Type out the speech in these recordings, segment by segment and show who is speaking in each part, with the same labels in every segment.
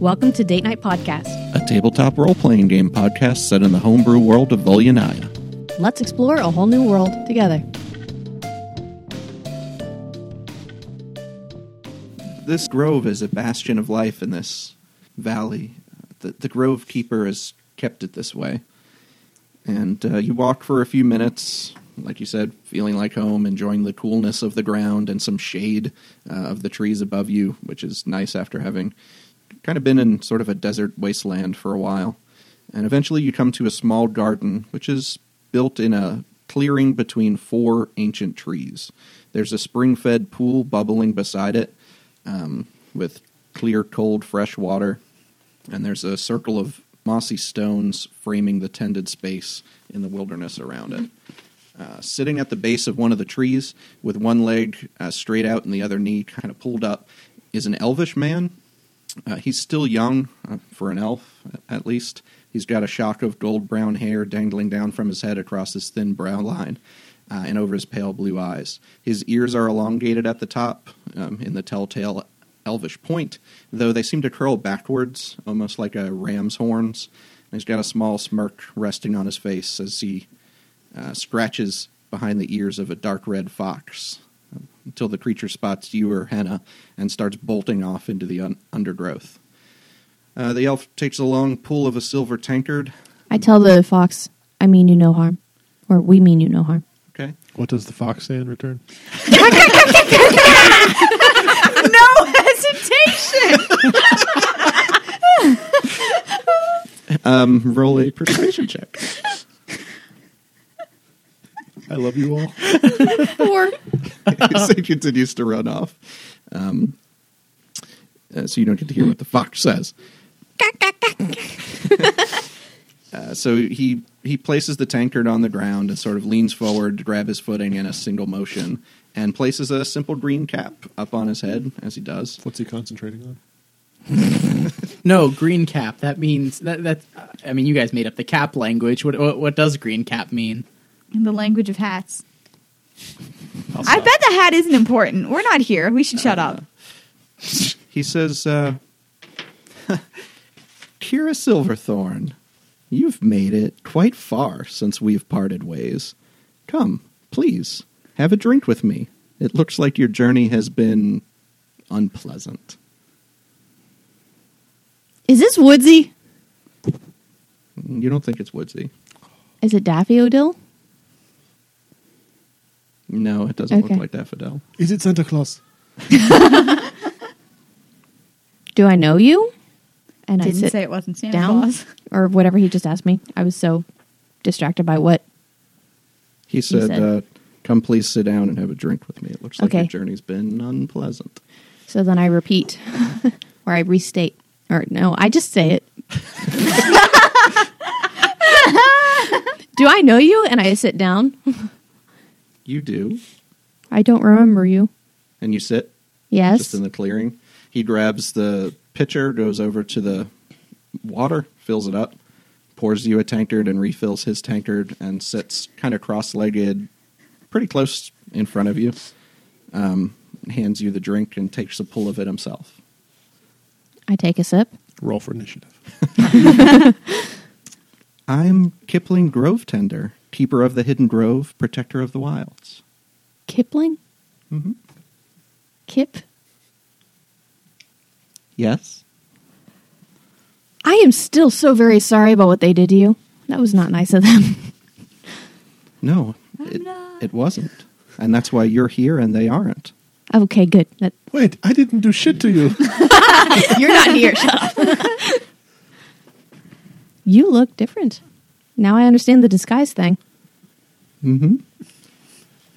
Speaker 1: Welcome to Date Night Podcast.
Speaker 2: a tabletop role playing game podcast set in the homebrew world of Volyanaya.
Speaker 1: Let's explore a whole new world together.
Speaker 2: This grove is a bastion of life in this valley. The, the grove keeper has kept it this way. And uh, you walk for a few minutes, like you said, feeling like home, enjoying the coolness of the ground and some shade uh, of the trees above you, which is nice after having kind of been in sort of a desert wasteland for a while. And eventually you come to a small garden, which is built in a clearing between four ancient trees. There's a spring fed pool bubbling beside it um, with clear, cold, fresh water. And there's a circle of mossy stones framing the tended space in the wilderness around it. Uh, sitting at the base of one of the trees, with one leg uh, straight out and the other knee kind of pulled up, is an elvish man uh, he's still young uh, for an elf, at least. He's got a shock of gold brown hair dangling down from his head across his thin brow line uh, and over his pale blue eyes. His ears are elongated at the top um, in the telltale elvish point, though they seem to curl backwards, almost like a ram's horns. And he's got a small smirk resting on his face as he uh, scratches behind the ears of a dark red fox until the creature spots you or Henna and starts bolting off into the un- undergrowth. Uh, the elf takes a long pull of a silver tankard.
Speaker 1: I tell the fox, I mean you no harm. Or we mean you no harm.
Speaker 2: Okay.
Speaker 3: What does the fox say in return?
Speaker 4: no hesitation.
Speaker 2: Um, roll a persuasion check.
Speaker 3: I love you all.
Speaker 1: Or
Speaker 2: so he continues to run off. Um, uh, so you don't get to hear what the fox says. Uh, so he he places the tankard on the ground and sort of leans forward to grab his footing in a single motion and places a simple green cap up on his head as he does.
Speaker 3: What's he concentrating on?
Speaker 5: No, green cap. That means that that. uh, I mean, you guys made up the cap language. What what, what does green cap mean?
Speaker 4: In the language of hats. I bet the hat isn't important. We're not here. We should shut up.
Speaker 2: He says, uh, Kira Silverthorn, you've made it quite far since we've parted ways. Come, please, have a drink with me. It looks like your journey has been unpleasant.
Speaker 1: is this Woodsy?
Speaker 2: You don't think it's Woodsy?
Speaker 1: Is it Daffy O'Dill?
Speaker 2: No, it doesn't
Speaker 1: Okay.
Speaker 2: look like Daffodil.
Speaker 3: Is it Santa Claus?
Speaker 1: Do I know you? And
Speaker 4: Didn't
Speaker 1: I sit
Speaker 4: say it wasn't Santa
Speaker 1: down
Speaker 4: Claus.
Speaker 1: or whatever he just asked me. I was so distracted by what.
Speaker 2: He said,
Speaker 1: said-
Speaker 2: uh, Come, please sit down and have a drink with me. It looks like your
Speaker 1: Okay.
Speaker 2: journey's been unpleasant.
Speaker 1: So then I repeat or I restate. Or no, I just say it. Do I know you? And I sit down.
Speaker 2: You do.
Speaker 1: I don't remember you.
Speaker 2: And you sit
Speaker 1: Yes.
Speaker 2: just in the clearing. He grabs the pitcher, goes over to the water, fills it up, pours you a tankard, and refills his tankard, and sits kind of cross-legged, pretty close in front of you. Um, hands you the drink and takes a pull of it himself.
Speaker 1: I take a sip.
Speaker 3: Roll for initiative.
Speaker 2: I'm Kipling Grove Tender, keeper of the hidden grove, protector of the wilds.
Speaker 1: Kipling?
Speaker 3: Mm-hmm.
Speaker 2: Mhm.
Speaker 1: Kip?
Speaker 2: Yes.
Speaker 1: I am still so very sorry about what they did to you. That was not nice of them.
Speaker 2: No. It, it wasn't, and that's why you're here and they aren't.
Speaker 1: okay, good. That,
Speaker 3: Wait, I didn't do shit to you.
Speaker 1: you're not here. Shut up. you look different. Now I understand the disguise thing.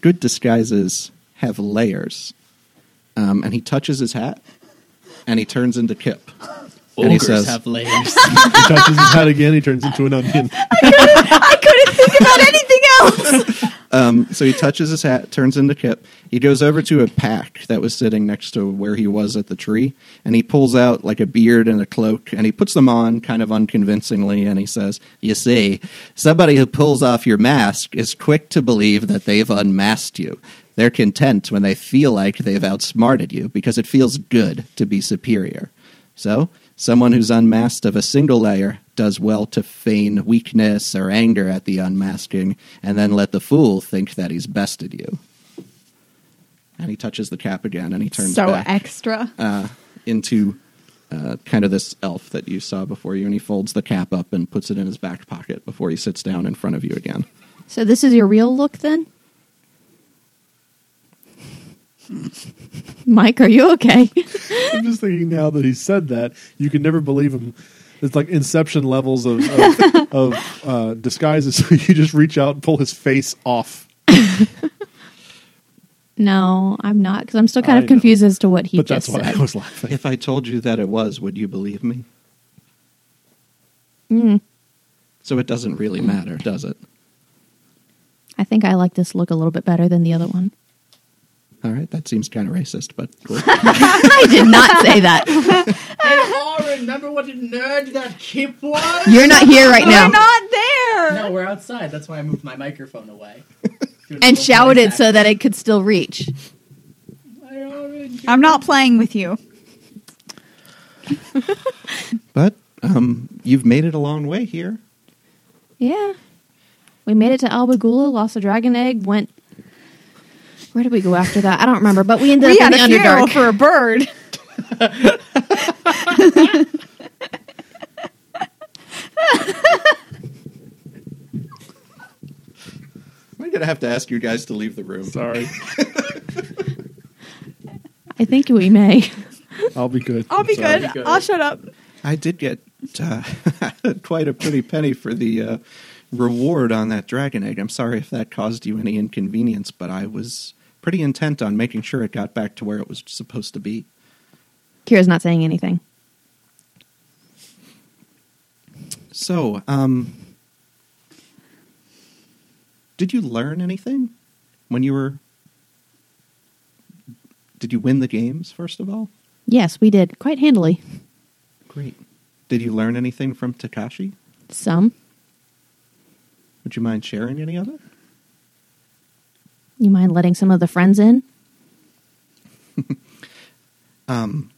Speaker 2: good disguises have layers. Um, and he touches his hat, and he turns into Kip. And he
Speaker 5: Ogres
Speaker 2: says-
Speaker 5: have layers.
Speaker 3: he touches his hat again. He turns into an onion.
Speaker 4: I couldn't think about anything else.
Speaker 2: um, So he touches his hat, turns into Kip. He goes over to a pack that was sitting next to where he was at the tree, and he pulls out like a beard and a cloak, and he puts them on kind of unconvincingly, and he says, "You see, somebody who pulls off your mask is quick to believe that they've unmasked you." They're content when they feel like they've outsmarted you because it feels good to be superior. So Someone who's unmasked of a single layer does well to feign weakness or anger at the unmasking, and then let the fool think that he's bested you. And he touches the cap again, and he turns
Speaker 4: so
Speaker 2: back
Speaker 4: extra.
Speaker 2: uh, into uh, kind of this elf that you saw before you, and he folds the cap up and puts it in his back pocket before he sits down in front of you again.
Speaker 1: So this is your real look then? Mike, are you okay?
Speaker 3: I'm just thinking now that he said that, you can never believe him. It's like inception levels of of, of uh, disguises. So you just reach out and pull his face off.
Speaker 1: no, I'm not because I'm still kind
Speaker 3: I
Speaker 1: of
Speaker 3: know.
Speaker 1: confused as to what he
Speaker 3: but
Speaker 1: just
Speaker 3: that's why
Speaker 1: said.
Speaker 3: I was laughing.
Speaker 2: If I told you that it was, would you believe me?
Speaker 1: Mm,
Speaker 2: So it doesn't really matter, does it?
Speaker 1: I think I like this look a little bit better than the other one.
Speaker 2: All right, that seems kind of racist, but cool.
Speaker 1: I did not say that.
Speaker 5: oh, remember what a nerd that Kip was?
Speaker 1: You're not here right now.
Speaker 4: We're not there.
Speaker 5: No, we're outside. That's why I moved my microphone away.
Speaker 1: and shouted so that it could still reach.
Speaker 4: I'm not playing with you.
Speaker 2: but um, you've made it a long way here.
Speaker 1: Yeah. We made it to Albagula, lost a dragon egg, went. Where did we go after that? I don't remember, but we ended
Speaker 4: we
Speaker 1: up
Speaker 4: had
Speaker 1: in
Speaker 4: a
Speaker 1: the
Speaker 4: funeral
Speaker 1: Underdark.
Speaker 4: for a bird.
Speaker 2: I'm going to have to ask you guys to leave the room.
Speaker 3: Sorry,
Speaker 1: I think we may.
Speaker 3: I'll be good.
Speaker 4: I'll be
Speaker 3: Sorry.
Speaker 4: good.
Speaker 5: good.
Speaker 4: I'll shut up.
Speaker 2: I did get uh, quite a pretty penny for the uh, reward on that dragon egg. I'm sorry if that caused you any inconvenience, but I was pretty intent on making sure it got back to where it was supposed to be.
Speaker 1: Kira's not saying anything.
Speaker 2: So, um, did you learn anything when you were? Did you win the games first of all?
Speaker 1: Yes, we did quite handily.
Speaker 2: Great. Did you learn anything from Takashi?
Speaker 1: Some.
Speaker 2: Would you mind sharing any of it?
Speaker 1: You mind letting some of the friends in?
Speaker 2: Um,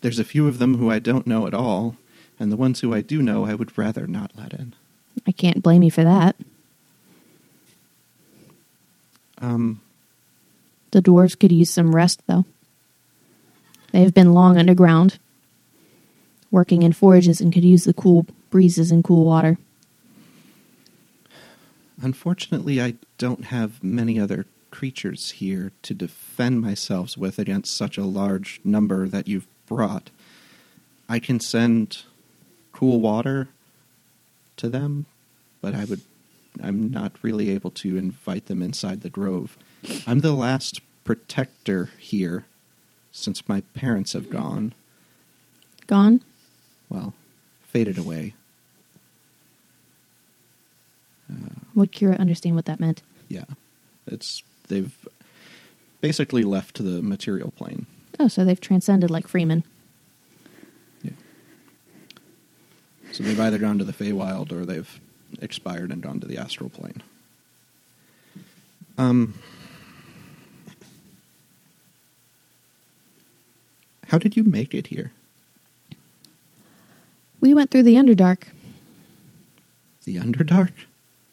Speaker 2: there's a few of them who I don't know at all, and the ones who I do know, I would rather not let in.
Speaker 1: I can't blame you for that.
Speaker 2: Um,
Speaker 1: The dwarves could use some rest, though. They've been long underground, working in forages, and could use the cool breezes and cool water.
Speaker 2: unfortunately, I don't have many other creatures here to defend myself with against such a large number that you've brought. I can send cool water to them, but I would I'm not really able to invite them inside the grove. I'm the last protector here since my parents have gone.
Speaker 1: Gone?
Speaker 2: well, faded away.
Speaker 1: Would Kira understand what that meant?
Speaker 2: Yeah, it's they've basically left the material plane.
Speaker 1: Oh, so they've transcended like Freeman.
Speaker 2: Yeah. So they've either gone to the Feywild or they've expired and gone to the astral plane. Um, how did you make it here?
Speaker 1: We went through the Underdark.
Speaker 2: The Underdark?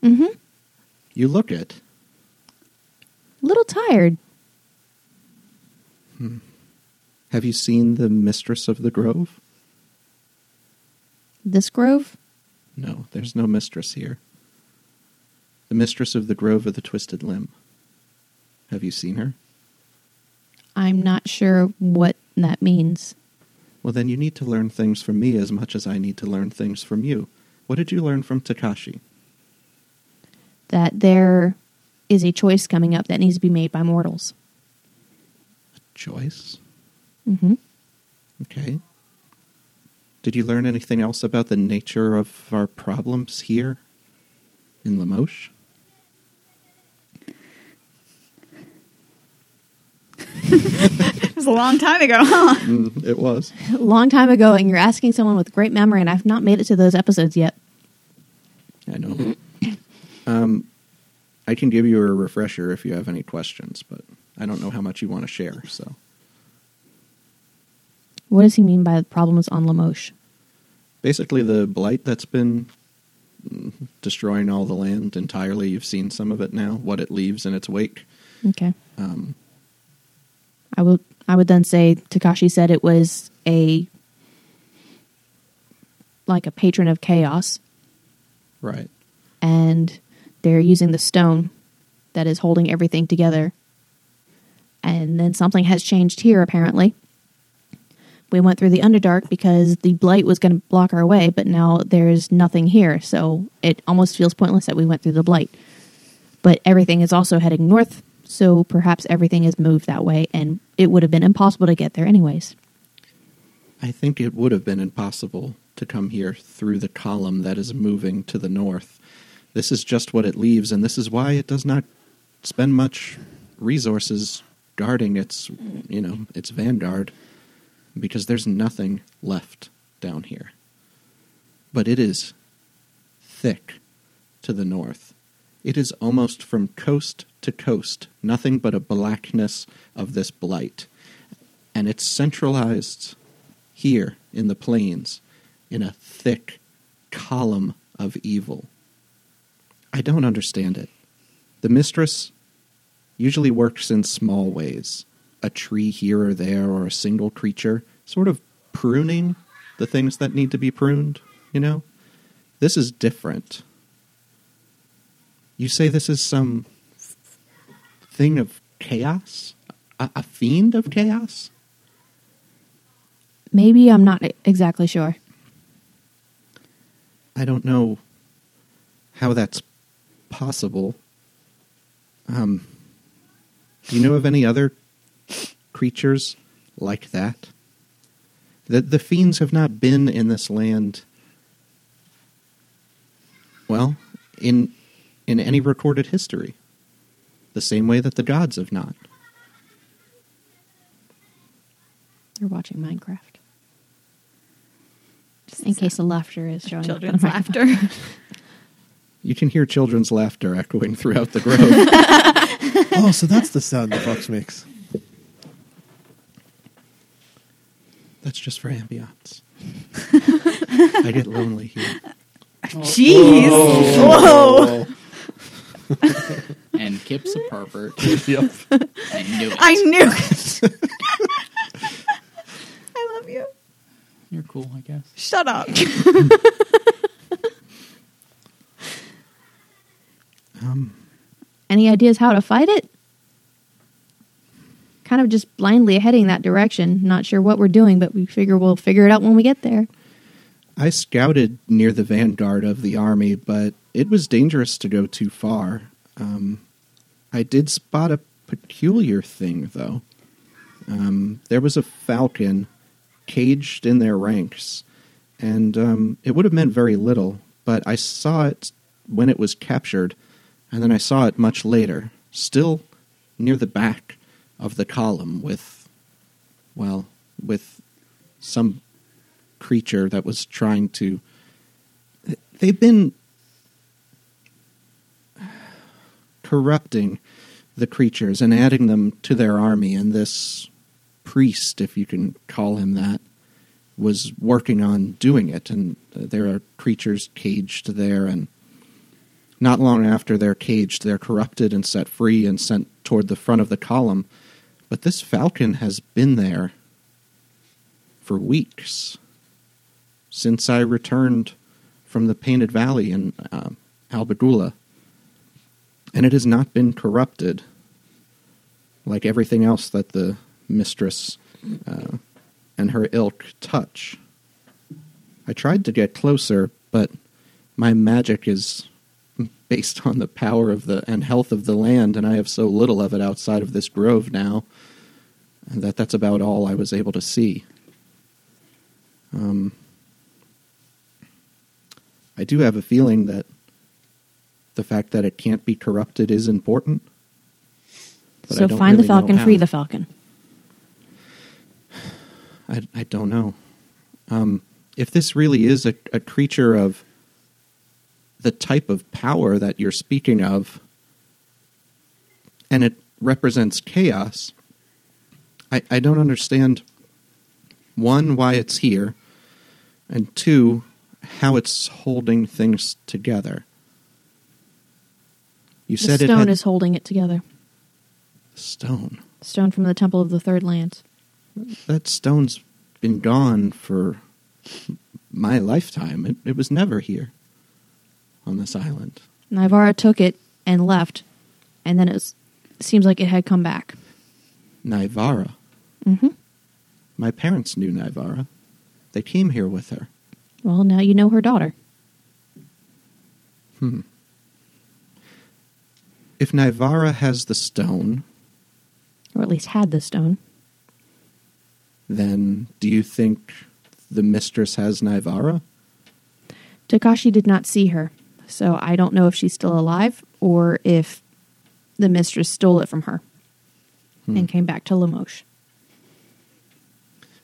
Speaker 1: Mm hmm.
Speaker 2: You look it.
Speaker 1: Little tired.
Speaker 2: Have you seen the Mistress of the Grove?
Speaker 1: This grove?
Speaker 2: No, there's no mistress here. The mistress of the grove of the twisted limb. Have you seen her?
Speaker 1: I'm not sure what that means.
Speaker 2: Well, then you need to learn things from me as much as I need to learn things from you. What did you learn from Takashi?
Speaker 1: That there is a choice coming up that needs to be made by mortals.
Speaker 2: A choice?
Speaker 1: Mm hmm.
Speaker 2: Okay. Did you learn anything else about the nature of our problems here in Lamoche?
Speaker 4: It was a long time ago, huh?
Speaker 2: Mm, it was.
Speaker 1: long time ago and you're asking someone with great memory and I've not made it to those episodes yet.
Speaker 2: I know. um, I can give you a refresher if you have any questions, but I don't know how much you want to share, so.
Speaker 1: What does he mean by the problems on Lamoche?
Speaker 2: Basically, the blight that's been mm, destroying all the land entirely. You've seen some of it now. What it leaves in its wake.
Speaker 1: Okay.
Speaker 2: Um,
Speaker 1: I would I would then say Takashi said it was a like a patron of chaos
Speaker 2: right.
Speaker 1: and they're using the stone that is holding everything together. And then something has changed here apparently. We went through the Underdark because the blight was going to block our way, but now there's nothing here, so it almost feels pointless that we went through the blight. But everything is also heading north, so perhaps everything is moved that way, and it would have been impossible to get there anyways.
Speaker 2: I think it would have been impossible to come here through the column that is moving to the north. This is just what it leaves, and this is why it does not spend much resources guarding its, you know, its vanguard, because there's nothing left down here. But it is thick to the north. It is almost from coast to coast, nothing but a blackness of this blight. And it's centralized here in the plains in a thick column of evil. I don't understand it. The mistress usually works in small ways a tree here or there, or a single creature, sort of pruning the things that need to be pruned, you know? This is different. You say this is some f- thing of chaos? A, a fiend of chaos?
Speaker 1: Maybe I'm not e-, exactly sure.
Speaker 2: I don't know how that's possible. Um, do you know of any other creatures like that? The, the fiends have not been in this land, well, in, in any recorded history, the same way that the gods have not.
Speaker 1: They're watching Minecraft. Just in case the laughter is showing up.
Speaker 4: Children's laughter.
Speaker 2: You can hear children's laughter echoing throughout the grove.
Speaker 3: oh, so that's the sound the fox makes.
Speaker 2: That's just for ambiance. I get lonely here.
Speaker 4: Jeez. Whoa.
Speaker 5: And Kip's a pervert.
Speaker 3: yep.
Speaker 5: I knew it.
Speaker 4: I knew it. I love you.
Speaker 5: You're cool, I guess.
Speaker 4: Shut up.
Speaker 2: Um,
Speaker 1: Any ideas how to fight it? Kind of just blindly heading that direction. Not sure what we're doing, but we figure we'll figure it out when we get there.
Speaker 2: I scouted near the vanguard of the army, but it was dangerous to go too far. Um, I did spot a peculiar thing, though. Um, there was a falcon caged in their ranks, and um, it would have meant very little, but I saw it when it was captured, and then I saw it much later, still near the back of the column with, well, with some creature that was trying to. They've been corrupting the creatures and adding them to their army, and this priest, if you can call him that, was working on doing it. And there are creatures caged there, and not long after they're caged, they're corrupted and set free and sent toward the front of the column. But this falcon has been there for weeks since I returned from the Painted Valley in uh, Albagula, and it has not been corrupted like everything else that the mistress uh, and her ilk touch. I tried to get closer, but my magic is based on the power of the and health of the land, and I have so little of it outside of this grove now that that's about all I was able to see. Um, I do have a feeling that the fact that it can't be corrupted is important. but I
Speaker 1: so
Speaker 2: don't
Speaker 1: find the
Speaker 2: really know
Speaker 1: falcon,
Speaker 2: how.
Speaker 1: free the falcon.
Speaker 2: I, I don't know. Um, if this really is a, a creature of the type of power that you're speaking of, and it represents chaos, I, I don't understand One, why it's here, and two, how it's holding things together. You
Speaker 1: The
Speaker 2: said it
Speaker 1: stone
Speaker 2: had
Speaker 1: is holding it together.
Speaker 2: stone.
Speaker 1: Stone from the Temple of the Third Lands.
Speaker 2: That stone's been gone for my lifetime. It, it was never here on this island.
Speaker 1: Nivara took it and left, and then it was, seems like it had come back.
Speaker 2: Nivara.
Speaker 1: hmm
Speaker 2: My parents knew Nivara. They came here with her.
Speaker 1: Well, now you know her daughter.
Speaker 2: Hmm. If Nivara has the stone,
Speaker 1: or at least had the stone.
Speaker 2: then do you think the mistress has Nivara?
Speaker 1: Takashi did not see her, so I don't know if she's still alive or if the mistress stole it from her and came back to Limoges.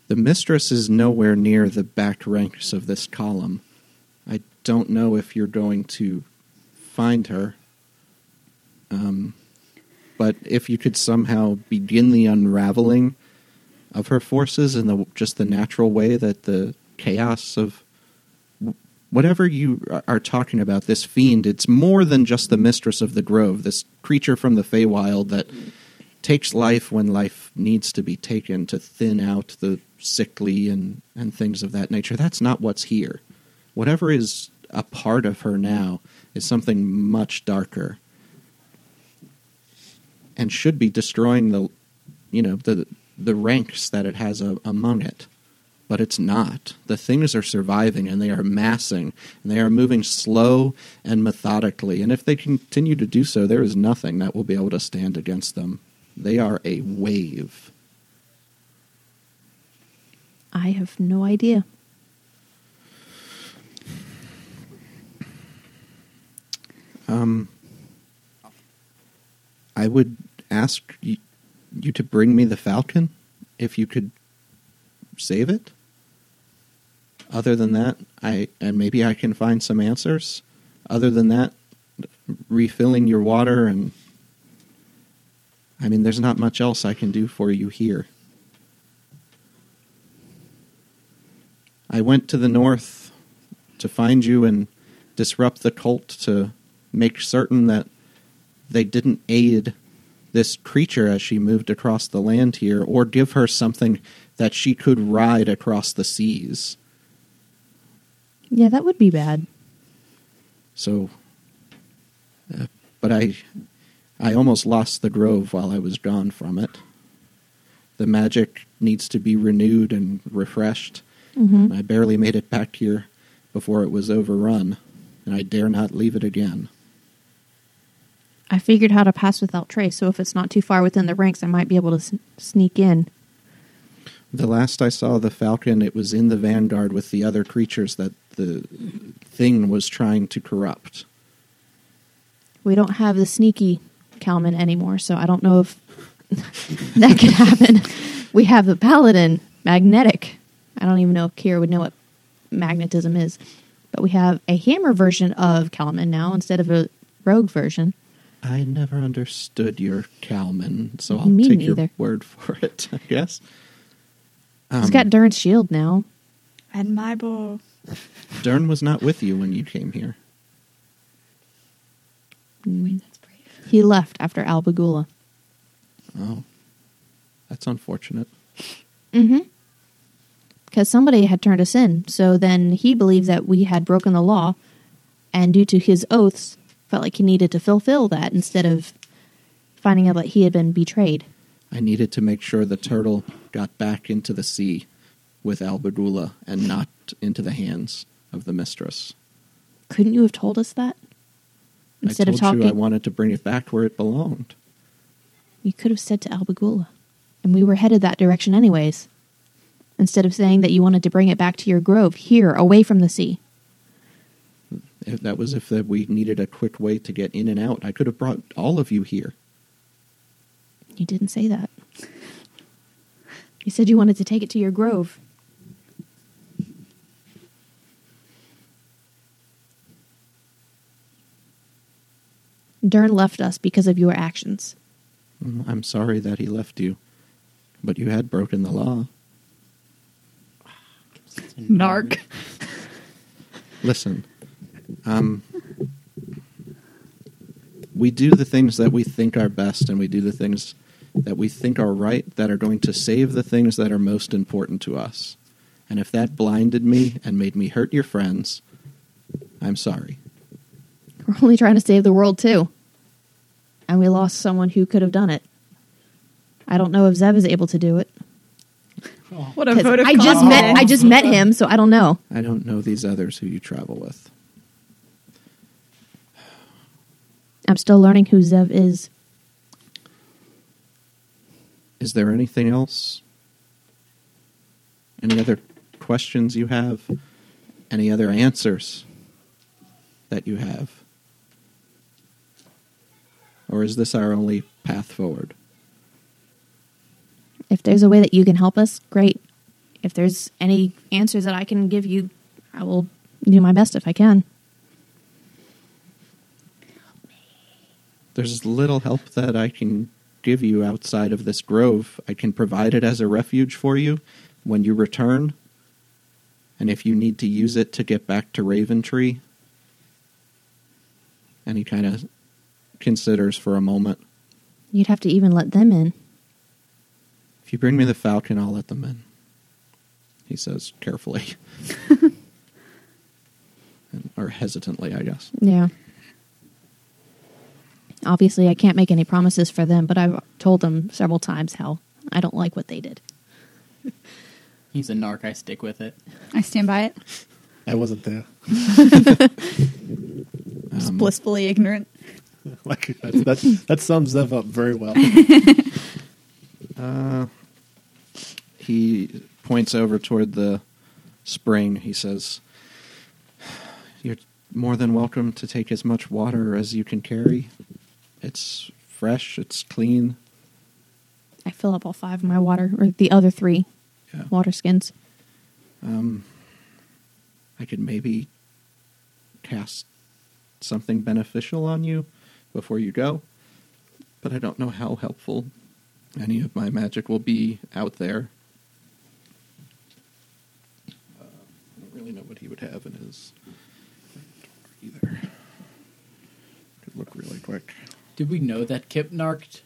Speaker 2: The mistress is nowhere near the back ranks of this column. I don't know if you're going to find her. Um, but if you could somehow begin the unraveling of her forces in the just the natural way that the chaos of whatever you are- are talking about, this fiend, it's more than just the mistress of the grove, this creature from the Feywild that takes life when life needs to be taken to thin out the sickly and, and things of that nature. That's not what's here. Whatever is a part of her now is something much darker and should be destroying the you know the the ranks that it has a, among it but it's not the things are surviving and they are massing and they are moving slow and methodically and if they continue to do so there is nothing that will be able to stand against them they are a wave
Speaker 1: I have no idea.
Speaker 2: um i would ask you, you to bring me the falcon if you could save it other than that i and maybe i can find some answers other than that refilling your water and i mean there's not much else i can do for you here i went to the north to find you and disrupt the cult to make certain that they didn't aid this creature as she moved across the land here or give her something that she could ride across the seas.
Speaker 1: Yeah, that would be bad.
Speaker 2: So, uh, but I, I almost lost the grove while I was gone from it. The magic needs to be renewed and refreshed.
Speaker 1: Mhm.
Speaker 2: I barely made it back here before it was overrun, and I dare not leave it again.
Speaker 1: I figured how to pass without trace, so if it's not too far within the ranks, I might be able to sn- sneak in.
Speaker 2: The last I saw the Falcon, it was in the Vanguard with the other creatures that the thing was trying to corrupt.
Speaker 1: We don't have the sneaky Kalman anymore, so I don't know if that could happen. We have the Paladin, magnetic. I don't even know if Kira would know what magnetism is, but we have a hammer version of Kalman now instead of a rogue version.
Speaker 2: I never understood your Kalman, so I'll
Speaker 1: Me
Speaker 2: take your
Speaker 1: neither.
Speaker 2: word for it, I guess.
Speaker 1: He's
Speaker 2: Um,
Speaker 1: got Durn's shield now.
Speaker 4: And my bow.
Speaker 2: Dern was not with you when you came here.
Speaker 4: That's brave.
Speaker 1: He left after Albagula.
Speaker 2: Oh, that's unfortunate.
Speaker 1: Mm-hmm. Because somebody had turned us in, so then he believed that we had broken the law, and due to his oaths, felt like he needed to fulfill that instead of finding out that he had been betrayed.
Speaker 2: I needed to make sure the turtle got back into the sea with Albadula and not into the hands of the mistress.
Speaker 1: Couldn't you have told us that instead
Speaker 2: I
Speaker 1: of
Speaker 2: told
Speaker 1: talking?
Speaker 2: you I wanted to bring it back where it belonged.
Speaker 1: you could have said to Albagula, and we were headed that direction anyways. Instead of saying that you wanted to bring it back to your grove here, away from the sea.
Speaker 2: If that was if that we needed a quick way to get in and out. I could have brought all of you here.
Speaker 1: You didn't say that. You said you wanted to take it to your grove. Dern left us because of your actions.
Speaker 2: Mm-hmm. Mm, I'm sorry that he left you, but you had broken the law.
Speaker 4: Narc.
Speaker 2: Listen, um, we do the things that we think are best, and we do the things that we think are right that are going to save the things that are most important to us. And if that blinded me and made me hurt your friends, I'm sorry.
Speaker 1: We're only trying to save the world too. And we lost someone who could have done it. I don't know if Zev is able to do it.
Speaker 4: What a
Speaker 1: 'Cause
Speaker 4: vote of
Speaker 1: I just met I
Speaker 4: confidence.
Speaker 1: just met him, so I don't know.
Speaker 2: I don't know these others who you travel with.
Speaker 1: I'm still learning who Zev is.
Speaker 2: Is there anything else? Any other questions you have? Any other answers that you have? Or is this our only path forward?
Speaker 1: If there's a way that you can help us, great. If there's any answers that I can give you, I will do my best if I can.
Speaker 2: There's little help that I can give you outside of this grove. I can provide it as a refuge for you when you return. And if you need to use it to get back to Raven Tree, and he kind of considers for a moment.
Speaker 1: You'd have to even let them in.
Speaker 2: If you bring me the falcon, I'll let them in. He says carefully. And- or hesitantly, I guess.
Speaker 1: Yeah. Obviously, I can't make any promises for them, but I've told them several times how I don't like what they did.
Speaker 5: He's a narc. I stick with it.
Speaker 4: I stand by it.
Speaker 3: I wasn't there.
Speaker 5: Um,
Speaker 4: Just blissfully ignorant.
Speaker 3: like that, that, that sums them up very well.
Speaker 2: Uh, He points over toward the spring. He says, You're more than welcome to take as much water as you can carry. It's fresh, it's clean.
Speaker 1: I fill up all five of my water, or the other three
Speaker 2: Yeah.
Speaker 1: water skins.
Speaker 2: Um, I could maybe cast something beneficial on you before you go, but I don't know how helpful any of my magic will be out there. Uh, I don't really know what he would have in his either. Could look really quick.
Speaker 5: Did we know that Kip narked?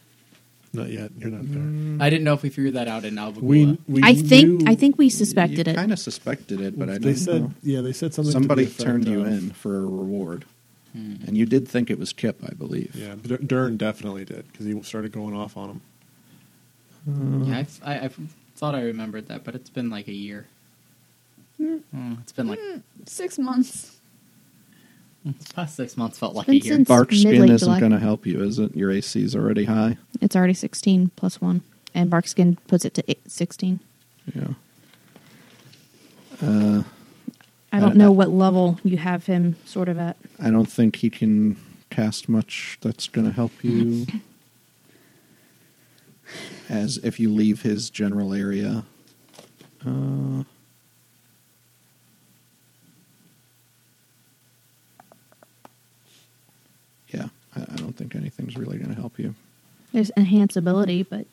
Speaker 3: Not yet. You're not there.
Speaker 5: I didn't know if we threw that out in Alvagula.
Speaker 3: We, we
Speaker 1: I think
Speaker 3: knew-
Speaker 1: I think we suspected it.
Speaker 2: Kind of suspected it, but I
Speaker 3: they
Speaker 2: don't
Speaker 3: said
Speaker 2: know.
Speaker 3: yeah. They said something. to the
Speaker 2: Somebody
Speaker 3: effect
Speaker 2: turned you
Speaker 3: of-
Speaker 2: in for a reward,
Speaker 1: Hmm.
Speaker 2: and you did think it was Kip, I believe.
Speaker 3: Yeah, Dur- Dern definitely did because he started going off on him.
Speaker 1: Mm-hmm.
Speaker 5: Yeah, I've, I, I thought I remembered that, but it's been like a year. Mm, it's been like
Speaker 4: Six months.
Speaker 5: it's past six months. Felt like a
Speaker 1: been
Speaker 5: year.
Speaker 1: since-
Speaker 2: Bark skin
Speaker 1: mid-late
Speaker 2: isn't
Speaker 1: July.
Speaker 2: going to help you, is it? Your AC is already high.
Speaker 1: It's already 16 plus 1, and Barkskin puts it to eight, 16.
Speaker 2: Yeah.
Speaker 1: I don't know what level you have him sort of at.
Speaker 2: I don't think he can cast much that's going to help you. As if you leave his general area. Uh, yeah, I, I don't think anything's really going to help you.
Speaker 1: There's enhance ability, but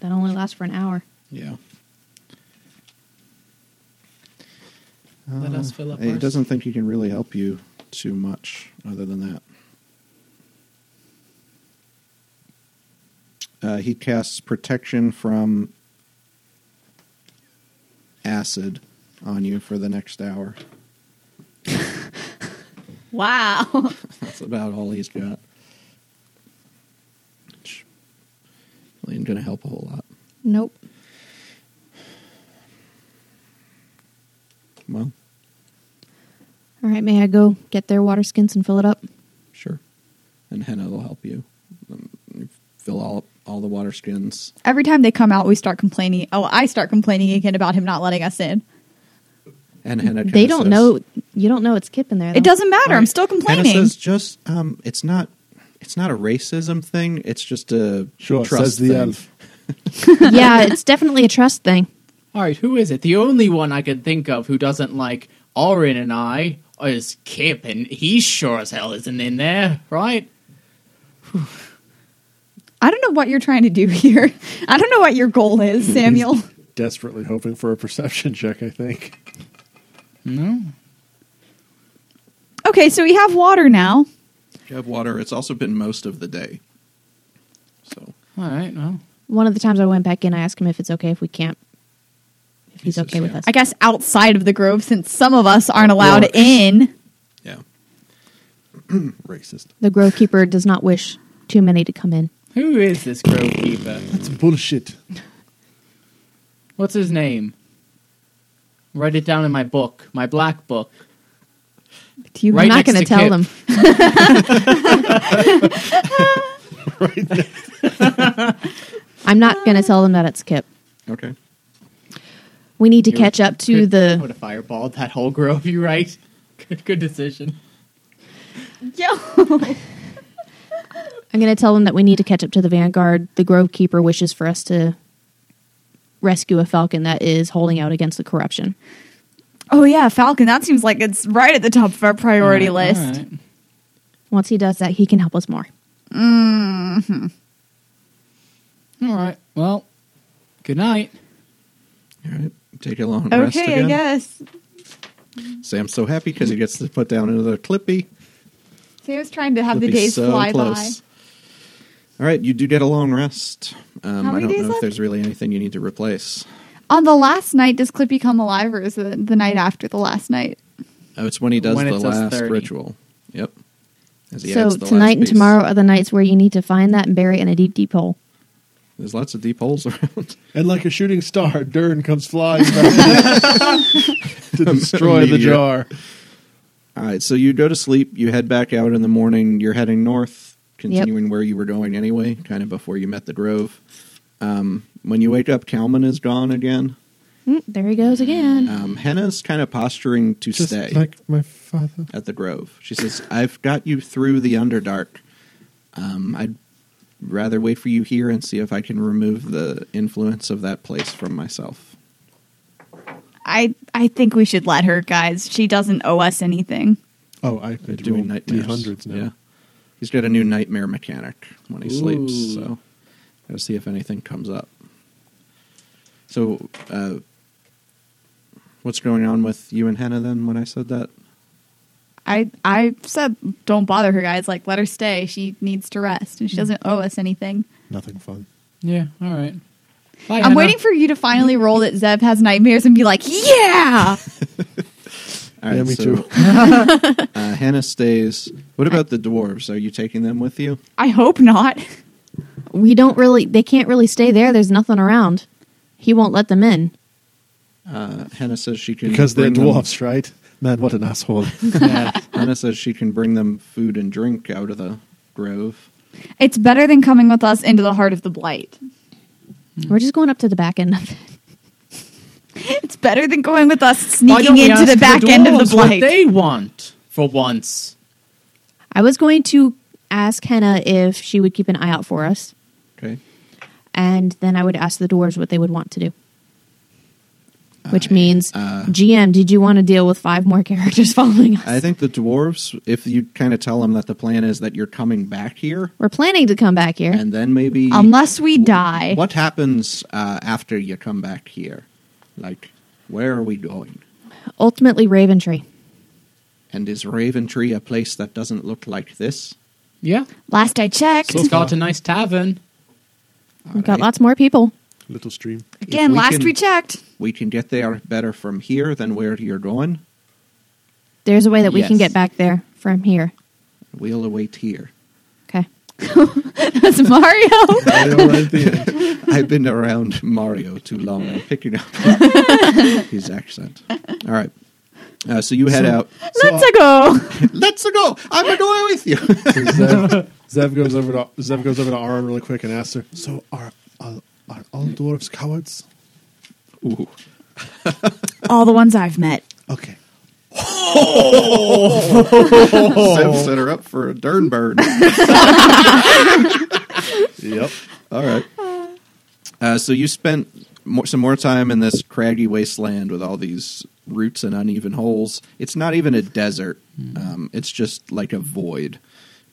Speaker 1: that only lasts for an hour.
Speaker 2: Yeah.
Speaker 5: Let us fill up
Speaker 2: It
Speaker 5: ours.
Speaker 2: doesn't think he can really help you too much other than that. Uh, he casts protection from acid on you for the next hour.
Speaker 4: Wow.
Speaker 2: That's about all he's got. Which really ain't going to help a whole lot.
Speaker 1: Nope.
Speaker 2: Well,
Speaker 1: All right, may I go get their water skins and fill it up?
Speaker 2: sure. And Henna will help you. Um, you fill all all the water skins.
Speaker 4: Every time they come out, we start complaining. Oh, I start complaining again about him not letting us in.
Speaker 2: And Henna
Speaker 1: they
Speaker 2: kinda
Speaker 1: don't
Speaker 2: says-
Speaker 1: know. You don't know it's Kip in there.
Speaker 4: It
Speaker 1: though.
Speaker 4: doesn't matter. I'm still complaining.
Speaker 2: Hannah says just um, it's not it's not a racism thing. It's just a trust
Speaker 3: says the
Speaker 2: thing.
Speaker 3: elf.
Speaker 1: yeah, it's definitely a trust thing.
Speaker 5: All right, who is it? The only one I could think of who doesn't like Orin and I is Kip, and he sure as hell isn't in there, right?
Speaker 4: I don't know what you're trying to do here. I don't know what your goal is, Samuel.
Speaker 3: Desperately hoping for a perception check. I think
Speaker 5: No.
Speaker 4: Okay, so we have water now.
Speaker 2: You have water. It's also been most of the day. So
Speaker 5: All right. Well,
Speaker 1: One of the times I went back in, I asked him if it's okay if we camp. If he's
Speaker 2: says
Speaker 1: okay with
Speaker 2: yeah.
Speaker 1: us.
Speaker 4: I guess outside of the grove, since some of us aren't allowed
Speaker 2: Orcs.
Speaker 4: in.
Speaker 2: yeah,
Speaker 3: Racist.
Speaker 1: the grove keeper does not wish too many to come in.
Speaker 5: who is this grovekeeper?
Speaker 3: That's bullshit.
Speaker 5: What's his name? Write it down in my book, my black book.
Speaker 4: Do you
Speaker 5: Right
Speaker 1: I'm not
Speaker 5: next
Speaker 1: going to
Speaker 5: to
Speaker 1: tell
Speaker 5: Kip.
Speaker 1: them. I'm not going to tell them that it's Kip.
Speaker 2: okay.
Speaker 1: We need to
Speaker 5: You-
Speaker 1: catch up to
Speaker 5: Good- I
Speaker 1: the.
Speaker 5: would have fireballed that whole grove. You right? Good, good decision.
Speaker 4: Yo.
Speaker 1: I'm going to tell them that we need to catch up to the vanguard. The grove keeper wishes for us to rescue a falcon that is holding out against the corruption.
Speaker 4: oh yeah, Falcon. That seems like it's right at the top of our priority
Speaker 5: All right,
Speaker 4: list.
Speaker 5: all right.
Speaker 1: Once he does that, he can help us more.
Speaker 5: All right. Well, good night.
Speaker 2: All right. Take a long rest
Speaker 4: Okay,
Speaker 2: again.
Speaker 4: I guess.
Speaker 2: Sam's so happy because he gets to put down another Clippy.
Speaker 4: Sam's trying to have
Speaker 2: Clippy's
Speaker 4: the days
Speaker 2: so
Speaker 4: fly
Speaker 2: close. All right, you do get a long rest. Um,
Speaker 4: How
Speaker 2: I
Speaker 4: many
Speaker 2: don't
Speaker 4: days
Speaker 2: know if
Speaker 4: left?
Speaker 2: there's really anything you need to replace.
Speaker 4: by. On the last night, does Clippy come alive, or is it the night after the last night?
Speaker 2: Oh, it's when he does
Speaker 5: When
Speaker 2: the
Speaker 5: it does
Speaker 2: last
Speaker 5: 30.
Speaker 2: ritual. Yep. As he
Speaker 1: so
Speaker 2: adds the last
Speaker 1: tonight and
Speaker 2: piece.
Speaker 1: tomorrow are the nights where you need to find that and bury it in a deep, deep hole.
Speaker 2: There's lots of deep holes around.
Speaker 3: And like a shooting star, Dern comes flying back to destroy the
Speaker 2: Meteor.
Speaker 3: jar.
Speaker 2: All right, so you go to sleep. You head back out in the morning. You're heading north, continuing where you were going anyway, kind of before you met the Grove. Um, when you wake up, Kalman is gone again.
Speaker 1: Mm, there he goes again.
Speaker 2: Um, Henna's kind of posturing to
Speaker 3: Just
Speaker 2: stay.
Speaker 3: like my father.
Speaker 2: at the Grove. She says, "I've got you through the Underdark. Um, I'd rather wait for you here and see if I can remove the influence of that place from myself."
Speaker 4: I I think we should let her, guys. She doesn't owe us anything.
Speaker 3: Oh, I
Speaker 2: They're
Speaker 3: could
Speaker 2: doing
Speaker 3: roll
Speaker 2: nightmares.
Speaker 3: D100s now.
Speaker 2: Yeah, he's got a new nightmare mechanic when he sleeps.
Speaker 5: Ooh.
Speaker 2: So, gotta see if anything comes up. So, uh, what's going on with you and Henna then? When I said that,
Speaker 4: I I said don't bother her, guys. Like let her stay. She needs to rest, and she doesn't owe us anything.
Speaker 3: Nothing fun.
Speaker 5: Yeah. All right. Bye,
Speaker 4: I'm waiting for you to finally roll that Zeb has nightmares and be like, yeah.
Speaker 2: All
Speaker 3: Yeah, me
Speaker 2: so,
Speaker 3: too.
Speaker 2: uh, Hannah stays. What about the dwarves? Are you taking them with you?
Speaker 4: I hope not.
Speaker 1: We don't really. They can't really stay there. There's nothing around. He won't let them in.
Speaker 2: Uh, Hannah says she can
Speaker 3: Because they're
Speaker 2: bring them-
Speaker 3: dwarfs, right? Man, what an asshole.
Speaker 5: Yeah.
Speaker 2: Hannah says she can bring them food and drink out of the grove.
Speaker 4: It's better than coming with us into the heart of the blight.
Speaker 2: Hmm.
Speaker 1: We're just going up to the back end of it.
Speaker 4: It's better than going with us
Speaker 5: Why don't
Speaker 4: sneaking
Speaker 5: we
Speaker 4: into
Speaker 5: ask
Speaker 4: the back end of the
Speaker 5: dwarves what
Speaker 4: blight.
Speaker 5: they want for once.
Speaker 1: I was going to ask Henna if she would keep an eye out for us,
Speaker 2: Okay.
Speaker 1: and then I would ask the dwarves what they would want to do. Which
Speaker 2: I-
Speaker 1: means,
Speaker 2: uh,
Speaker 1: GM, did you want to deal with five more characters following us?
Speaker 2: I think the dwarves, if you kind of tell them that the plan is that you're coming back here,
Speaker 1: We're planning to come back here.
Speaker 2: and then maybe
Speaker 4: Unless we die.
Speaker 2: what happens uh, after you come back here? Like, where are we going?
Speaker 1: Ultimately, Raven Tree.
Speaker 2: And is Raven Tree a place that doesn't look like this?
Speaker 5: Yeah.
Speaker 4: Last I checked.
Speaker 5: So it's got a nice tavern.
Speaker 1: We've got
Speaker 2: right.
Speaker 1: lots more people.
Speaker 3: Little stream.
Speaker 4: Again,
Speaker 2: we
Speaker 4: last
Speaker 2: can-
Speaker 4: we checked.
Speaker 2: We can get there better from here than where you're going.
Speaker 1: There's a way that we can
Speaker 2: Yes.
Speaker 1: get back there from here.
Speaker 2: We'll await here.
Speaker 1: Okay.
Speaker 4: That's Mario.
Speaker 3: Mario right at the end.
Speaker 2: I've been around Mario too long. I'm picking up his accent. All right. Uh, so you head out.
Speaker 4: Let's go.
Speaker 2: Let's go. I'm going with you.
Speaker 3: So Zev, Zev goes over to Zev goes over to Aron really quick and asks her. So are are, are all dwarves cowards?
Speaker 2: Ooh.
Speaker 4: All the ones I've met.
Speaker 3: Okay.
Speaker 2: Sam set her up for a dern burn.
Speaker 3: Yep.
Speaker 2: All right. Uh, so you spent more, some more time in this craggy wasteland with all these roots and uneven holes. It's not even a desert. Um, it's just like a void.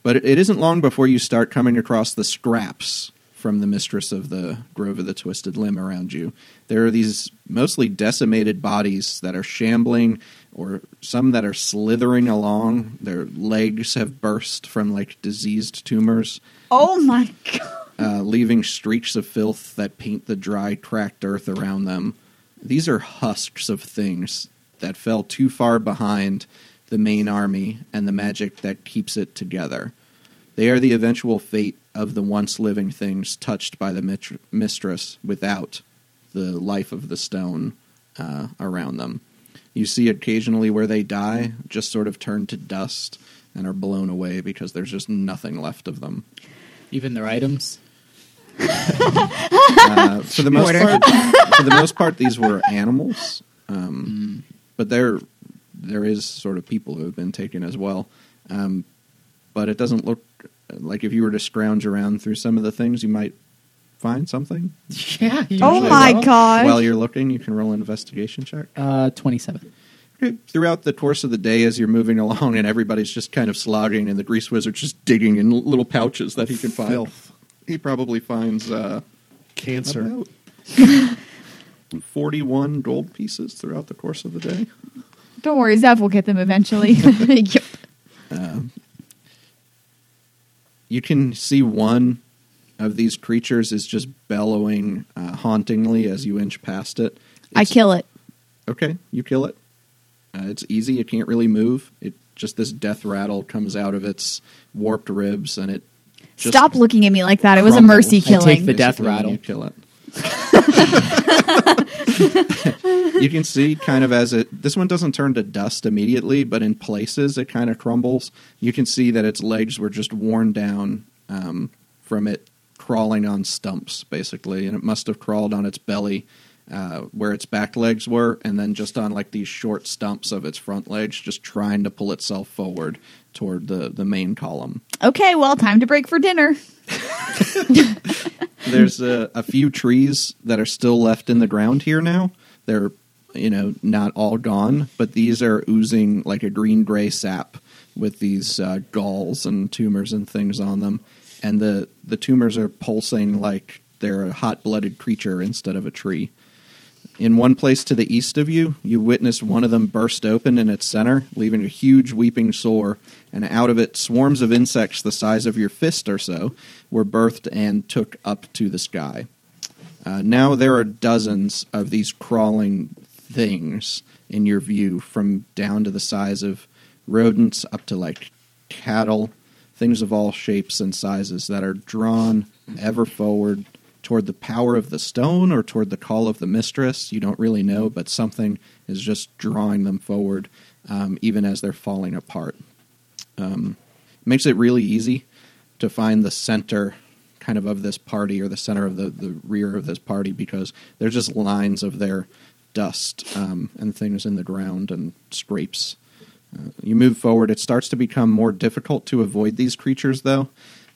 Speaker 2: But it, it isn't long before you start coming across the scraps from the mistress of the Grove of the Twisted Limb around you. There are these mostly decimated bodies that are shambling, or some that are slithering along. Their legs have burst from like diseased tumors,
Speaker 4: Oh my god.
Speaker 2: uh, leaving streaks of filth that paint the dry, cracked earth around them. These are husks of things that fell too far behind the main army and the magic that keeps it together. They are the eventual fate of the once living things touched by the mitr- mistress without the life of the stone uh, around them. You see occasionally where they die, just sort of turn to dust and are blown away because there's just nothing left of them.
Speaker 5: Even their items.
Speaker 2: Uh, for the most part, for the most part, these were animals, um, but there there is sort of people who have been taken as well. Um, but it doesn't look uh, like if you were to scrounge around through some of the things, you might find something.
Speaker 5: Yeah.
Speaker 4: Oh
Speaker 2: Usually
Speaker 4: my
Speaker 2: while-
Speaker 4: gosh.
Speaker 2: While you're looking, you can roll an investigation check.
Speaker 5: Uh, twenty-seven.
Speaker 2: Throughout the course of the day, as you're moving along, and everybody's just kind of slogging, and the grease wizard's just digging in little pouches that he can find.
Speaker 3: Filth.
Speaker 2: He probably finds. Uh,
Speaker 3: Cancer.
Speaker 2: about 41 gold pieces throughout the course of the day.
Speaker 4: Don't worry, Zev will get them eventually.
Speaker 1: yep.
Speaker 2: You can see one of these creatures is just bellowing uh, hauntingly as you inch past it.
Speaker 1: I
Speaker 2: It's-
Speaker 1: kill it.
Speaker 2: Okay, you kill it. Uh, it's easy. It can't really move. It just this death rattle comes out of its warped ribs, and it just
Speaker 4: Stop looking at me like that. It was a
Speaker 2: crumbles.
Speaker 4: mercy
Speaker 2: I
Speaker 5: take
Speaker 4: killing.
Speaker 5: the death
Speaker 2: Basically, when
Speaker 5: rattle.
Speaker 2: You kill it. you can see kind of as it. This one doesn't turn to dust immediately, but in places it kind of crumbles. You can see that its legs were just worn down um, from it crawling on stumps, basically, and it must have crawled on its belly. Uh, where its back legs were, and then just on like these short stumps of its front legs, just trying to pull itself forward toward the the main column.
Speaker 4: okay, well, time to break for dinner.
Speaker 2: there's a, a few trees that are still left in the ground here now. They're you know not all gone, but these are oozing like a green gray sap with these uh, galls and tumors and things on them, and the the tumors are pulsing like they're a hot blooded creature instead of a tree. In one place to the east of you, you witness one of them burst open in its center, leaving a huge weeping sore, and out of it, swarms of insects the size of your fist or so were birthed and took up to the sky. Uh, now there are dozens of these crawling things in your view, from down to the size of rodents up to like cattle, things of all shapes and sizes that are drawn ever forward toward the power of the stone or toward the call of the mistress. You don't really know, but something is just drawing them forward, um, even as they're falling apart makes it really easy to find the center kind of of this party or the center of the, the rear of this party because there's just lines of their dust um, and things in the ground and scrapes. Uh, you move forward, it starts to become more difficult to avoid these creatures though,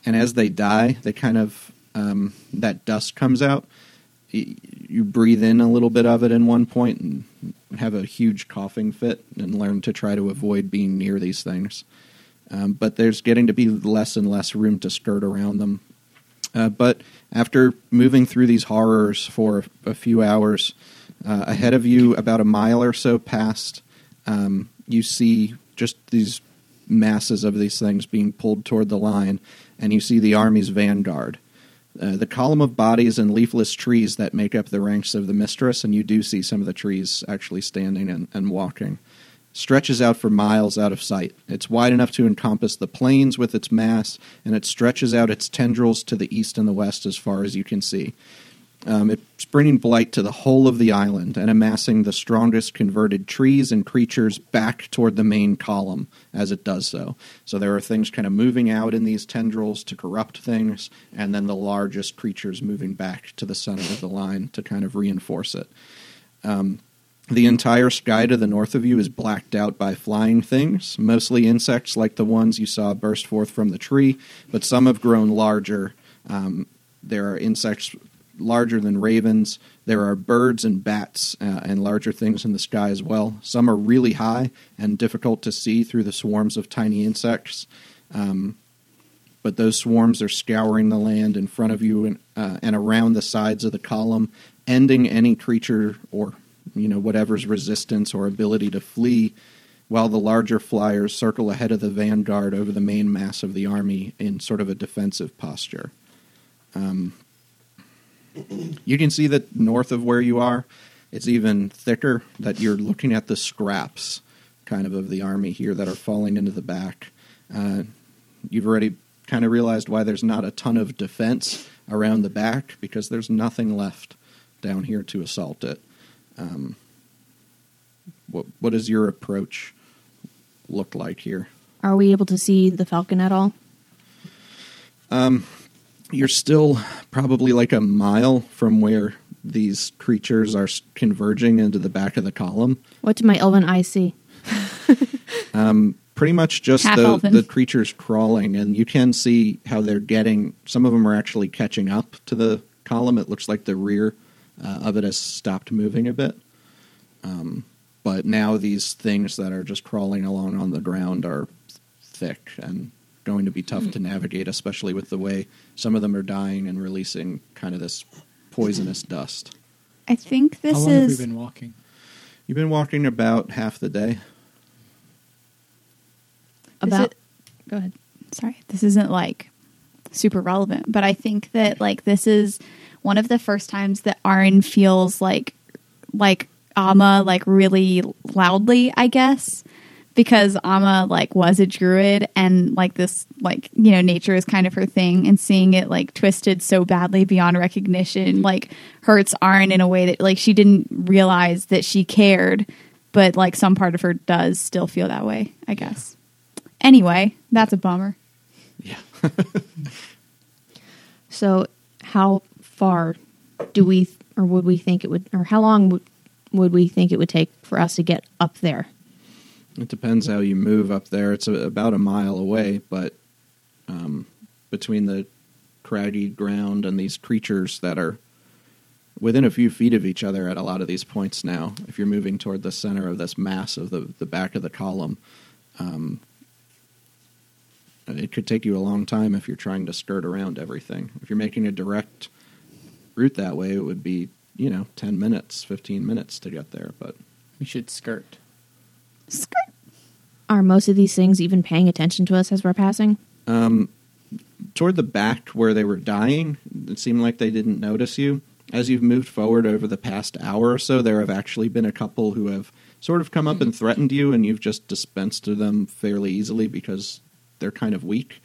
Speaker 2: and as they die, they kind of um, that dust comes out. Y- You breathe in a little bit of it in one point and have a huge coughing fit and learn to try to avoid being near these things um, but there's getting to be less and less room to skirt around them. Uh, but after moving through these horrors for a few hours, uh, ahead of you, about a mile or so past, um, you see just these masses of these things being pulled toward the line, and you see the army's vanguard. Uh, the column of bodies and leafless trees that make up the ranks of the mistress, and you do see some of the trees actually standing and, and walking stretches out for miles out of sight. It's wide enough to encompass the plains with its mass, and it stretches out its tendrils to the east and the west as far as you can see. Um, it's bringing blight to the whole of the island and amassing the strongest converted trees and creatures back toward the main column as it does so. So there are things kind of moving out in these tendrils to corrupt things, and then the largest creatures moving back to the center of the line to kind of reinforce it. The entire sky to the north of you is blacked out by flying things, mostly insects like the ones you saw burst forth from the tree, but some have grown larger. Um, there are insects larger than ravens. There are birds and bats uh, and larger things in the sky as well. Some are really high and difficult to see through the swarms of tiny insects but those swarms are scouring the land in front of you and, uh, and around the sides of the column, ending any creature or you know whatever's resistance or ability to flee, while the larger flyers circle ahead of the vanguard over the main mass of the army in sort of a defensive posture. Um, you can see that north of where you are, it's even thicker. That you're looking at the scraps, kind of, of the army here that are falling into the back. Uh, you've already kind of realized why there's not a ton of defense around the back because there's nothing left down here to assault it. Um, what what does your approach look like here?
Speaker 1: Are we able to see the Falcon at all?
Speaker 2: You're still probably like a mile from where these creatures are s- converging into the back of the column.
Speaker 1: What do my elven eyes see?
Speaker 2: pretty much just
Speaker 4: Half
Speaker 2: the,
Speaker 4: elven.
Speaker 2: the creatures crawling, and you can see how they're getting. Some of them are actually catching up to the column. It looks like the rear uh, of it has stopped moving a bit. Um, but now these things that are just crawling along on the ground are thick and going to be
Speaker 4: Hmm.
Speaker 2: tough to navigate, especially with the way some of them are dying and releasing kind of this poisonous dust.
Speaker 4: I think this
Speaker 5: How long
Speaker 4: is.
Speaker 5: have we been walking?
Speaker 2: You've been walking about half the day.
Speaker 4: This
Speaker 1: About
Speaker 4: i- go ahead sorry this isn't like super relevant but i think that like this is one of the first times that Arn feels like like ama like really loudly i guess because ama like was a druid and like this like you know nature is kind of her thing and seeing it like twisted so badly beyond recognition like hurts Arn in a way that like she didn't realize that she cared but like some part of her does still feel that way i guess Anyway, that's a bummer.
Speaker 2: Yeah.
Speaker 1: so, how far do we th- or would we think it would, or how long would would we think it would take for us to get up there?
Speaker 2: It depends how you move up there. It's a, about a mile away, but um, between the craggy ground and these creatures that are within a few feet of each other at a lot of these points now, if you're moving toward the center of this mass of the, the back of the column, um, it could take you a long time if you're trying to skirt around everything. If you're making a direct route that way, it would be, you know, 10 minutes, 15 minutes to get there, but.
Speaker 5: We should skirt.
Speaker 1: Are most of these things even paying attention to us as we're passing?
Speaker 2: toward the back where they were dying, it seemed like they didn't notice you. As you've moved forward over the past hour or so, there have actually been a couple who have sort of come up and threatened you, and you've just dispensed to them fairly easily because they're kind of weak.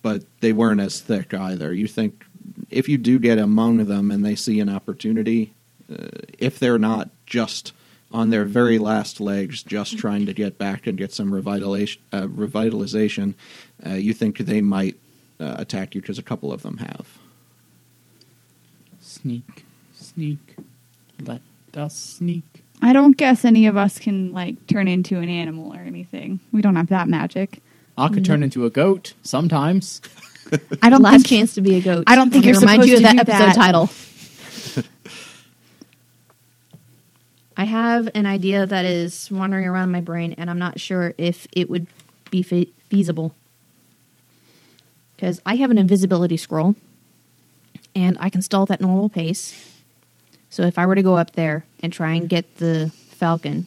Speaker 2: But they weren't as thick either. You think if you do get among them and they see an opportunity, uh, if they're not just on their very last legs, just trying to get back and get some revitalization, uh, revitalization uh, you think they might uh, attack you because a couple of them have.
Speaker 5: Sneak, sneak. Let us sneak.
Speaker 4: I don't guess any of us can like turn into an animal or anything. We don't have that magic.
Speaker 5: I could
Speaker 4: Mm-hmm.
Speaker 5: turn into a goat sometimes.
Speaker 4: I don't
Speaker 1: Last
Speaker 4: think
Speaker 1: chance to be a goat.
Speaker 4: I don't think
Speaker 1: I'm
Speaker 4: you're
Speaker 1: gonna remind
Speaker 4: supposed
Speaker 1: you of
Speaker 4: to
Speaker 1: that
Speaker 4: do
Speaker 1: episode
Speaker 4: that.
Speaker 1: title. I have an idea that is wandering around my brain, and I'm not sure if it would be fe- feasible. Because I have an invisibility scroll, and I can stall at normal pace. So if I were to go up there and try and get the falcon,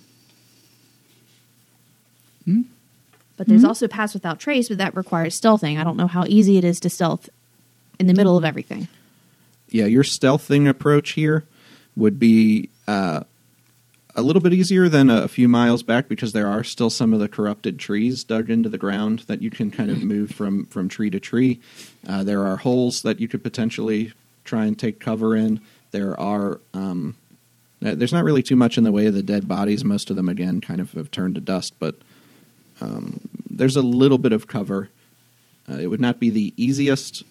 Speaker 1: but there's also pass without trace, but that requires stealthing. I don't know how easy it is to stealth in the middle of everything.
Speaker 2: yeah, your stealthing approach here would be uh, a little bit easier than a few miles back because there are still some of the corrupted trees dug into the ground that you can kind of move from from tree to tree. Uh, there are holes that you could potentially try and take cover in. There are um, uh, there's not really too much in the way of the dead bodies. Most of them, again, kind of have turned to dust, but um, there's a little bit of cover. Uh, it would not be the easiest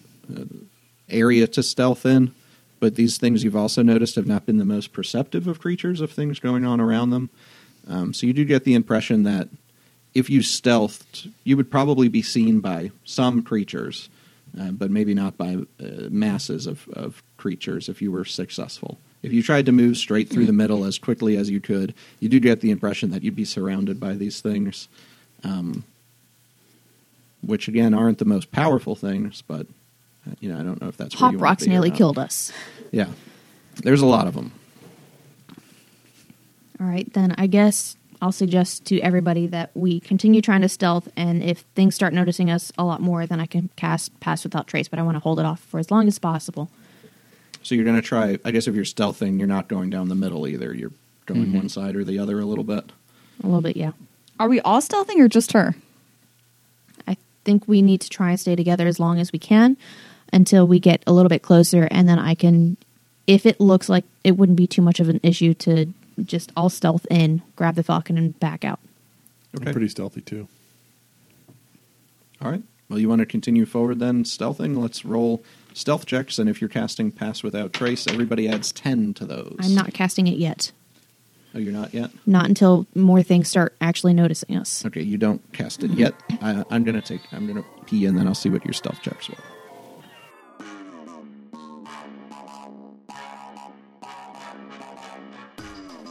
Speaker 2: area to stealth in, but these things you've also noticed have not been the most perceptive of creatures of things going on around them. Um, so you do get the impression that if you stealthed, you would probably be seen by some creatures, uh, but maybe not by uh, masses of, of creatures if you were successful. If you tried to move straight
Speaker 1: Hmm.
Speaker 2: through the middle as quickly as you could, you do get the impression that you'd be surrounded by these things. Um, which again aren't the most powerful things, but uh, you know I don't know if that's where
Speaker 1: Pop
Speaker 2: you wanna
Speaker 1: rocks
Speaker 2: be or
Speaker 1: nearly
Speaker 2: not.
Speaker 1: killed us.
Speaker 2: Yeah, there's a lot of them.
Speaker 1: All right, then I guess I'll suggest to everybody that we continue trying to stealth, and if things start noticing us a lot more, then I can cast Pass Without Trace, but I want to hold it off for as long as possible.
Speaker 2: So you're going to try. I guess if you're stealthing, you're not going down the middle either. You're going one side or the other a little bit.
Speaker 1: A little bit, yeah.
Speaker 4: Are we all stealthing or just her?
Speaker 1: I think we need to try and stay together as long as we can until we get a little bit closer, and then I can, if it looks like it wouldn't be too much of an issue to just all stealth in, grab the falcon, and back out.
Speaker 3: I'm pretty stealthy too.
Speaker 2: All right. Well, you want to continue forward then, stealthing? Let's roll stealth checks, and if you're casting Pass Without Trace, everybody adds 10 to those.
Speaker 1: I'm not casting it yet.
Speaker 2: Oh, you're not yet?
Speaker 1: Not until more things start actually noticing us.
Speaker 2: Okay, you don't cast it yet.
Speaker 1: Mm-hmm.
Speaker 2: I, I'm going to take, I'm going to pee, and then I'll see what your stealth checks were.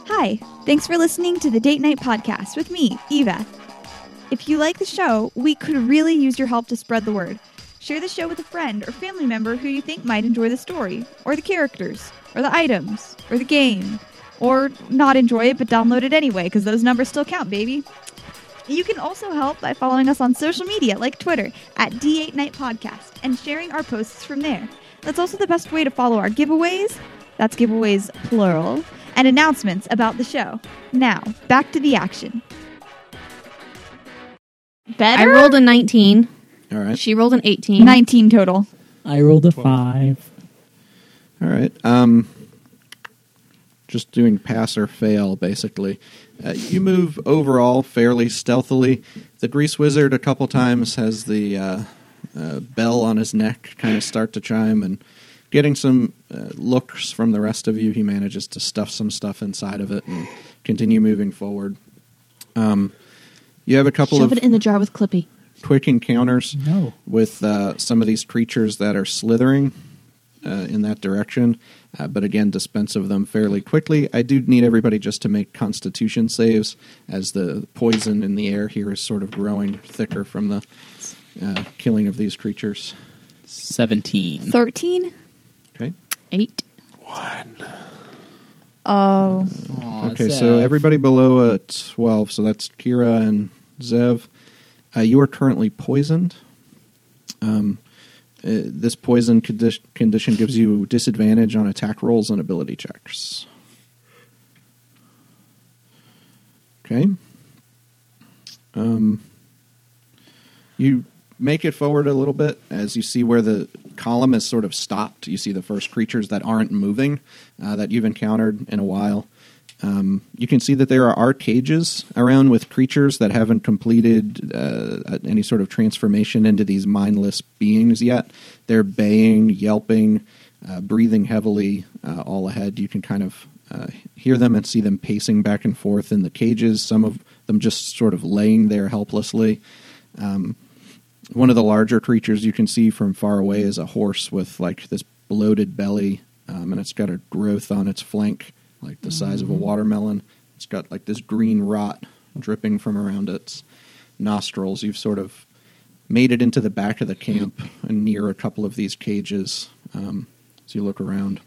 Speaker 6: Hi, thanks for listening to the Date Night Podcast with me, Eva. If you like the show, we could really use your help to spread the word. Share the show with a friend or family member who you think might enjoy the story, or the characters, or the items, or the game, or not enjoy it but download it anyway, because those numbers still count, baby. You can also help by following us on social media like Twitter at D8 Night Podcast and sharing our posts from there. That's also the best way to follow our giveaways, that's giveaways plural, and announcements about the show. Now, back to the action.
Speaker 1: I
Speaker 6: Better?
Speaker 1: rolled a 19.
Speaker 2: All right.
Speaker 1: She rolled an 18.
Speaker 6: 19 total.
Speaker 5: I rolled a five.
Speaker 2: All right. Um, just doing pass or fail, basically. Uh, you move overall fairly stealthily. The Grease Wizard, a couple times, has the uh, uh, bell on his neck kind of start to chime, and getting some uh, looks from the rest of you, he manages to stuff some stuff inside of it and continue moving forward. Um, you have a couple
Speaker 1: Shove
Speaker 2: of
Speaker 1: it in the jar with Clippy.
Speaker 2: quick encounters
Speaker 5: No.
Speaker 2: with uh, some of these creatures that are slithering uh, in that direction, uh, but again, dispense of them fairly quickly. I do need everybody just to make constitution saves as the poison in the air here is sort of growing thicker from the uh, killing of these creatures.
Speaker 5: 17.
Speaker 4: 13?
Speaker 2: Okay.
Speaker 1: Eight.
Speaker 4: Oh.
Speaker 5: Aw,
Speaker 2: Okay,
Speaker 5: Zev.
Speaker 2: so everybody below a 12, so that's Kira and Zev. Uh, you are currently poisoned. Um, uh, this poison condi- condition gives you disadvantage on attack rolls and ability checks. Okay. Um, you make it forward a little bit as you see where the column is sort of stopped. You see the first creatures that aren't moving uh, that you've encountered in a while. Um, you can see that there are arcages around with creatures that haven't completed uh, any sort of transformation into these mindless beings yet. They're baying, yelping, uh, breathing heavily uh, all ahead. You can kind of uh, hear them and see them pacing back and forth in the cages, some of them just sort of laying there helplessly one of the larger creatures you can see from far away is a horse with like this bloated belly, um, and it's got a growth on its flank, like the size of a watermelon. It's got like this green rot dripping from around its nostrils. You've sort of made it into the back of the camp and near a couple of these cages. Um, as you look around,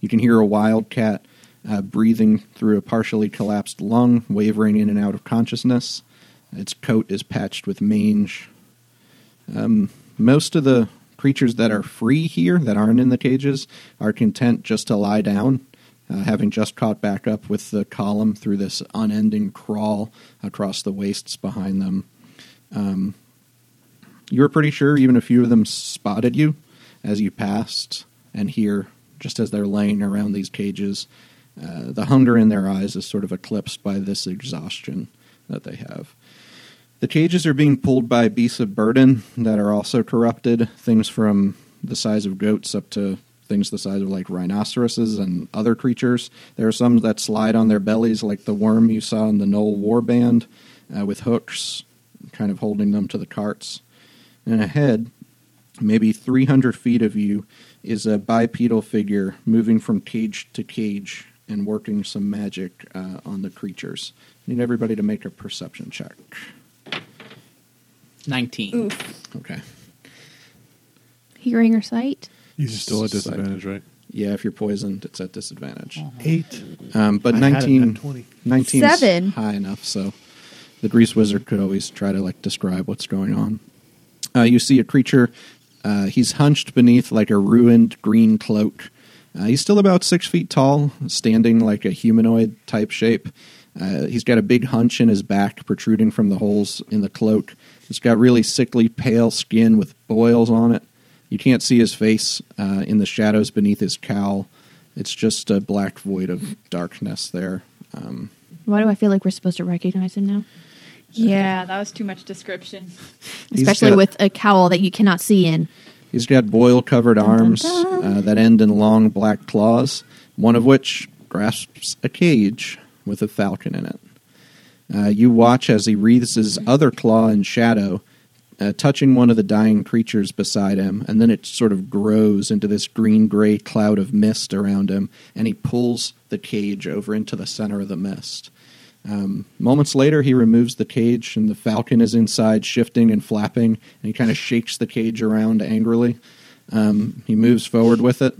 Speaker 2: you can hear a wildcat uh, breathing through a partially collapsed lung, wavering in and out of consciousness. Its coat is patched with mange. Um, most of the creatures that are free here, that aren't in the cages, are content just to lie down, uh, having just caught back up with the column through this unending crawl across the wastes behind them. Um, you were pretty sure even a few of them spotted you as you passed, and here, just as they're laying around these cages, uh, the hunger in their eyes is sort of eclipsed by this exhaustion that they have. The cages are being pulled by beasts of burden that are also corrupted, things from the size of goats up to things the size of like rhinoceroses and other creatures. There are some that slide on their bellies, like the worm you saw in the Knoll Warband, uh, with hooks kind of holding them to the carts. And ahead, maybe 300 feet of you, is a bipedal figure moving from cage to cage and working some magic uh, on the creatures. Need everybody to make a perception check.
Speaker 5: 19.
Speaker 2: Okay.
Speaker 1: Hearing or sight?
Speaker 3: You're still at
Speaker 2: Sight.
Speaker 3: disadvantage, right?
Speaker 2: Yeah, if you're poisoned, it's at disadvantage.
Speaker 3: Eight.
Speaker 2: Um, but
Speaker 3: Oh. I had it at
Speaker 2: 19,
Speaker 3: 20.
Speaker 2: 19
Speaker 6: Seven.
Speaker 2: high enough, so the grease wizard could always try to like describe what's going on. Uh, you see a creature. Uh, he's hunched beneath like a ruined green cloak. Uh, he's still about six feet tall, standing like a humanoid type shape. Uh, he's got a big hunch in his back, protruding from the holes in the cloak. He's got really sickly, pale skin with boils on it. You can't see his face uh, in the shadows beneath his cowl. It's just a black void of darkness there. Um,
Speaker 1: Why do I feel like we're supposed to recognize him now?
Speaker 4: Yeah, that was too much description.
Speaker 2: He's
Speaker 1: Especially
Speaker 2: got-
Speaker 1: with a cowl that you cannot see in.
Speaker 2: He's got boil covered arms Uh, that end in long black claws, one of which grasps a cage with a falcon in it. Uh, you watch as he wreathes his other claw in shadow, uh, touching one of the dying creatures beside him, and then it sort of grows into this green gray cloud of mist around him, and he pulls the cage over into the center of the mist. Um, moments later, he removes the cage, and the falcon is inside, shifting and flapping, and he kind of shakes the cage around angrily. Um, he moves forward with it,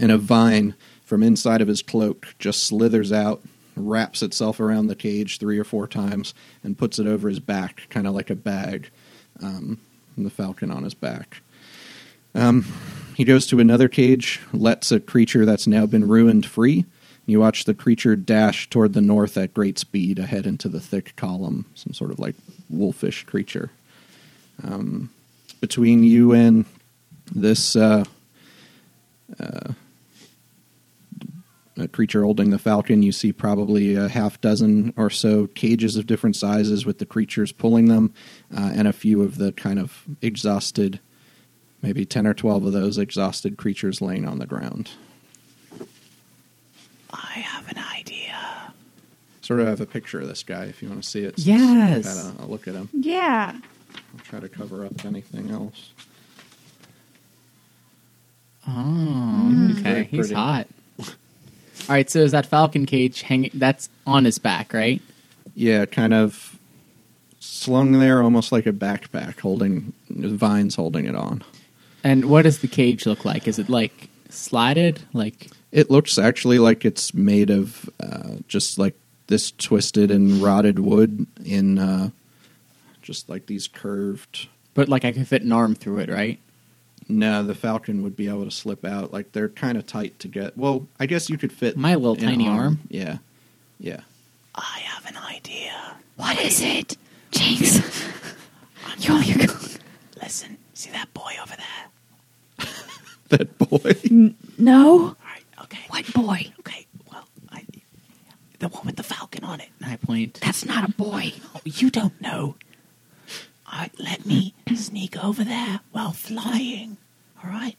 Speaker 2: and a vine from inside of his cloak just slithers out, wraps itself around the cage three or four times, and puts it over his back, kind of like a bag, um, and the falcon on his back. He goes to another cage, lets a creature that's now been ruined free. You watch the creature dash toward the north at great speed, ahead into the thick column, some sort of like wolfish creature. Um, between you and this uh, uh, a creature holding the falcon, you see probably a half dozen or so cages of different sizes with the creatures pulling them, uh, and a few of the kind of exhausted maybe 10 or 12 of those exhausted creatures laying on the ground.
Speaker 5: I have an idea.
Speaker 2: Sort of have a picture of this guy if you want to see it.
Speaker 5: Yes.
Speaker 2: I've had a look at him.
Speaker 4: Yeah.
Speaker 2: I'll try to cover up anything else.
Speaker 5: Oh, okay.
Speaker 2: Very
Speaker 5: He's
Speaker 2: pretty.
Speaker 5: hot. All right, so is that falcon cage hanging? That's on his back, right?
Speaker 2: Yeah, kind of slung there almost like a backpack holding vines holding it on.
Speaker 5: And what does the cage look like? Is it like slided? Like
Speaker 2: It looks actually like it's made of uh, just like this twisted and rotted wood in uh, just like these curved
Speaker 5: but like I could fit an arm through it, right?
Speaker 2: No, the Falcon would be able to slip out. Like they're kind of tight to get. Well, I guess you could fit
Speaker 5: My little
Speaker 2: an
Speaker 5: tiny arm.
Speaker 2: Yeah, yeah.
Speaker 5: I have an idea.
Speaker 6: What is it? Jinx. you you go.
Speaker 5: Listen, see that boy over there?
Speaker 2: That boy.
Speaker 6: No.
Speaker 5: All right, okay.
Speaker 6: What boy?
Speaker 5: Okay, well, I, the one with the falcon on it. And I point.
Speaker 6: That's not a boy.
Speaker 5: Oh, you don't know. All right, let me sneak over there while flying. All right,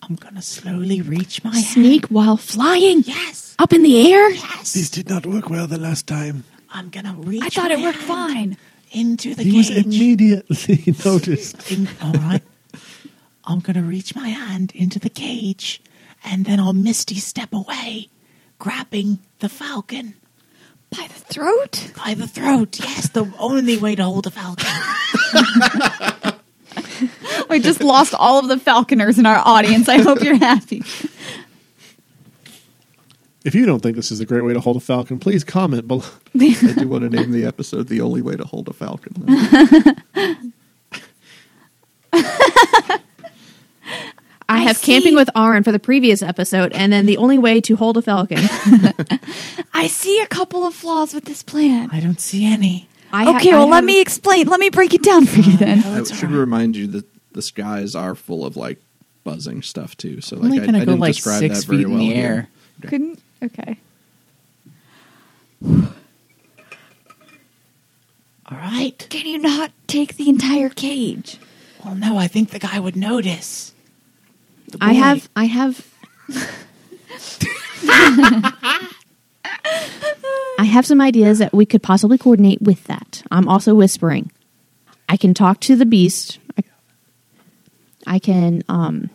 Speaker 5: I'm gonna slowly reach my
Speaker 1: Sneak while flying?
Speaker 5: Yes,
Speaker 1: Up in the air?
Speaker 3: This did not work well the last time.
Speaker 5: I'm gonna reach.
Speaker 6: I thought it worked fine.
Speaker 5: into the
Speaker 3: He was immediately noticed.
Speaker 5: In- all right. I'm going to reach my hand into the cage and then I'll misty step away, grabbing the falcon
Speaker 6: By the throat?
Speaker 5: by the throat. Yes, the only way to hold a falcon.
Speaker 4: We just lost all of the falconers in our audience. I hope you're happy.
Speaker 3: If you don't think this is a great way to hold a falcon, please comment below.
Speaker 2: I do want to name the episode "The Only Way to Hold a Falcon."
Speaker 1: I have camping with Arn for the previous episode, and then the only way to hold a falcon.
Speaker 6: I see a couple of flaws with this plan.
Speaker 5: I don't see any.
Speaker 1: I ha-
Speaker 6: okay,
Speaker 1: I
Speaker 6: well, let
Speaker 1: have-
Speaker 6: me explain. Let me break it down for you then.
Speaker 2: I should remind you that the skies are full of like buzzing stuff too. So like,
Speaker 5: only
Speaker 2: I, I
Speaker 5: gonna go,
Speaker 2: didn't
Speaker 5: like,
Speaker 2: describe
Speaker 5: six
Speaker 2: that very
Speaker 5: feet in
Speaker 2: well.
Speaker 5: the air.
Speaker 2: Yeah.
Speaker 6: Couldn't. Okay.
Speaker 5: All right.
Speaker 6: Can you not take the entire cage?
Speaker 5: Well, no, I think the guy would notice. The
Speaker 1: I
Speaker 5: boy.
Speaker 1: have. I have. I have some ideas that we could possibly coordinate with that. I'm also whispering. I can talk to the beast. I, I can. Um,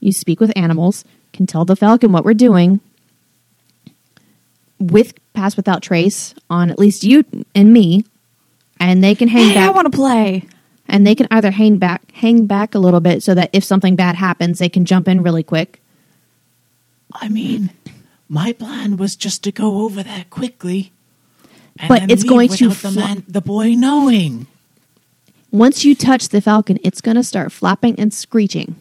Speaker 1: you speak with animals. Can tell the falcon what we're doing. With pass without trace on at least you and me, and they can hang
Speaker 6: Hey, I
Speaker 1: back.
Speaker 6: want to play.
Speaker 1: and they can either hang back, hang back a little bit, so that if something bad happens, they can jump in really quick.
Speaker 5: I mean, my plan was just to go over there quickly. and
Speaker 1: But
Speaker 5: then
Speaker 1: it's
Speaker 5: leave
Speaker 1: going to
Speaker 5: without the
Speaker 1: fly-
Speaker 5: man, the boy knowing.
Speaker 1: Once you touch the falcon, it's going to start flapping and screeching.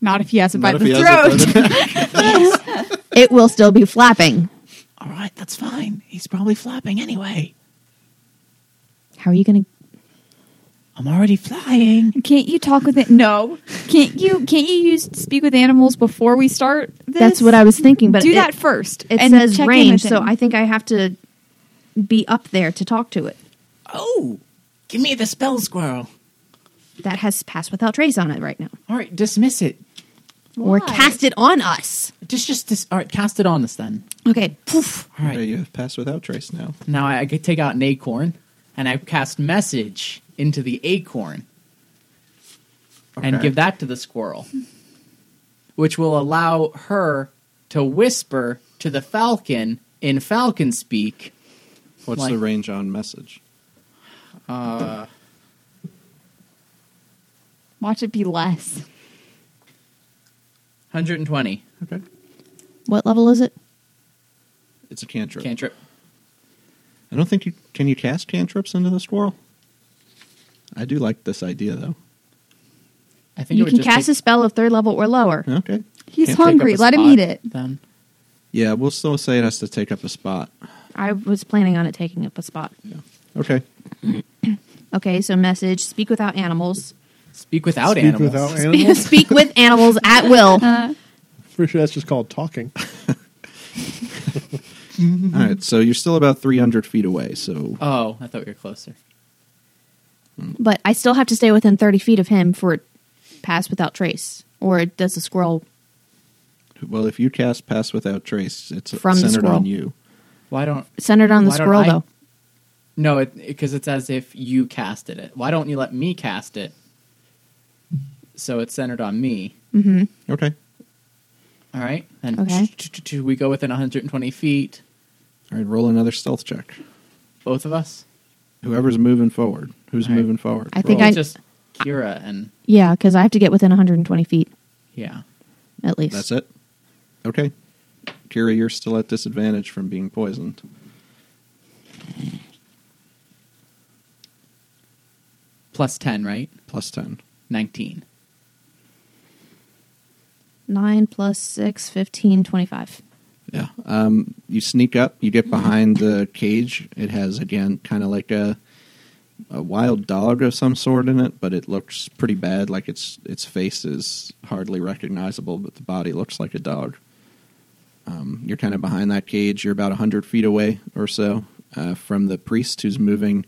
Speaker 4: Not if he has it by
Speaker 2: Not if
Speaker 4: the
Speaker 2: he has
Speaker 4: throat.
Speaker 2: it by the-
Speaker 1: It will still be flapping.
Speaker 5: All right, that's fine. He's probably flapping anyway.
Speaker 1: How are you going to?
Speaker 5: I'm already flying.
Speaker 4: Can't you talk with it? No. Can't you? Can't you use speak with animals before we start? This?
Speaker 1: That's what I was thinking. But
Speaker 4: do
Speaker 1: it-
Speaker 4: that first.
Speaker 1: It
Speaker 4: and
Speaker 1: says
Speaker 4: check in
Speaker 1: range,
Speaker 4: with
Speaker 1: so
Speaker 4: him.
Speaker 1: I think I have to be up there to talk to it.
Speaker 5: Oh, give me the spell squirrel.
Speaker 1: That has pass without trace on it right now,
Speaker 5: All right, dismiss it.
Speaker 1: or cast it on us.
Speaker 5: Just, just, dis- all right, cast it on us then.
Speaker 1: Okay, poof.
Speaker 5: All right,
Speaker 2: Okay, you have passed without trace now.
Speaker 5: now I, I could take out an acorn and I cast message into the acorn and
Speaker 2: Okay.
Speaker 5: give that to the squirrel, which will allow her to whisper to the falcon in falcon speak.
Speaker 2: What's
Speaker 5: Like-
Speaker 2: the range on message?
Speaker 4: watch it be less.
Speaker 5: 120
Speaker 2: Okay.
Speaker 1: What level is it?
Speaker 2: It's a cantrip.
Speaker 5: cantrip.
Speaker 2: I don't think you can you cast cantrips into the squirrel. I do like this idea though.
Speaker 5: I think
Speaker 1: You
Speaker 5: it would
Speaker 1: can
Speaker 5: just
Speaker 1: cast a
Speaker 5: take-
Speaker 1: spell of third level or lower.
Speaker 2: Okay.
Speaker 4: He's
Speaker 2: Can't take
Speaker 4: hungry.
Speaker 5: up a
Speaker 4: Let him
Speaker 5: spot
Speaker 4: eat it.
Speaker 5: Then
Speaker 2: Yeah, we'll still say it has to take up a spot.
Speaker 1: I was planning on it taking up a spot.
Speaker 2: Okay.
Speaker 1: Okay, so message: speak without animals.
Speaker 5: speak without
Speaker 3: Speak
Speaker 5: animals.
Speaker 3: without animals.
Speaker 1: speak with animals at will.
Speaker 3: Pretty sure that's just called talking.
Speaker 1: Mm-hmm.
Speaker 2: All right. So you're still about 300 feet away. So
Speaker 5: Oh, I thought we were closer.
Speaker 1: But I still have to stay within thirty feet of him for pass without trace, or does the squirrel?
Speaker 2: well, if you cast pass without trace, it's
Speaker 1: From the
Speaker 2: centered
Speaker 1: squirrel.
Speaker 2: on you.
Speaker 5: Why don't
Speaker 1: Centered on the
Speaker 5: Why don't
Speaker 1: squirrel,
Speaker 5: I-
Speaker 1: though.
Speaker 5: No, because it's as if you casted it. Why don't you let me cast it? So it's centered on me.
Speaker 2: Okay.
Speaker 5: All right. Then
Speaker 1: Okay.
Speaker 5: we go within 120 feet,
Speaker 2: All right. Roll another stealth check.
Speaker 5: both of us.
Speaker 2: Whoever's moving forward. Who's
Speaker 5: All right.
Speaker 2: moving forward?
Speaker 1: I think
Speaker 2: Roll.
Speaker 1: I-
Speaker 5: just Kira and
Speaker 1: Yeah, because I have to get within 120 feet
Speaker 5: yeah.
Speaker 1: at least.
Speaker 2: That's it. Okay. Kira, you're still at disadvantage from being poisoned.
Speaker 5: Plus 10, right?
Speaker 2: Plus 10.
Speaker 5: 19.
Speaker 1: 9 plus 6, 15, 25.
Speaker 2: Yeah. Um, you sneak up, you get behind the cage. It has, again, kind of like a a wild dog of some sort in it, but it looks pretty bad. Like its its face is hardly recognizable, but the body looks like a dog. Um, you're kind of behind that cage. You're about 100 feet away or so uh, from the priest who's moving,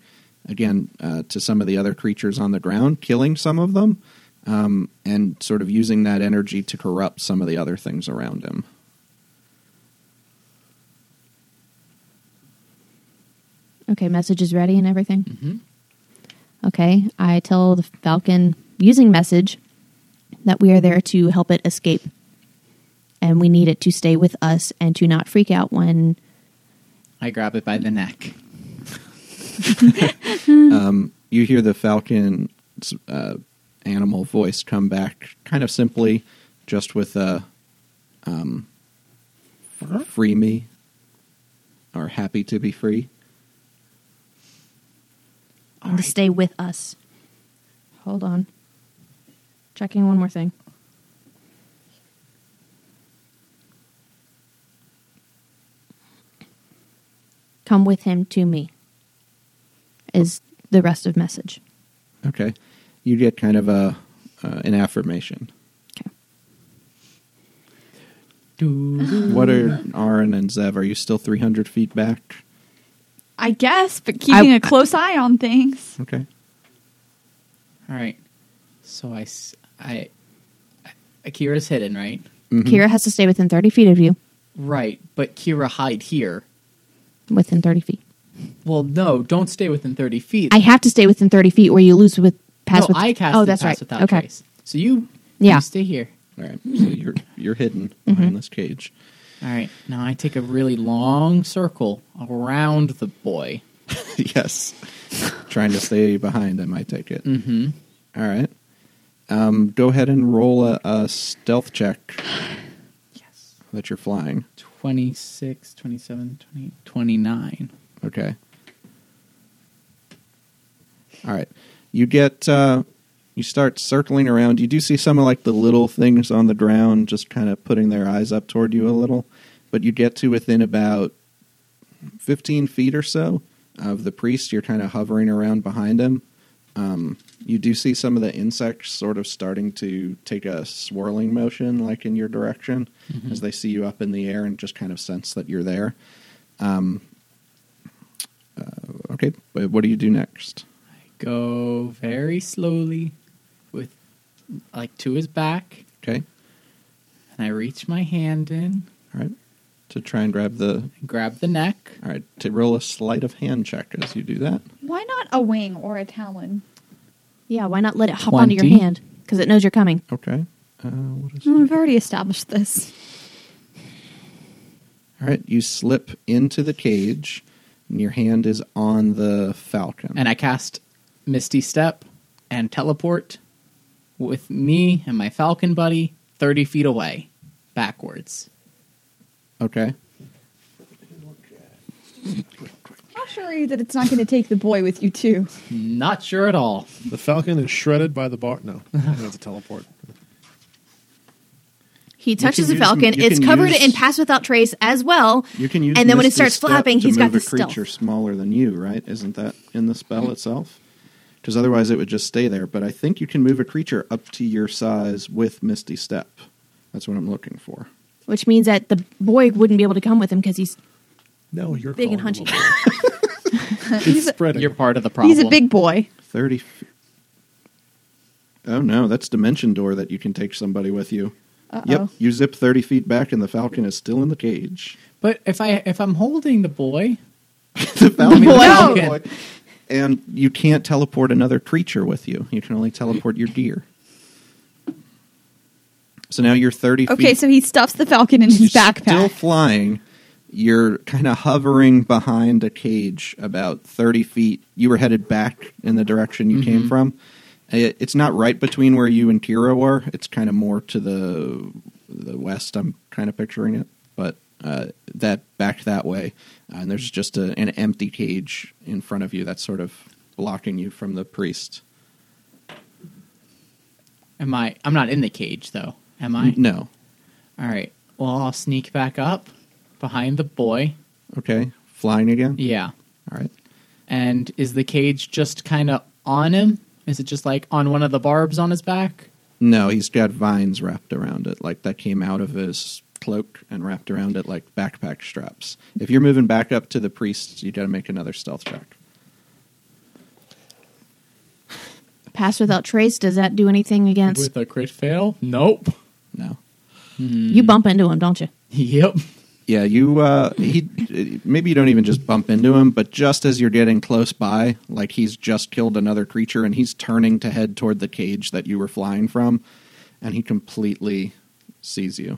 Speaker 2: again, uh, to some of the other creatures on the ground, killing some of them, um, and sort of using that energy to corrupt some of the other things around him.
Speaker 1: Okay, message is ready and everything.
Speaker 5: Mhm.
Speaker 1: Okay, I tell the falcon using message that we are there to help it escape. And we need it to stay with us and to not freak out when.
Speaker 5: I grab it by the neck.
Speaker 2: you hear the falcon uh, animal voice come back kind of simply just with a um, free me or happy to be free
Speaker 1: To stay with us. Hold on. Checking one more thing. Come with him to me. Is the rest of message.
Speaker 2: okay you get kind of a uh, an affirmation
Speaker 1: Okay.
Speaker 5: Do-
Speaker 2: what are Aaron and Zev are you still 300 feet back
Speaker 4: I guess, but keeping
Speaker 1: I-
Speaker 4: a close eye on things.
Speaker 2: okay
Speaker 5: All right. So I, s- I, I- Kira's hidden, right?
Speaker 1: Kira has to stay within 30 feet of you.
Speaker 5: Right. But Kira hide here.
Speaker 1: Within 30 feet.
Speaker 5: Well, no, don't stay within 30 feet.
Speaker 1: I have to stay within 30 feet or you lose with pass
Speaker 5: no,
Speaker 1: with
Speaker 5: I cast
Speaker 1: Oh,
Speaker 5: the
Speaker 1: that's
Speaker 5: pass
Speaker 1: right.
Speaker 5: without
Speaker 1: okay.
Speaker 5: trace. So you,
Speaker 1: Yeah.
Speaker 5: you stay here.
Speaker 2: all right so you're you're hidden behind this cage
Speaker 5: All right. Now I take a really long circle around the boy.
Speaker 2: yes trying to stay behind them, I take it.
Speaker 5: Mm-hmm.
Speaker 2: All right. Um, go ahead and roll a, a stealth check
Speaker 5: Yes.
Speaker 2: that you're flying.
Speaker 5: 26, 27, 20, 29.
Speaker 2: Okay. All right. You get uh, you start circling around. You do see some of like the little things on the ground, just kind of putting their eyes up toward you a little. But you get to within about fifteen feet or so of the priest. You're kind of hovering around behind him. Um, you do see some of the insects sort of starting to take a swirling motion, like in your direction, as they see you up in the air and just kind of sense that you're there. Um, Okay, but what do you do next?
Speaker 5: Go very slowly with like to his back
Speaker 2: Okay,
Speaker 5: and I reach my hand in
Speaker 2: all right. To try and grab the.
Speaker 5: and grab the neck.
Speaker 2: All right, to roll a sleight of hand check as you do that.
Speaker 4: Why not a wing or a talon?
Speaker 1: Yeah, why not let it hop onto your
Speaker 5: 20?
Speaker 1: hand? Because it knows you're coming.
Speaker 2: Okay. Uh, what is
Speaker 4: I've already established this.
Speaker 2: All right, you slip into the cage, and your hand is on the falcon.
Speaker 5: And I cast Misty Step and teleport with me and my falcon buddy 30 feet away, backwards.
Speaker 2: okay.
Speaker 6: How sure are you that it's not going to take the boy with you too?
Speaker 5: Not sure at all.
Speaker 3: The Falcon is shredded by the bar. No, that's a teleport.
Speaker 1: He touches
Speaker 2: can
Speaker 1: the
Speaker 2: use-
Speaker 1: falcon.
Speaker 2: you
Speaker 1: It's
Speaker 2: can
Speaker 1: covered
Speaker 2: use-
Speaker 1: in Pass Without Trace as well.
Speaker 2: You can use.
Speaker 1: And then when it
Speaker 2: Mr.
Speaker 1: starts
Speaker 2: Step
Speaker 1: flapping,
Speaker 2: to
Speaker 1: he's got
Speaker 2: move
Speaker 1: the
Speaker 2: a creature
Speaker 1: stealth. Mm-hmm.
Speaker 2: smaller than you, right? Isn't that in the spell itself? Because otherwise, it would just stay there. But I think you can move a creature up to your size with Misty Step. That's what I'm looking for.
Speaker 1: Which means that the boy wouldn't be able to come with him because he's
Speaker 3: No, you're
Speaker 1: big and
Speaker 3: calling
Speaker 1: hunchy.
Speaker 3: him a- It's spreading.
Speaker 5: You're part of the problem.
Speaker 6: He's a big boy.
Speaker 2: 30 feet. Oh no, that's dimension door that you can take somebody with you. Yep, you zip 30 feet back and the falcon is still in the cage.
Speaker 5: But if I if I'm holding the boy,
Speaker 2: the falcon.
Speaker 5: boy.
Speaker 2: And you can't teleport another creature with you. You can only teleport your deer. So now you're 30 feet
Speaker 6: Okay, so he stuffs the falcon in his
Speaker 2: You're Still
Speaker 6: backpack.
Speaker 2: flying. You're kind of hovering behind a cage about 30 feet. You were headed back in the direction you came from. It, it's not right between where you and Kira were. It's kind of more to the the west. I'm kind of picturing it, but uh, that back that way, Uh, and there's just a, an empty cage in front of you that's sort of blocking you from the priest.
Speaker 5: am I I'm not in the cage though, am I?
Speaker 2: No,
Speaker 5: All right. Well, I'll sneak back up behind the boy.
Speaker 2: okay, flying again.
Speaker 5: Yeah.
Speaker 2: All right.
Speaker 5: And is the cage just kind of on him? Is it just like on one of the barbs on his back?
Speaker 2: No, he's got vines wrapped around it, like that came out of his cloak and wrapped around it like backpack straps. If you're moving back up to the priest, you got to make another stealth check.
Speaker 1: Pass Without Trace. Does that do anything against.
Speaker 5: With a crit fail? Nope.
Speaker 2: No.
Speaker 1: You bump into him, don't you?
Speaker 5: Yep.
Speaker 2: Yeah, you. Uh, he maybe you don't even just bump into him, but just as you're getting close by, like he's just killed another creature and he's turning to head toward the cage that you were flying from, and he completely sees you.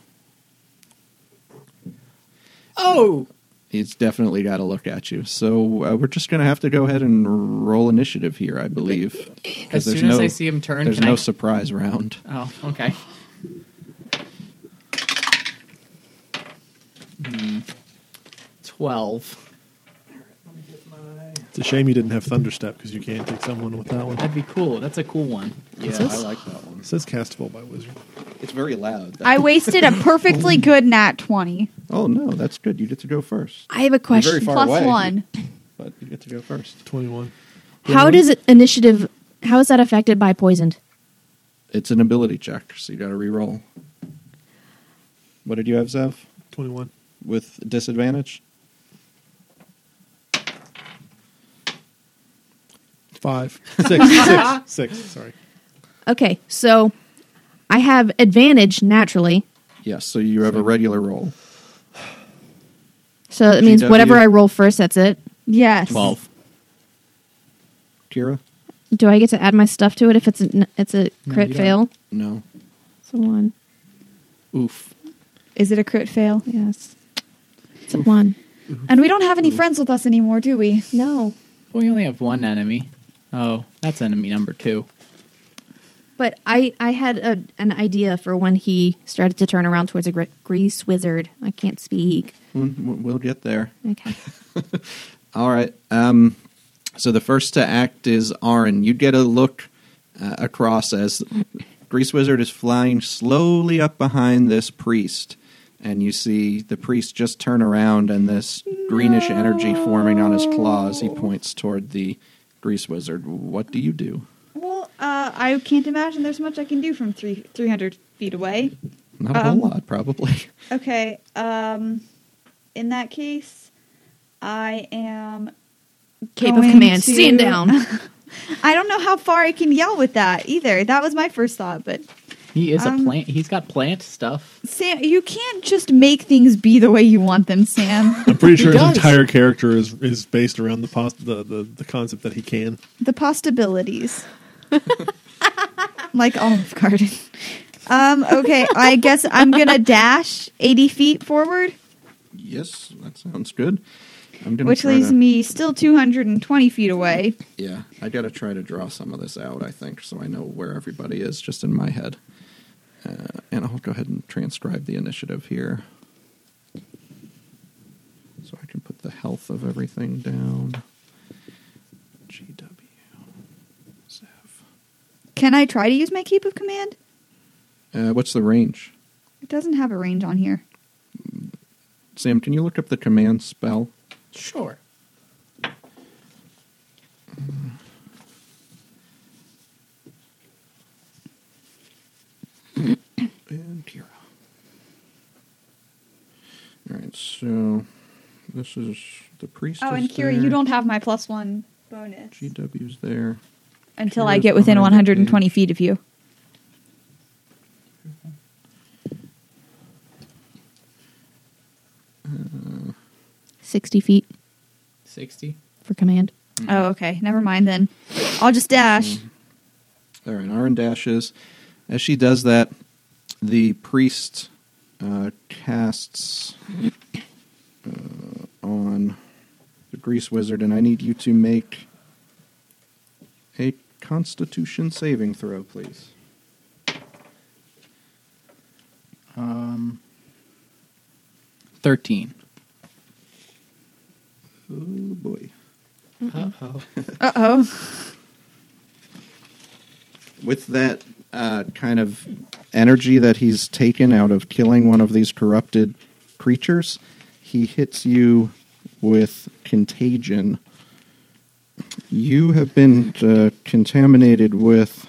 Speaker 5: Oh,
Speaker 2: He's definitely got to look at you. So uh, we're just going to have to go ahead and roll initiative here, I believe. 'Cause
Speaker 5: As
Speaker 2: there's
Speaker 5: soon as I see him turn,
Speaker 2: there's
Speaker 5: can
Speaker 2: no
Speaker 5: I-
Speaker 2: surprise round.
Speaker 5: Oh, okay. Hmm. Twelve.
Speaker 3: It's a shame you didn't have Thunderstep because you can't take someone with that one.
Speaker 5: That'd be cool. That's a cool one.
Speaker 2: Yeah, I like that one.
Speaker 3: It says castable by wizard.
Speaker 2: It's very loud.
Speaker 6: I wasted a perfectly good nat 20.
Speaker 2: oh no, that's good. You get to go first,
Speaker 1: I have a
Speaker 2: very
Speaker 1: question.
Speaker 2: far
Speaker 6: Plus
Speaker 2: away.
Speaker 6: one.
Speaker 2: but you get to go first.
Speaker 3: Twenty-one.
Speaker 1: How does it, initiative. How is that affected by poisoned?
Speaker 2: It's an ability check, so you got to re-roll. What did you have, Zev?
Speaker 3: Twenty-one.
Speaker 2: With disadvantage,
Speaker 3: Five. Six. six. Six. Sorry.
Speaker 1: Okay, so I have advantage naturally.
Speaker 2: yes. So you have a regular roll.
Speaker 1: So that means
Speaker 2: GW.
Speaker 1: whatever I roll first, that's it.
Speaker 6: Yes.
Speaker 2: Kira,
Speaker 1: Do I get to add my stuff to it if it's a, it's a
Speaker 5: No,
Speaker 1: crit
Speaker 5: you don't.
Speaker 1: fail?
Speaker 2: no.
Speaker 1: It's a one.
Speaker 5: Oof.
Speaker 6: Is it a crit fail?
Speaker 1: Yes. It's a one.
Speaker 2: Mm.
Speaker 6: And we don't have any friends with us anymore, do we?
Speaker 1: No.
Speaker 5: Well, we only have one enemy. Oh, that's enemy number two.
Speaker 1: But I, I had a, an idea for when he started to turn around towards a gre- grease wizard. I can't speak.
Speaker 2: We'll, we'll get there.
Speaker 1: Okay.
Speaker 2: All right. Um, so the first to act is Arin. You get a look uh, across as Grease Wizard is flying slowly up behind this priest, and you see the priest just turn around and this greenish energy forming on his claws. He points toward the Grease Wizard. What do you do?
Speaker 4: Well, uh, I can't imagine there's much I can do from three three hundred feet away.
Speaker 2: Not a
Speaker 4: Um,
Speaker 2: whole lot, probably.
Speaker 4: Okay. Um, in that case, I am.
Speaker 1: Cape of
Speaker 4: going
Speaker 1: command,
Speaker 4: to-
Speaker 1: stand down.
Speaker 4: I don't know how far I can yell with that either. That was my first thought, but
Speaker 5: He is
Speaker 4: Um,
Speaker 5: a plant. He's got plant stuff.
Speaker 4: Sam, you can't just make things be the way you want them, Sam.
Speaker 3: I'm pretty
Speaker 5: He
Speaker 3: sure his
Speaker 5: does.
Speaker 3: entire character is is based around the pos- the, the the concept that he can.
Speaker 4: the possibilities. like Olive Garden. Um, okay, I guess I'm gonna dash 80 feet forward,
Speaker 2: Yes, that sounds good. I'm gonna
Speaker 4: which
Speaker 2: try
Speaker 4: leaves
Speaker 2: to-
Speaker 4: me still 220 feet away.
Speaker 2: Yeah, I gotta try to draw some of this out. I think so. I know where everybody is, just in my head. Uh, and I'll go ahead and transcribe the initiative here, so I can put the health of everything down. GW. Zev.
Speaker 4: Can I try to use my Cape of Command?
Speaker 2: Uh, what's the range?
Speaker 4: It doesn't have a range on here.
Speaker 2: Sam, can you look up the command spell?
Speaker 5: Sure.
Speaker 2: And Kira. All right, so this is the priest.
Speaker 4: Oh,
Speaker 2: is
Speaker 4: and Kira, you
Speaker 2: there,
Speaker 4: don't have my plus one bonus
Speaker 2: GW's there.
Speaker 4: until
Speaker 2: Kira's
Speaker 4: I get within
Speaker 2: behind the
Speaker 4: 120
Speaker 2: eight.
Speaker 4: feet of you.
Speaker 2: Uh,
Speaker 1: 60 feet
Speaker 5: 60.
Speaker 1: for command.
Speaker 2: Mm.
Speaker 4: Oh, okay. Never mind then. I'll just dash.
Speaker 2: All right, Arin dashes. As she does that, the priest uh, casts uh, on the Grease Wizard, and I need you to make a Constitution saving throw, please.
Speaker 5: Um, 13.
Speaker 2: Oh boy.
Speaker 5: Uh oh.
Speaker 4: Uh oh.
Speaker 2: with that uh, kind of energy that he's taken out of killing one of these corrupted creatures, he hits you with contagion. You have been uh, contaminated with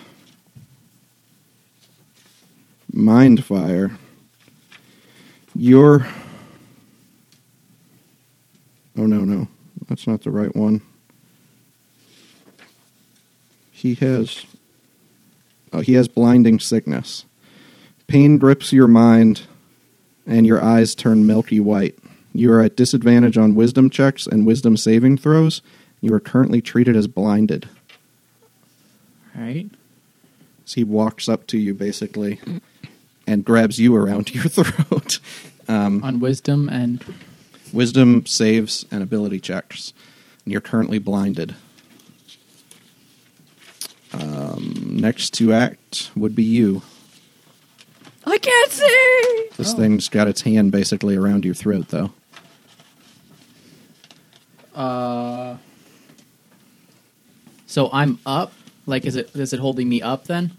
Speaker 2: mind fire. Your oh no no, that's not the right one. He has Oh, he has blinding sickness. Pain grips your mind, and your eyes turn milky white. You are at disadvantage on wisdom checks and wisdom saving throws. You are currently treated as blinded.
Speaker 5: All right.
Speaker 2: So he walks up to you, basically, and grabs you around your throat.
Speaker 5: On wisdom and.
Speaker 2: wisdom saves and ability checks. And you're currently blinded. Um, next to act would be you.
Speaker 1: I can't see!
Speaker 2: This
Speaker 5: Oh.
Speaker 2: thing's got its hand basically around your throat, though.
Speaker 5: Uh, so I'm up. Like, is it is it holding me up then?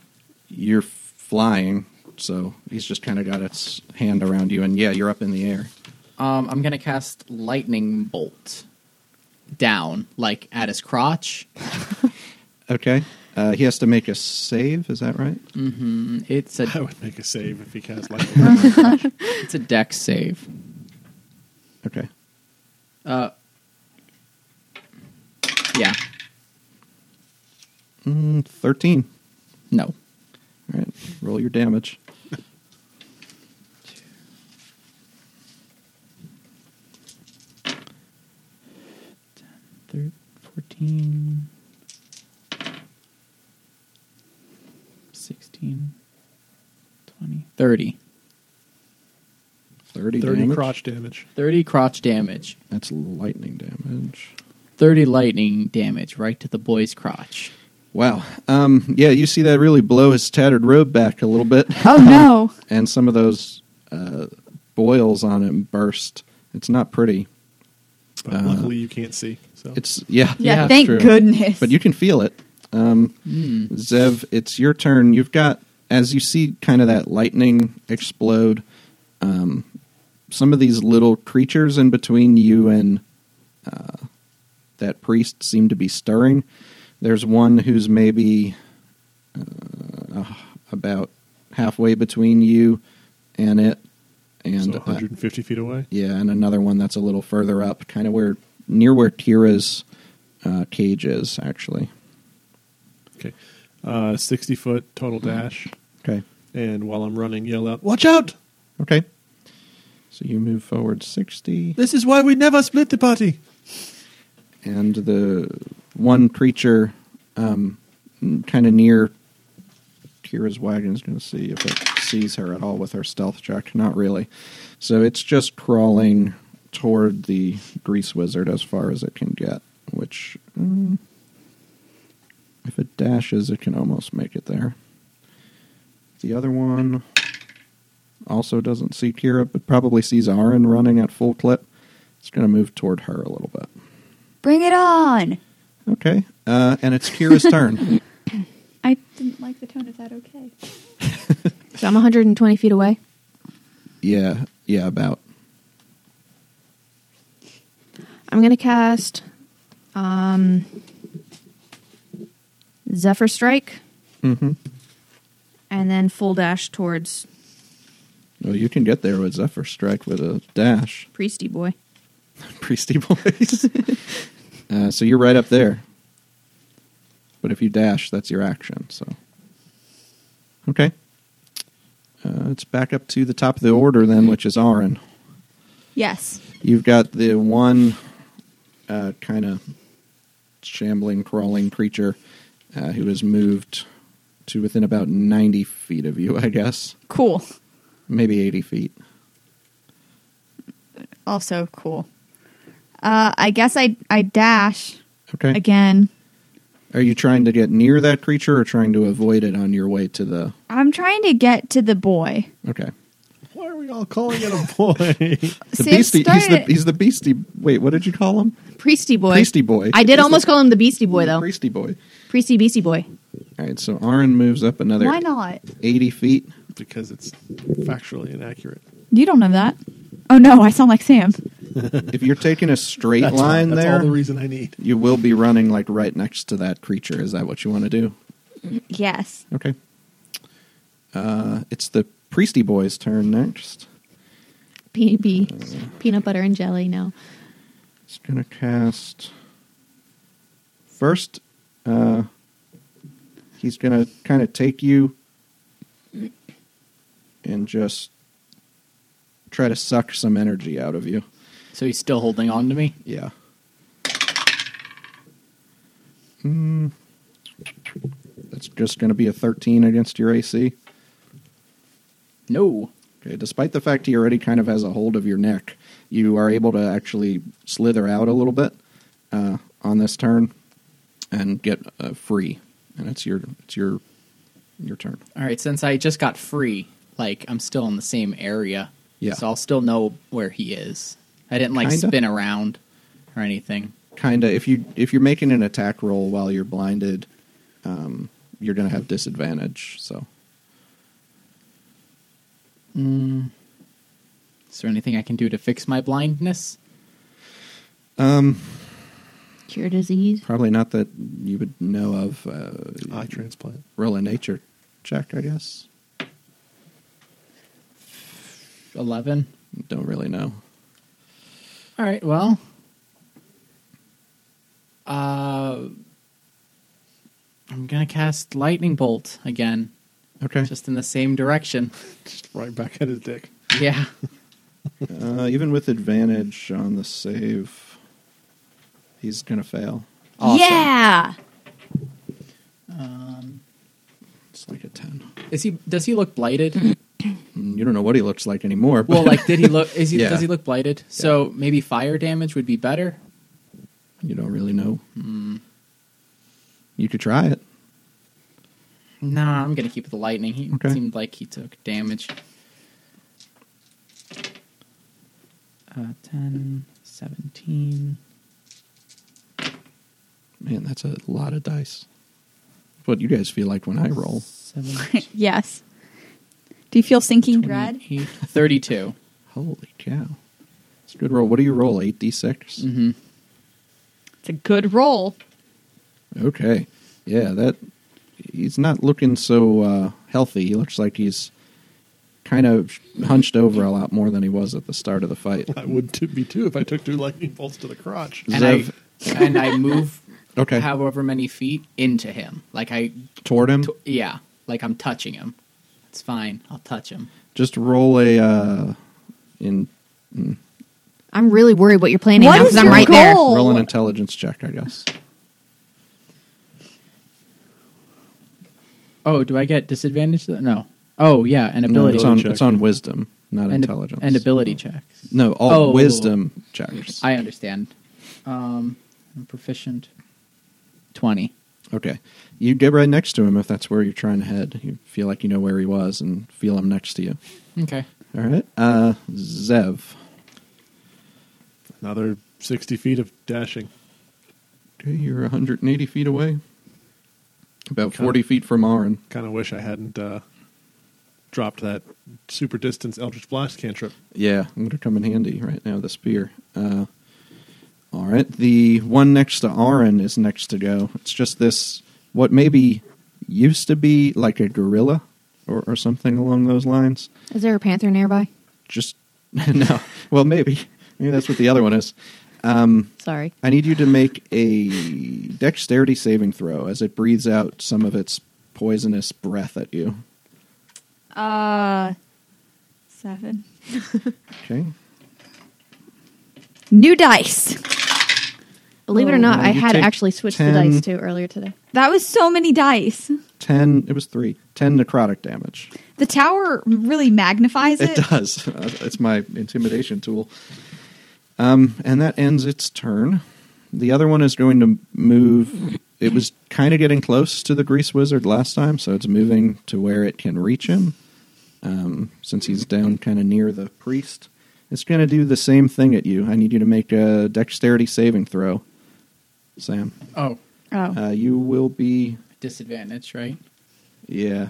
Speaker 2: you're flying, so he's just kind of got its hand around you, and yeah, you're up in the air.
Speaker 5: Um, I'm gonna cast lightning bolt down, like at his crotch.
Speaker 2: Okay. Mm. Uh, he has to make a save, is that right?
Speaker 5: It's a
Speaker 3: I would make a save if he cast like
Speaker 5: it's a deck save.
Speaker 2: Okay.
Speaker 5: Uh, yeah.
Speaker 2: Mm, 13.
Speaker 5: No.
Speaker 2: All right, roll your damage.
Speaker 5: Thir- 14 16 20 30
Speaker 2: 30,
Speaker 3: thirty
Speaker 2: damage.
Speaker 3: crotch damage.
Speaker 5: 30 crotch damage
Speaker 2: That's lightning damage.
Speaker 5: 30 lightning damage right to the boy's crotch.
Speaker 2: Wow. Um, yeah, you see that really blow his tattered robe back a little bit,
Speaker 4: Oh no!
Speaker 2: and some of those uh, boils on him burst. It's not pretty.
Speaker 3: But luckily, you can't see. So
Speaker 2: Uh, It's yeah,
Speaker 4: Yeah,
Speaker 5: Yeah,
Speaker 4: thank
Speaker 2: true.
Speaker 4: goodness.
Speaker 2: but you can feel it. Um, Zev, it's your turn. You've got as you see kind of that lightning explode. Um, some of these little creatures in between you and uh, that priest seem to be stirring. There's one who's maybe uh, about halfway between you and it,
Speaker 3: so
Speaker 2: and uh,
Speaker 3: 150 feet away.
Speaker 2: yeah, and another one that's a little further up, kind of where near where Tira's uh, cage is, actually.
Speaker 3: Okay, uh, 60 foot total
Speaker 2: Hmm.
Speaker 3: dash.
Speaker 2: Okay.
Speaker 3: And while I'm running, yell out, "Watch out!
Speaker 2: Okay. So you move forward sixty,
Speaker 3: This is why we never split the party."
Speaker 2: and the one creature, um, kind of near Kira's wagon is going to see if it sees her at all with her stealth check. Not really. So it's just crawling toward the grease wizard as far as it can get. Which, mm, if it dashes, it can almost make it there. The other one also doesn't see Kira, but probably sees Aaron running at full clip. It's going to move toward her a little bit.
Speaker 4: Bring it on!
Speaker 2: Okay, uh, and it's Kira's turn.
Speaker 4: I didn't like the tone of that. Okay.
Speaker 1: So I'm 120 feet away.
Speaker 2: Yeah, yeah, about.
Speaker 1: I'm going to cast um, Zephyr Strike
Speaker 2: Mm-hmm.
Speaker 1: and then full dash towards
Speaker 2: Well, you can get there with Zephyr Strike with a dash,
Speaker 1: Priesty Boy.
Speaker 2: priesty boys. uh, so you're right up there. But if you dash, that's your action. So, okay, uh, it's back up to the top of the order then, which is Aaron.
Speaker 4: Yes.
Speaker 2: You've got the one uh, kind of shambling, crawling creature uh, who has moved to within about 90 feet of you, I guess.
Speaker 4: Cool.
Speaker 2: Maybe 80 feet.
Speaker 4: Also cool. Uh, I guess I I dash
Speaker 2: Okay.
Speaker 4: again.
Speaker 2: Are you trying to get near that creature or trying to avoid it on your way to the.
Speaker 4: I'm trying to get to the boy.
Speaker 2: Okay.
Speaker 3: Why are we all calling it a boy?
Speaker 2: The
Speaker 4: See,
Speaker 2: beastie.
Speaker 4: I'm
Speaker 2: He's the,
Speaker 4: started-
Speaker 2: he's the beastie. Wait, what did you call him?
Speaker 1: Priesty Boy.
Speaker 2: Priesty Boy.
Speaker 1: I did
Speaker 2: He's
Speaker 1: almost
Speaker 2: the-
Speaker 1: call him the Beastie Boy, though.
Speaker 2: Priesty Boy.
Speaker 1: Priesty Beastie Boy.
Speaker 2: All right, so Aaron moves up another
Speaker 4: Why not?
Speaker 2: 80 feet.
Speaker 3: because it's factually inaccurate.
Speaker 4: You don't know that. Oh no, I sound like Sam.
Speaker 2: If you're taking a straight
Speaker 3: That's all-
Speaker 2: line
Speaker 3: that's
Speaker 2: there.
Speaker 3: all the reason I need.
Speaker 2: You will be running like right next to that creature. Is that what you want to do?
Speaker 4: Yes.
Speaker 2: Okay. Uh, it's the Priesty Boy's turn next.
Speaker 1: Pe- pe- peanut butter and jelly now.
Speaker 2: It's going to cast. First, uh, he's going to kind of take you and just try to suck some energy out of you.
Speaker 5: So he's still holding on to me?
Speaker 2: Yeah. Hmm. Hmm. That's just going to be a 13 against your AC.
Speaker 5: No.
Speaker 2: Okay, despite the fact he already kind of has a hold of your neck, you are able to actually slither out a little bit uh, on this turn and get uh, free. And it's your it's your your turn.
Speaker 5: All right, since I just got free, like I'm still in the same area.
Speaker 2: Yeah.
Speaker 5: So I'll still know where he is. I didn't like
Speaker 2: Kinda.
Speaker 5: spin around or anything.
Speaker 2: Kind of if you if you're making an attack roll while you're blinded, um, you're going to have disadvantage. So
Speaker 5: Mm. Is there anything I can do to fix my blindness?
Speaker 1: Cure disease.
Speaker 2: probably not that you would know of. Uh,
Speaker 3: Eye transplant.
Speaker 2: roll a nature check, I guess.
Speaker 5: 11.
Speaker 2: Don't really know.
Speaker 5: All right, well. Uh I'm going to cast lightning bolt again,
Speaker 2: Okay.
Speaker 5: just in the same direction.
Speaker 3: Just right back at his dick.
Speaker 5: Yeah.
Speaker 2: Uh, even with advantage on the save, he's going to fail.
Speaker 5: Awesome.
Speaker 4: Yeah.
Speaker 2: It's like a 10.
Speaker 5: Is he does he look blighted?
Speaker 2: Mm, You don't know what he looks like anymore. But
Speaker 5: well, like did he look is he
Speaker 2: Yeah.
Speaker 5: does he look blighted? So maybe fire damage would be better.
Speaker 2: You don't really know. Hmm. You could try it.
Speaker 5: Nah, I'm gonna keep the lightning. He
Speaker 2: Okay.
Speaker 5: seemed like he took damage. Uh, 10, 17.
Speaker 2: Man, that's a lot of dice. What you guys feel like when I roll?
Speaker 5: 17,
Speaker 4: yes. Do you feel sinking dread?
Speaker 5: 28, 32.
Speaker 2: Holy cow! It's a good roll. What do you roll? Eight d six.
Speaker 5: Mm-hmm.
Speaker 7: It's a good roll.
Speaker 2: Okay. Yeah, that he's not looking so uh, healthy. He looks like he's kind of hunched over a lot more than he was at the start of the fight.
Speaker 3: I would t- be too if I took two lightning bolts to the crotch.
Speaker 5: And I, and I move
Speaker 2: Okay,
Speaker 5: however many feet into him. Like I,
Speaker 2: toward him.
Speaker 5: yeah, like I'm touching him. It's fine. I'll touch him.
Speaker 2: Just roll a uh, in
Speaker 1: I'm really worried what you're planning
Speaker 7: What
Speaker 1: now
Speaker 7: is
Speaker 1: because I'm
Speaker 7: your
Speaker 1: right
Speaker 7: goal?
Speaker 2: roll an intelligence check, I guess.
Speaker 5: Oh, do I get disadvantage? Though? No. Oh, yeah, an
Speaker 2: No,
Speaker 5: ability.
Speaker 2: it's on
Speaker 3: check.
Speaker 2: it's on wisdom, not
Speaker 5: and,
Speaker 2: intelligence.
Speaker 5: and ability checks.
Speaker 2: No, all
Speaker 5: Oh.
Speaker 2: wisdom checks.
Speaker 5: I understand. Um, I'm proficient. Twenty.
Speaker 2: Okay. You get right next to him if that's where you're trying to head. You feel like you know where he was and feel him next to you.
Speaker 5: Okay.
Speaker 2: All right. Uh, Zev.
Speaker 3: Another 60 feet of dashing.
Speaker 2: Okay, you're 180 feet away. About 40 feet from Arin.
Speaker 3: Kind of wish I hadn't uh, dropped that super distance Eldritch Blast cantrip.
Speaker 2: Yeah, I'm going to come in handy right now, the spear. Uh, all right. The one next to Arin is next to go. It's just this, what maybe used to be like a gorilla or, or something along those lines.
Speaker 1: Is there a panther nearby?
Speaker 2: Just, no. Well, maybe. Maybe that's what the other one is.
Speaker 1: Sorry.
Speaker 2: I need you to make a dexterity saving throw as it breathes out some of its poisonous breath at you.
Speaker 7: Uh,
Speaker 4: Seven.
Speaker 2: Okay.
Speaker 7: new dice.
Speaker 1: Believe it or not,
Speaker 2: Uh,
Speaker 1: I
Speaker 2: you
Speaker 1: had
Speaker 2: take
Speaker 1: actually switched
Speaker 2: 10.
Speaker 1: the dice too earlier today.
Speaker 4: That was so many dice.
Speaker 2: 10, it was 3. 10 necrotic damage.
Speaker 4: The tower really magnifies
Speaker 2: It
Speaker 4: it.
Speaker 2: does. Uh, it's my intimidation tool. Um, and that ends its turn. The other one is going to move. It was kind of getting close to the Grease Wizard last time, so it's moving to where it can reach him. Um, since he's down kind of near the priest, it's going to do the same thing at you. I need you to make a dexterity saving throw, Sam.
Speaker 5: Oh,
Speaker 4: Oh.
Speaker 2: Uh, you will be,
Speaker 5: disadvantage, right?
Speaker 2: yeah,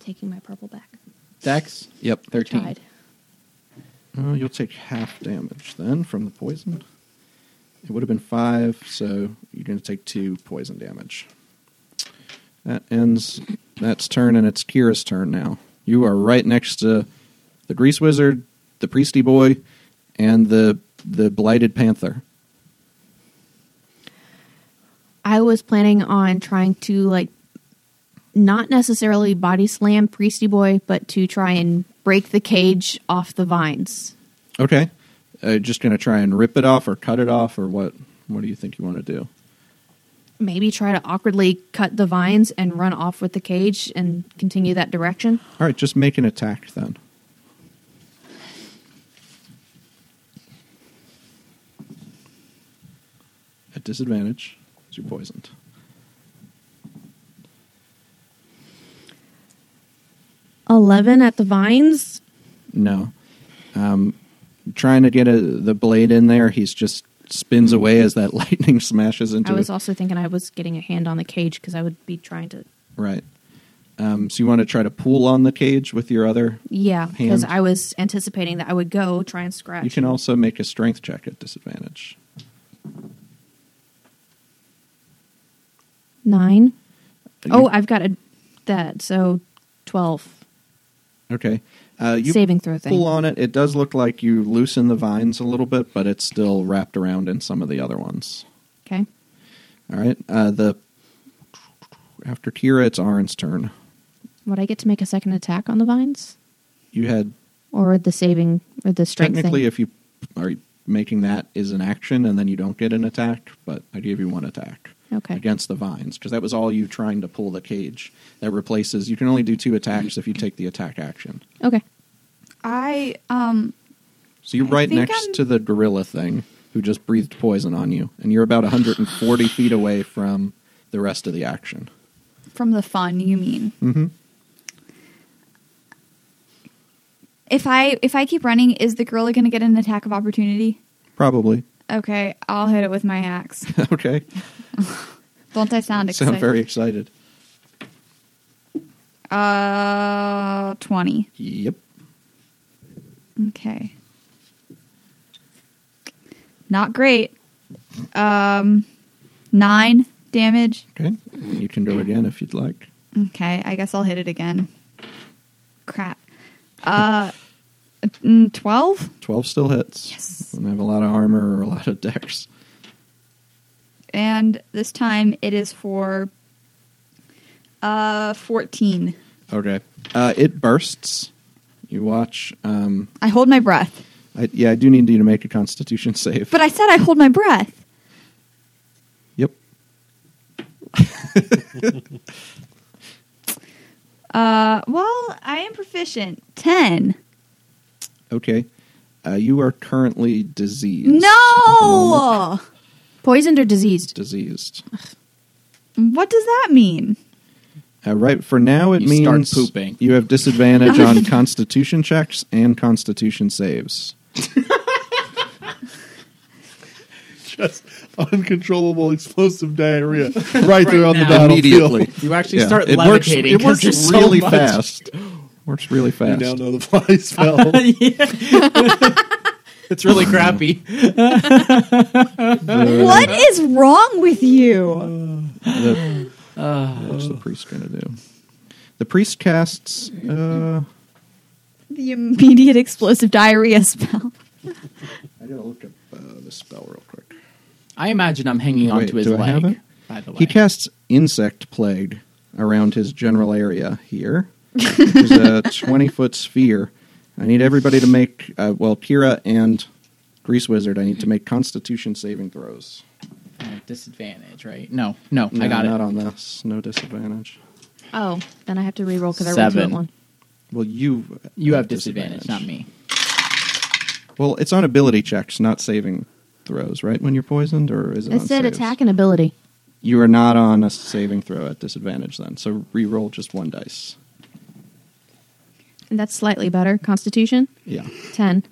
Speaker 1: Taking my purple back.
Speaker 5: Dex.
Speaker 2: yep,
Speaker 5: Thirteen.
Speaker 1: Tried.
Speaker 2: Uh, you'll take half damage then from the poison. It would have been five, so you're going to take two poison damage. That ends that's turn, and it's Kira's turn now. You are right next to the Grease Wizard, the Priesty Boy, and the the Blighted Panther.
Speaker 1: I was planning on trying to like not necessarily body slam Priesty Boy, but to try and break the cage off the vines.
Speaker 2: Okay, uh, just going to try and rip it off, or cut it off, or what? What do you think you want to do?
Speaker 1: Maybe try to awkwardly cut the vines and run off with the cage and continue that direction.
Speaker 2: All right, just make an attack then. At disadvantage, 'cause you're poisoned.
Speaker 1: Eleven at the vines.
Speaker 2: No, um, trying to get a, the blade in there, he's just spins away as that lightning smashes into.
Speaker 1: I was
Speaker 2: it.
Speaker 1: also thinking I was getting a hand on the cage because I would be trying to.
Speaker 2: right. Um, so you want to try to pull on the cage with your other.
Speaker 1: Yeah, because
Speaker 2: Hand.
Speaker 1: I was anticipating that I would go try and scratch.
Speaker 2: You can also make a strength check at disadvantage.
Speaker 1: nine. Oh,
Speaker 2: You-
Speaker 1: I've got a that so twelve
Speaker 2: Okay. Uh, you
Speaker 1: saving throw thing.
Speaker 2: pull on it. It does look like you loosen the vines a little bit, but it's still wrapped around in some of the other ones.
Speaker 1: Okay.
Speaker 2: All right. Uh, the after Kira, it's Arin's turn.
Speaker 1: Would I get to make a second attack on the vines,
Speaker 2: You had
Speaker 1: or the saving, or the strength?
Speaker 2: technically,
Speaker 1: thing?
Speaker 2: if you are making that is an action, and then you don't get an attack. But I gave you one attack
Speaker 1: Okay.
Speaker 2: against the vines because that was all you trying to pull the cage. That replaces. You can only do two attacks if you take the attack action.
Speaker 1: okay.
Speaker 4: I um
Speaker 2: So you're right
Speaker 4: think
Speaker 2: next
Speaker 4: I'm-
Speaker 2: to the gorilla thing. who just breathed poison on you, and you're about 140 feet away from the rest of the action.
Speaker 4: From the fun, you mean?
Speaker 2: Mm-hmm.
Speaker 4: If I if I keep running, is the gorilla going to get an attack of opportunity?
Speaker 2: Probably.
Speaker 4: Okay, I'll hit it with my axe.
Speaker 2: okay.
Speaker 4: Don't I sound excited?
Speaker 2: Sound very excited.
Speaker 4: Uh, twenty.
Speaker 2: Yep.
Speaker 4: Okay. Not great. Um, nine damage.
Speaker 2: Okay. You can go again if you'd like.
Speaker 4: Okay, I guess I'll hit it again. Crap. Uh, mm, twelve.
Speaker 2: 12 still hits.
Speaker 4: Yes.
Speaker 2: And I have a lot of armor or a lot of dex.
Speaker 4: and this time it is for uh 14
Speaker 2: Okay. Uh, it bursts. You watch. Um,
Speaker 4: i hold my breath
Speaker 2: I, yeah, I do need you to make a constitution save.
Speaker 4: but i said i hold my breath
Speaker 2: Yep.
Speaker 4: uh well i am proficient 10
Speaker 2: Okay. Uh, you are currently diseased.
Speaker 4: no
Speaker 1: Poisoned or diseased?
Speaker 2: Diseased.
Speaker 4: what does that mean
Speaker 2: Uh, right for now, it
Speaker 5: You start
Speaker 2: means
Speaker 5: pooping.
Speaker 2: you have disadvantage on Constitution checks and Constitution saves.
Speaker 3: Just uncontrollable explosive diarrhea right, there on the battlefield.
Speaker 2: Immediately,
Speaker 5: You actually
Speaker 2: Yeah.
Speaker 5: start
Speaker 2: it works.
Speaker 5: levitating.
Speaker 2: It
Speaker 5: 'cause
Speaker 2: works
Speaker 5: there's so
Speaker 2: really
Speaker 5: much.
Speaker 2: fast. Works really
Speaker 3: You
Speaker 2: fast.
Speaker 3: now know the fly spell.
Speaker 5: It's really crappy.
Speaker 2: Uh,
Speaker 4: what is wrong with you
Speaker 2: The, what's the priest going to do? The priest casts. Uh,
Speaker 4: the immediate explosive diarrhea spell
Speaker 2: I gotta look up uh, the spell real quick.
Speaker 5: I imagine I'm hanging on
Speaker 2: Wait,
Speaker 5: to his
Speaker 2: do
Speaker 5: leg.
Speaker 2: I have it?
Speaker 5: By the way,
Speaker 2: He casts insect plague around his general area here. There's a 20 foot sphere. I need everybody to make, uh, well, Kira and Grease Wizard, I need to make constitution saving throws.
Speaker 5: At Uh, disadvantage, right? No, no, I got
Speaker 2: not
Speaker 5: it.
Speaker 2: on this. No disadvantage.
Speaker 1: Oh, then I have to re-roll because I rolled
Speaker 5: Seven.
Speaker 1: that one.
Speaker 2: Well, you.
Speaker 5: You have disadvantage, not me.
Speaker 2: Well, it's on ability checks, not saving throws, right? When you're poisoned, or is it?
Speaker 1: It
Speaker 2: on
Speaker 1: said
Speaker 2: saves?
Speaker 1: attack and ability.
Speaker 2: You are not on a saving throw at disadvantage then, so re-roll just one dice.
Speaker 1: And that's slightly better. Constitution
Speaker 2: Yeah.
Speaker 1: ten.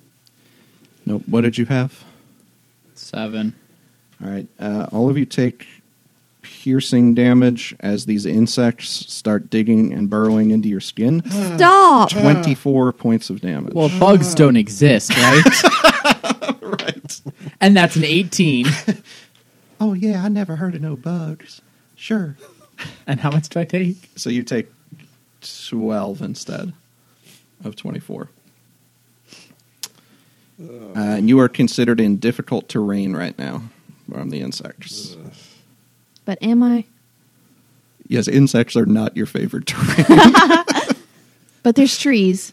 Speaker 2: Nope. What did you have?
Speaker 5: Seven.
Speaker 2: All right. Uh, all of you take piercing damage as these insects start digging and burrowing into your skin.
Speaker 4: stop
Speaker 2: 24 points of damage.
Speaker 5: Well, bugs don't exist, right? right. And that's an 18.
Speaker 2: oh, yeah, I never heard of no bugs. Sure.
Speaker 5: And how much do I take?
Speaker 2: So you take 12 instead of 24. Uh, and you are considered in difficult terrain right now from the insects.
Speaker 1: But am I?
Speaker 2: Yes, insects are not your favorite terrain.
Speaker 1: But there's trees.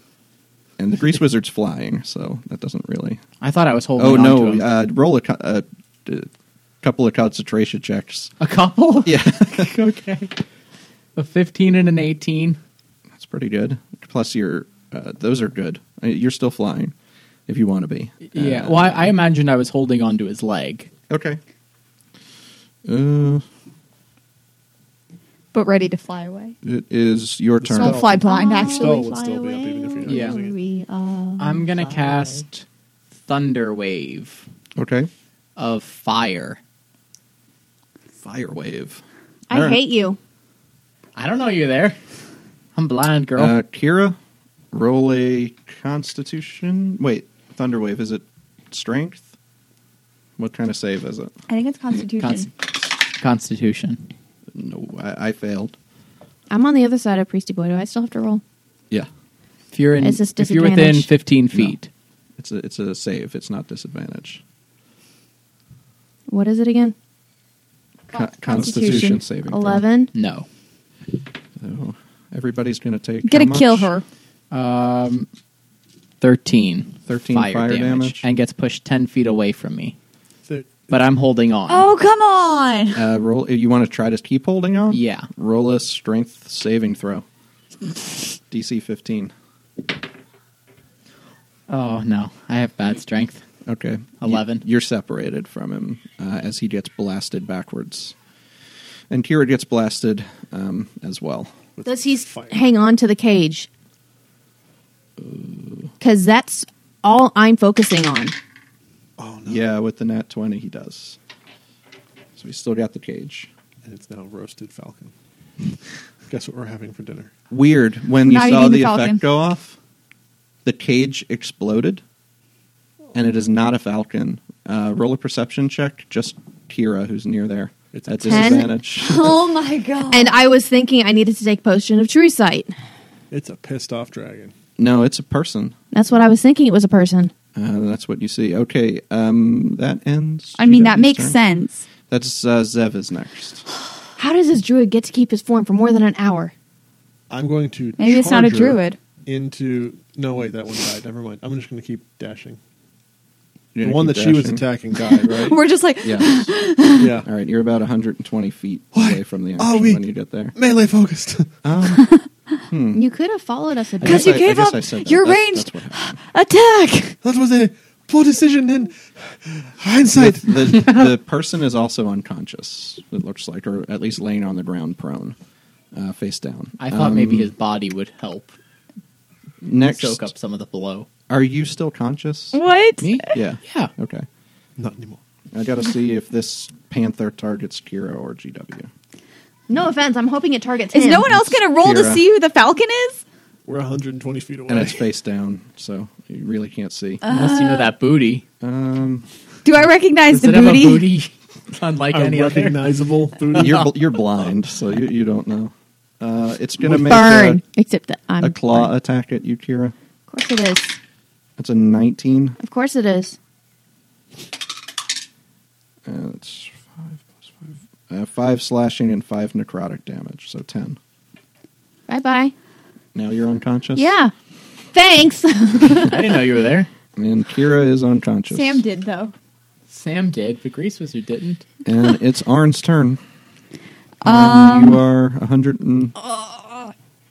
Speaker 2: and the grease wizard's flying, so that doesn't really.
Speaker 5: I thought I was holding
Speaker 2: Oh
Speaker 5: on
Speaker 2: no!
Speaker 5: to him.
Speaker 2: Uh, roll a, co- uh, d- couple of concentration checks.
Speaker 5: a couple?
Speaker 2: Yeah,
Speaker 5: okay. A 15 and an 18.
Speaker 2: that's pretty good. Plus, your uh, those are good. Uh, You're still flying, if you want to be.
Speaker 5: Yeah.
Speaker 2: Uh,
Speaker 5: Well, I, I imagined I was holding on to his leg.
Speaker 2: okay. Uh,
Speaker 4: but ready to fly away
Speaker 2: it is your turn.
Speaker 3: spell.
Speaker 4: I'll fly blind actually
Speaker 3: Spell would still be up even if you're not
Speaker 5: Yeah.
Speaker 3: using it.
Speaker 5: I'm going to cast Thunder Wave
Speaker 2: Okay.
Speaker 5: of Fire.
Speaker 2: Fire wave.
Speaker 1: I hate you.
Speaker 5: I don't know you there. I'm blind, girl.
Speaker 2: Uh, Kira, roll a Constitution. Wait, thunder wave. Is it strength? What kind of save is it?
Speaker 4: i think it's constitution
Speaker 5: Const- Constitution.
Speaker 2: No, I, I failed.
Speaker 1: I'm on the other side of Priesty Boy. Do I still have to roll?
Speaker 2: Yeah,
Speaker 5: If you're in,
Speaker 1: Is this
Speaker 5: if you're within
Speaker 1: disadvantage?
Speaker 5: 15 feet,
Speaker 2: it's a it's a save. It's not disadvantage.
Speaker 1: What is it again?
Speaker 2: Con- Constitution saving. throw. Hmm.
Speaker 1: Eleven.
Speaker 5: no.
Speaker 2: So everybody's going to take.
Speaker 4: gonna
Speaker 2: how much?
Speaker 4: kill her
Speaker 5: 13.
Speaker 2: 13 fire damage.
Speaker 5: And gets pushed 10 feet away from me.
Speaker 3: So-
Speaker 5: But I'm holding on.
Speaker 4: oh come on
Speaker 2: Uh, roll. You want to try to keep holding on?
Speaker 5: Yeah.
Speaker 2: Roll a strength saving throw. DC 15.
Speaker 5: Oh, no. I have bad strength.
Speaker 2: Okay.
Speaker 5: Eleven.
Speaker 2: You, are separated from him uh, as he gets blasted backwards. And Kira gets blasted um, as well.
Speaker 1: Does he s-
Speaker 3: Fire.
Speaker 1: hang on to the cage?
Speaker 2: Uh.
Speaker 1: Because that's all I'm focusing on.
Speaker 3: Oh no!
Speaker 2: Yeah, with the nat 20, he does. So he's still got the cage.
Speaker 3: and it's now roasted falcon. Guess what we're having for dinner?
Speaker 2: Weird. When
Speaker 4: Not
Speaker 2: you saw
Speaker 4: eating
Speaker 2: the,
Speaker 4: the falcon.
Speaker 2: effect go off, the cage exploded, and it is not a falcon. Uh, roll a perception check. Just Kira, who's near there,
Speaker 3: It's
Speaker 2: it's
Speaker 3: a
Speaker 2: at
Speaker 1: ten.
Speaker 2: disadvantage.
Speaker 7: Oh my god.
Speaker 1: And I was thinking I needed to take potion of true sight.
Speaker 3: It's a pissed off dragon.
Speaker 2: no, it's a person.
Speaker 1: That's what I was thinking. It was a person.
Speaker 2: Uh, that's what you see. Okay, um, that ends.
Speaker 4: I mean, that
Speaker 2: GW's
Speaker 4: makes
Speaker 2: turn.
Speaker 4: sense.
Speaker 2: That's uh, Zev is next.
Speaker 1: How does this druid get to keep his form for more than an hour?
Speaker 3: I'm going to
Speaker 4: Maybe it's not a
Speaker 3: charge her
Speaker 4: druid.
Speaker 3: Into no wait, that one died. Never mind. I'm just going to keep dashing.
Speaker 2: You're
Speaker 3: the
Speaker 2: gonna
Speaker 3: one
Speaker 2: keep
Speaker 3: that she was
Speaker 2: dashing?
Speaker 3: attacking died, right?
Speaker 7: We're just like
Speaker 2: Yes.
Speaker 3: yeah.
Speaker 2: All right, you're about 120 feet
Speaker 3: Why
Speaker 2: away from the
Speaker 3: are
Speaker 2: action
Speaker 3: Oh, we-
Speaker 2: when you get there.
Speaker 3: Melee focused.
Speaker 2: Um,
Speaker 1: You could have followed us a
Speaker 2: I guess
Speaker 1: bit.
Speaker 7: you
Speaker 2: I- I
Speaker 7: gave
Speaker 2: guess
Speaker 7: up
Speaker 2: I said that.
Speaker 7: your
Speaker 2: That's-
Speaker 7: range.
Speaker 2: that's what happened.
Speaker 7: attack.
Speaker 3: that was a poor decision in hindsight.
Speaker 2: the, the person is also unconscious, it looks like, or at least laying on the ground prone, uh, face down.
Speaker 5: I thought
Speaker 2: Um,
Speaker 5: maybe his body would help
Speaker 2: next.
Speaker 5: soak up some of the blow.
Speaker 2: Are you still conscious?
Speaker 7: What?
Speaker 5: Me?
Speaker 2: Yeah.
Speaker 5: Yeah.
Speaker 2: Okay.
Speaker 3: Not anymore.
Speaker 2: I got to see if this panther targets Kira or GW.
Speaker 1: No offense. I'm hoping it targets
Speaker 7: Is
Speaker 1: him.
Speaker 7: no one else going to roll to
Speaker 2: Kira.
Speaker 7: see who the falcon is?
Speaker 3: We're 120 feet away.
Speaker 2: And it's face down, so you really can't see.
Speaker 5: Unless you know that booty.
Speaker 2: Um,
Speaker 7: Do I recognize
Speaker 5: Does
Speaker 7: the
Speaker 5: it have a
Speaker 7: booty?
Speaker 5: booty unlike
Speaker 3: a
Speaker 5: any other?
Speaker 3: recognizable booty.
Speaker 2: you're bl- you're blind, so you, you don't know. Uh, it's gonna make
Speaker 1: burn?
Speaker 2: a,
Speaker 1: Except that I'm
Speaker 2: a claw
Speaker 1: burnt.
Speaker 2: attack at you, Kira.
Speaker 1: Of course it is.
Speaker 2: That's a 19.
Speaker 1: Of course it is.
Speaker 2: Uh, That's five plus five. Uh, five slashing and five necrotic damage, so ten.
Speaker 1: Bye bye.
Speaker 2: Now you're unconscious.
Speaker 1: Yeah. Thanks.
Speaker 5: I didn't know you were there.
Speaker 2: And Kira is unconscious.
Speaker 7: Sam did though.
Speaker 5: Sam did, but Grease was who didn't.
Speaker 2: And it's Arn's turn. Um, you are a hundred and.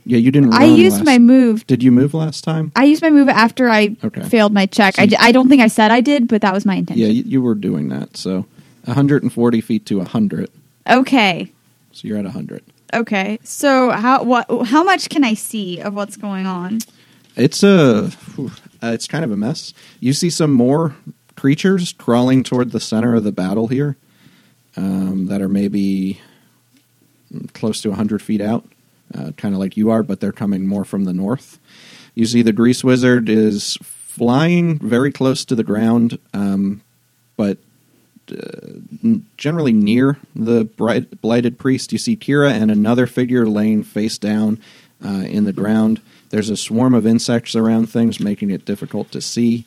Speaker 2: yeah, you didn't. Run
Speaker 4: uh, I used
Speaker 2: last-
Speaker 4: my move.
Speaker 2: Did you move last time?
Speaker 4: I used my move after I
Speaker 2: Okay.
Speaker 4: failed my check.
Speaker 2: So
Speaker 4: I,
Speaker 2: you-
Speaker 4: d- I don't think I said I did, but that was my
Speaker 2: yeah,
Speaker 4: intention.
Speaker 2: you, you were doing that. So, 140 feet to 100.
Speaker 4: okay.
Speaker 2: So you're at 100.
Speaker 4: Okay. So how what how much can I see of what's going on?
Speaker 2: It's a. whew, uh, it's kind of a mess. You see some more creatures crawling toward the center of the battle here, um, that are maybe close to 100 feet out, uh, kind of like you are, but they're coming more from the north. You see the grease wizard is flying very close to the ground, um, but uh, generally near the bright, blighted priest. You see Kira and another figure laying face down uh, in the ground. There's a swarm of insects around things, making it difficult to see.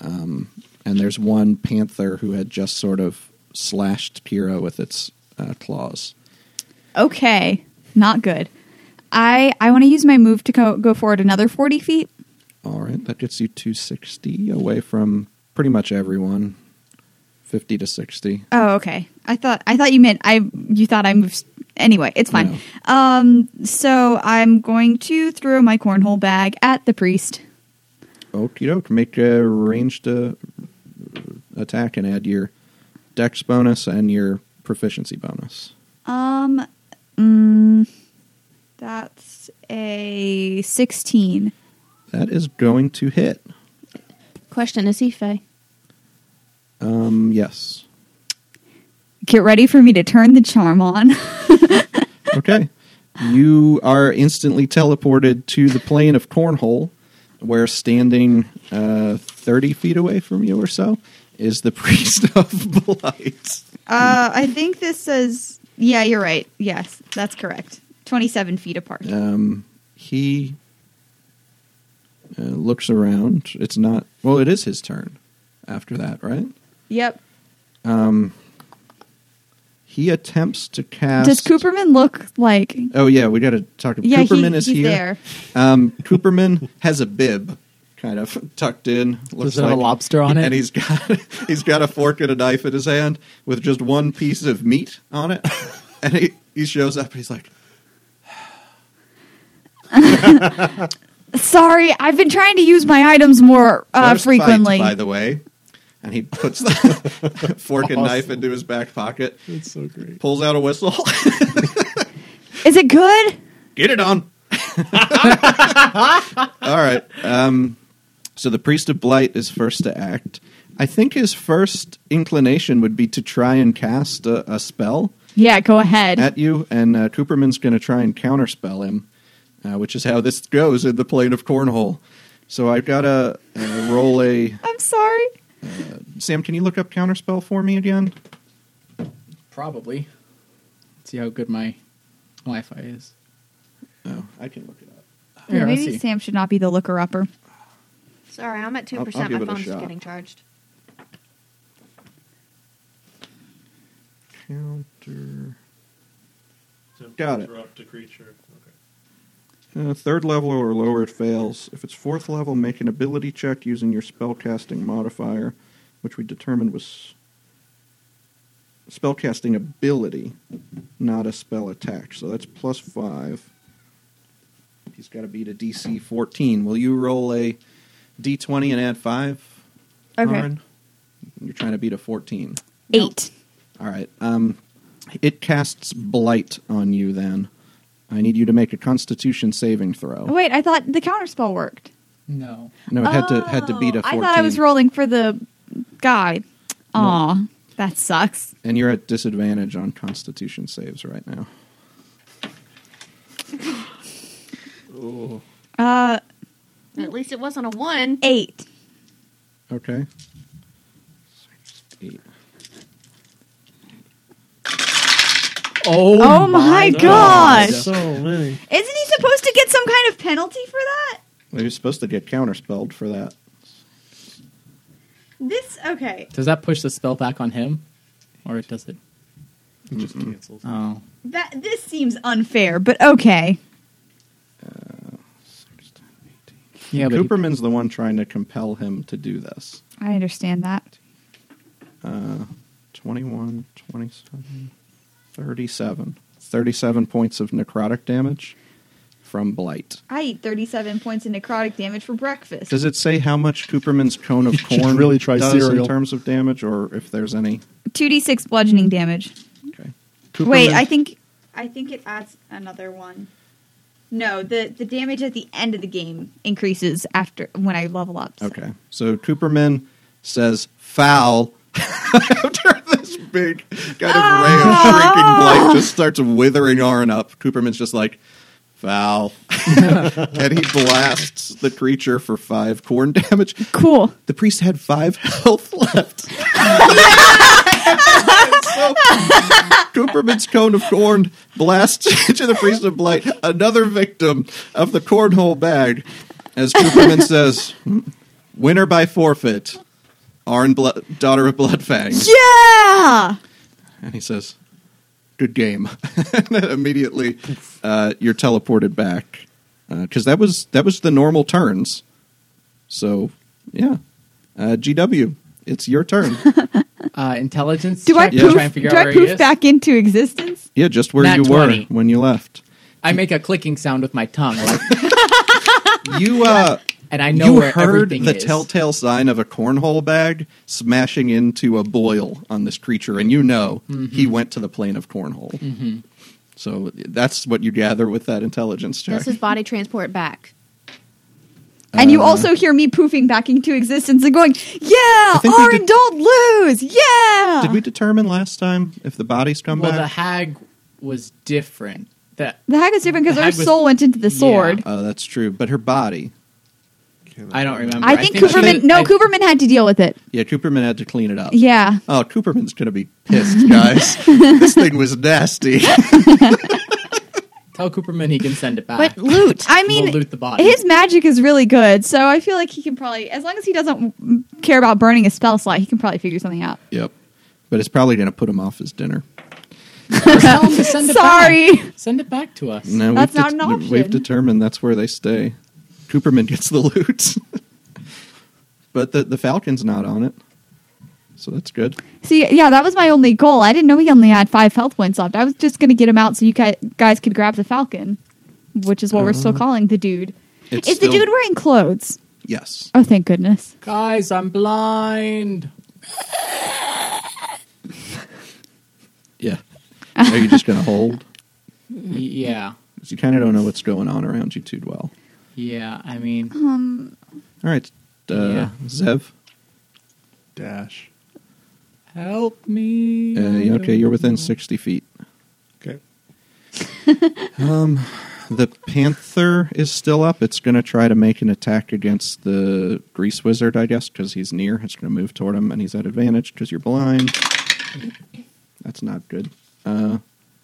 Speaker 2: Um, and there's one panther who had just sort of slashed Kira with its uh, claws.
Speaker 4: Okay. Not good. I I want to use my move to go, go forward another 40 feet.
Speaker 2: All right, that gets you 260 away from pretty much everyone. 50 to 60.
Speaker 4: Oh, okay. I thought I thought you meant I you thought I moved anyway, it's fine. Um so I'm going to throw my cornhole bag at the priest.
Speaker 2: Okie doke. Make a ranged uh, attack and add your dex bonus and your proficiency bonus.
Speaker 4: Um mm, that's a 16.
Speaker 2: That is going to hit.
Speaker 1: Question is he Faye?
Speaker 2: Um, yes.
Speaker 4: Get ready for me to turn the charm on.
Speaker 2: Okay. you are instantly teleported to the plane of Cornhole, where standing uh, 30 feet away from you or so is the Priest of Blight.
Speaker 4: Uh, I think this says. Yeah, you're right. Yes, that's correct. 27 feet apart.
Speaker 2: Um, he uh, looks around. It's not. Well, it is his turn after that, right?
Speaker 4: Yep.
Speaker 2: He attempts to cast.
Speaker 4: Does Cooperman look like.
Speaker 2: Oh, yeah, we got to talk.
Speaker 4: Yeah, he-
Speaker 2: Cooperman is
Speaker 4: he's
Speaker 2: here.
Speaker 4: there.
Speaker 2: Um, Cooperman has a bib kind of tucked in. Looks
Speaker 5: it have
Speaker 2: like
Speaker 5: a lobster on it?
Speaker 2: And he's got he's got a fork and a knife in his hand with just one piece of meat on it. And he, he shows up and he's like,
Speaker 4: Sorry, I've been trying to use my items more uh,
Speaker 2: "First bite,
Speaker 4: frequently.
Speaker 2: by the way, and he puts the fork and knife
Speaker 3: Awesome.
Speaker 2: into his back pocket,
Speaker 3: It's so great.
Speaker 2: pulls out a whistle.
Speaker 7: Is it good?
Speaker 2: Get it on. All right. Um, so the priest of blight is first to act. I think his first inclination would be to try and cast a, a spell
Speaker 1: Yeah, go ahead.
Speaker 2: at you, and uh, Cooperman's going to try and counterspell him, uh, which is how this goes in the plane of cornhole. So I've got to uh, roll a.
Speaker 7: I'm sorry.
Speaker 2: Sam, can you look up counterspell for me again?
Speaker 5: Probably. Let's see how good my Wi-Fi is.
Speaker 2: Oh, I can look it up.
Speaker 5: Here, let's
Speaker 4: Maybe
Speaker 5: see.
Speaker 4: Sam should not be the looker upper.
Speaker 1: Sorry, I'm at two
Speaker 2: I'll- I'll
Speaker 1: percent.
Speaker 2: give
Speaker 1: My
Speaker 2: it a
Speaker 1: phone's
Speaker 2: shot.
Speaker 1: getting charged.
Speaker 2: Counter.
Speaker 8: So
Speaker 2: Got it.
Speaker 8: interrupt a creature. Okay.
Speaker 2: Uh, third level or lower, it fails. If it's fourth level, make an ability check using your spellcasting modifier, which we determined was spellcasting ability, not a spell attack. So that's plus five. He's got to beat a DC 14. Will you roll a D20 and add five?
Speaker 7: Okay.
Speaker 2: Lauren? You're trying to beat a 14.
Speaker 7: Eight.
Speaker 2: All right. Um, it casts blight on you. Then I need you to make a Constitution saving throw.
Speaker 4: Oh, wait, I thought the counter spell worked.
Speaker 5: No.
Speaker 2: No, it had to had to beat a
Speaker 4: oh, I
Speaker 2: fourteen.
Speaker 4: thought I was rolling for the guy. Aw, that sucks.
Speaker 2: And you're at disadvantage on Constitution saves right now.
Speaker 4: Uh,
Speaker 1: At least it wasn't a one.
Speaker 7: Eight.
Speaker 2: Okay. Eight.
Speaker 5: Oh,
Speaker 4: oh my gosh.
Speaker 8: So many.
Speaker 7: Isn't he supposed to get some kind of penalty for that?
Speaker 2: Well, you're supposed to get counterspelled for that.
Speaker 7: This okay.
Speaker 5: Does that push the spell back on him, or does it?
Speaker 3: It just cancels.
Speaker 5: Oh,
Speaker 7: That this seems unfair.
Speaker 4: fair, but okay.
Speaker 5: yeah. But he-
Speaker 2: Cooperman's the one trying to compel him to do this.
Speaker 4: I understand that.
Speaker 2: 21, 27, 37. 37 points of necrotic damage from blight.
Speaker 7: I eat 37 points of necrotic damage for breakfast.
Speaker 2: Does it say how much Cooperman's cone of
Speaker 3: You should
Speaker 2: corn
Speaker 3: really try
Speaker 2: does in
Speaker 3: cereal.
Speaker 2: terms of damage, or if there's any?
Speaker 4: 2d6 bludgeoning damage.
Speaker 2: Okay.
Speaker 4: Wait, I think
Speaker 7: I think it adds another one. No, the the damage at the end of the game.
Speaker 4: increases after when I level up. so-
Speaker 2: Okay. So Cooperman says foul after this big kind of ray of shrinking blight just starts withering Arn up. Cooperman's just like foul. and he blasts the creature for five corn damage.
Speaker 4: Cool.
Speaker 2: The priest had five health left. so, Cooperman's cone of corn blasts into the priest of blight, another victim of the cornhole bag. As Cooperman says, "Hmm, winner by forfeit, Arn, Blo- daughter of Bloodfang.
Speaker 4: Yeah.
Speaker 2: And he says, good game. and then immediately uh, you're teleported back. Because that was that was the normal turns. So, yeah. Uh, GW, it's your turn.
Speaker 5: uh, intelligence.
Speaker 4: Do I
Speaker 5: check to
Speaker 4: poof?
Speaker 5: try and figure
Speaker 4: do
Speaker 5: out
Speaker 4: I
Speaker 5: where he
Speaker 4: poof
Speaker 5: is?
Speaker 4: back into existence?
Speaker 2: yeah, just where
Speaker 5: Nat
Speaker 2: you
Speaker 5: 20.
Speaker 2: were when you left.
Speaker 5: I make a clicking sound with my tongue, like,
Speaker 2: You uh,
Speaker 5: and I know
Speaker 2: you
Speaker 5: where
Speaker 2: heard
Speaker 5: everything
Speaker 2: the
Speaker 5: is.
Speaker 2: telltale sign of a cornhole bag smashing into a boil on this creature, and you know he
Speaker 5: Mm-hmm.
Speaker 2: went to the plane of cornhole. So that's what you gather with that intelligence check.
Speaker 1: That's his body transport back.
Speaker 4: And
Speaker 5: Uh,
Speaker 4: you also hear me poofing back into existence and going, "Yeah,
Speaker 2: think we
Speaker 4: Orin,
Speaker 2: did-
Speaker 4: don't lose. Yeah."
Speaker 2: Did we determine last time if the bodies come
Speaker 5: Well, the
Speaker 2: back?
Speaker 5: hag was different. That
Speaker 4: the hag is different because
Speaker 5: The
Speaker 4: her
Speaker 5: hag was-
Speaker 4: soul went into the
Speaker 5: Yeah.
Speaker 4: sword.
Speaker 2: oh, that's true. But her body.
Speaker 5: I don't remember.
Speaker 4: I think
Speaker 5: she-
Speaker 4: Cooperman. No,
Speaker 5: I-
Speaker 4: Cooperman had to deal with it.
Speaker 2: Yeah, Cooperman had to clean it up.
Speaker 4: Yeah.
Speaker 2: Oh, Cooperman's going to be pissed, guys. this thing was nasty.
Speaker 5: Tell Cooperman he can send it back.
Speaker 1: But loot.
Speaker 4: I mean,
Speaker 5: we'll loot the body.
Speaker 4: His magic is really good, so I feel like he can probably, as long as he doesn't mm, care about burning a spell slot, he can probably figure something out.
Speaker 2: yep. But it's probably going to put him off his dinner.
Speaker 5: Tell him to send it
Speaker 4: Sorry.
Speaker 5: back. Send it back to us.
Speaker 2: No,
Speaker 4: That's
Speaker 2: we've
Speaker 4: not an option.
Speaker 2: We've determined that's where they stay. Cooperman gets the loot, but the the Falcon's not on it, so that's good.
Speaker 4: See, yeah, that was my only goal. I didn't know he only had five health points left. I was just going to get him out so you guy- guys could grab the falcon, which is what we're still calling the dude.
Speaker 2: Uh-huh. It's
Speaker 4: is
Speaker 2: still-
Speaker 4: the dude wearing clothes?
Speaker 2: Yes,
Speaker 4: Oh, thank goodness.
Speaker 5: Guys, I'm blind.
Speaker 2: Yeah. Are you just going to hold?
Speaker 5: yeah,
Speaker 2: 'Cause you kind of don't know what's going on around you too well.
Speaker 5: yeah. I mean,
Speaker 4: Um,
Speaker 2: All right, uh,
Speaker 5: Yeah.
Speaker 2: Zev.
Speaker 3: Dash.
Speaker 5: help me.
Speaker 2: Uh,
Speaker 5: I
Speaker 2: yeah, okay,
Speaker 5: don't
Speaker 2: you're within
Speaker 5: know.
Speaker 2: sixty feet.
Speaker 3: Okay.
Speaker 2: Um, the panther is still up. It's going to try to make an attack against the grease wizard, I guess, because he's near. It's going to move toward him, and he's at advantage because you're blind. That's not good. Uh,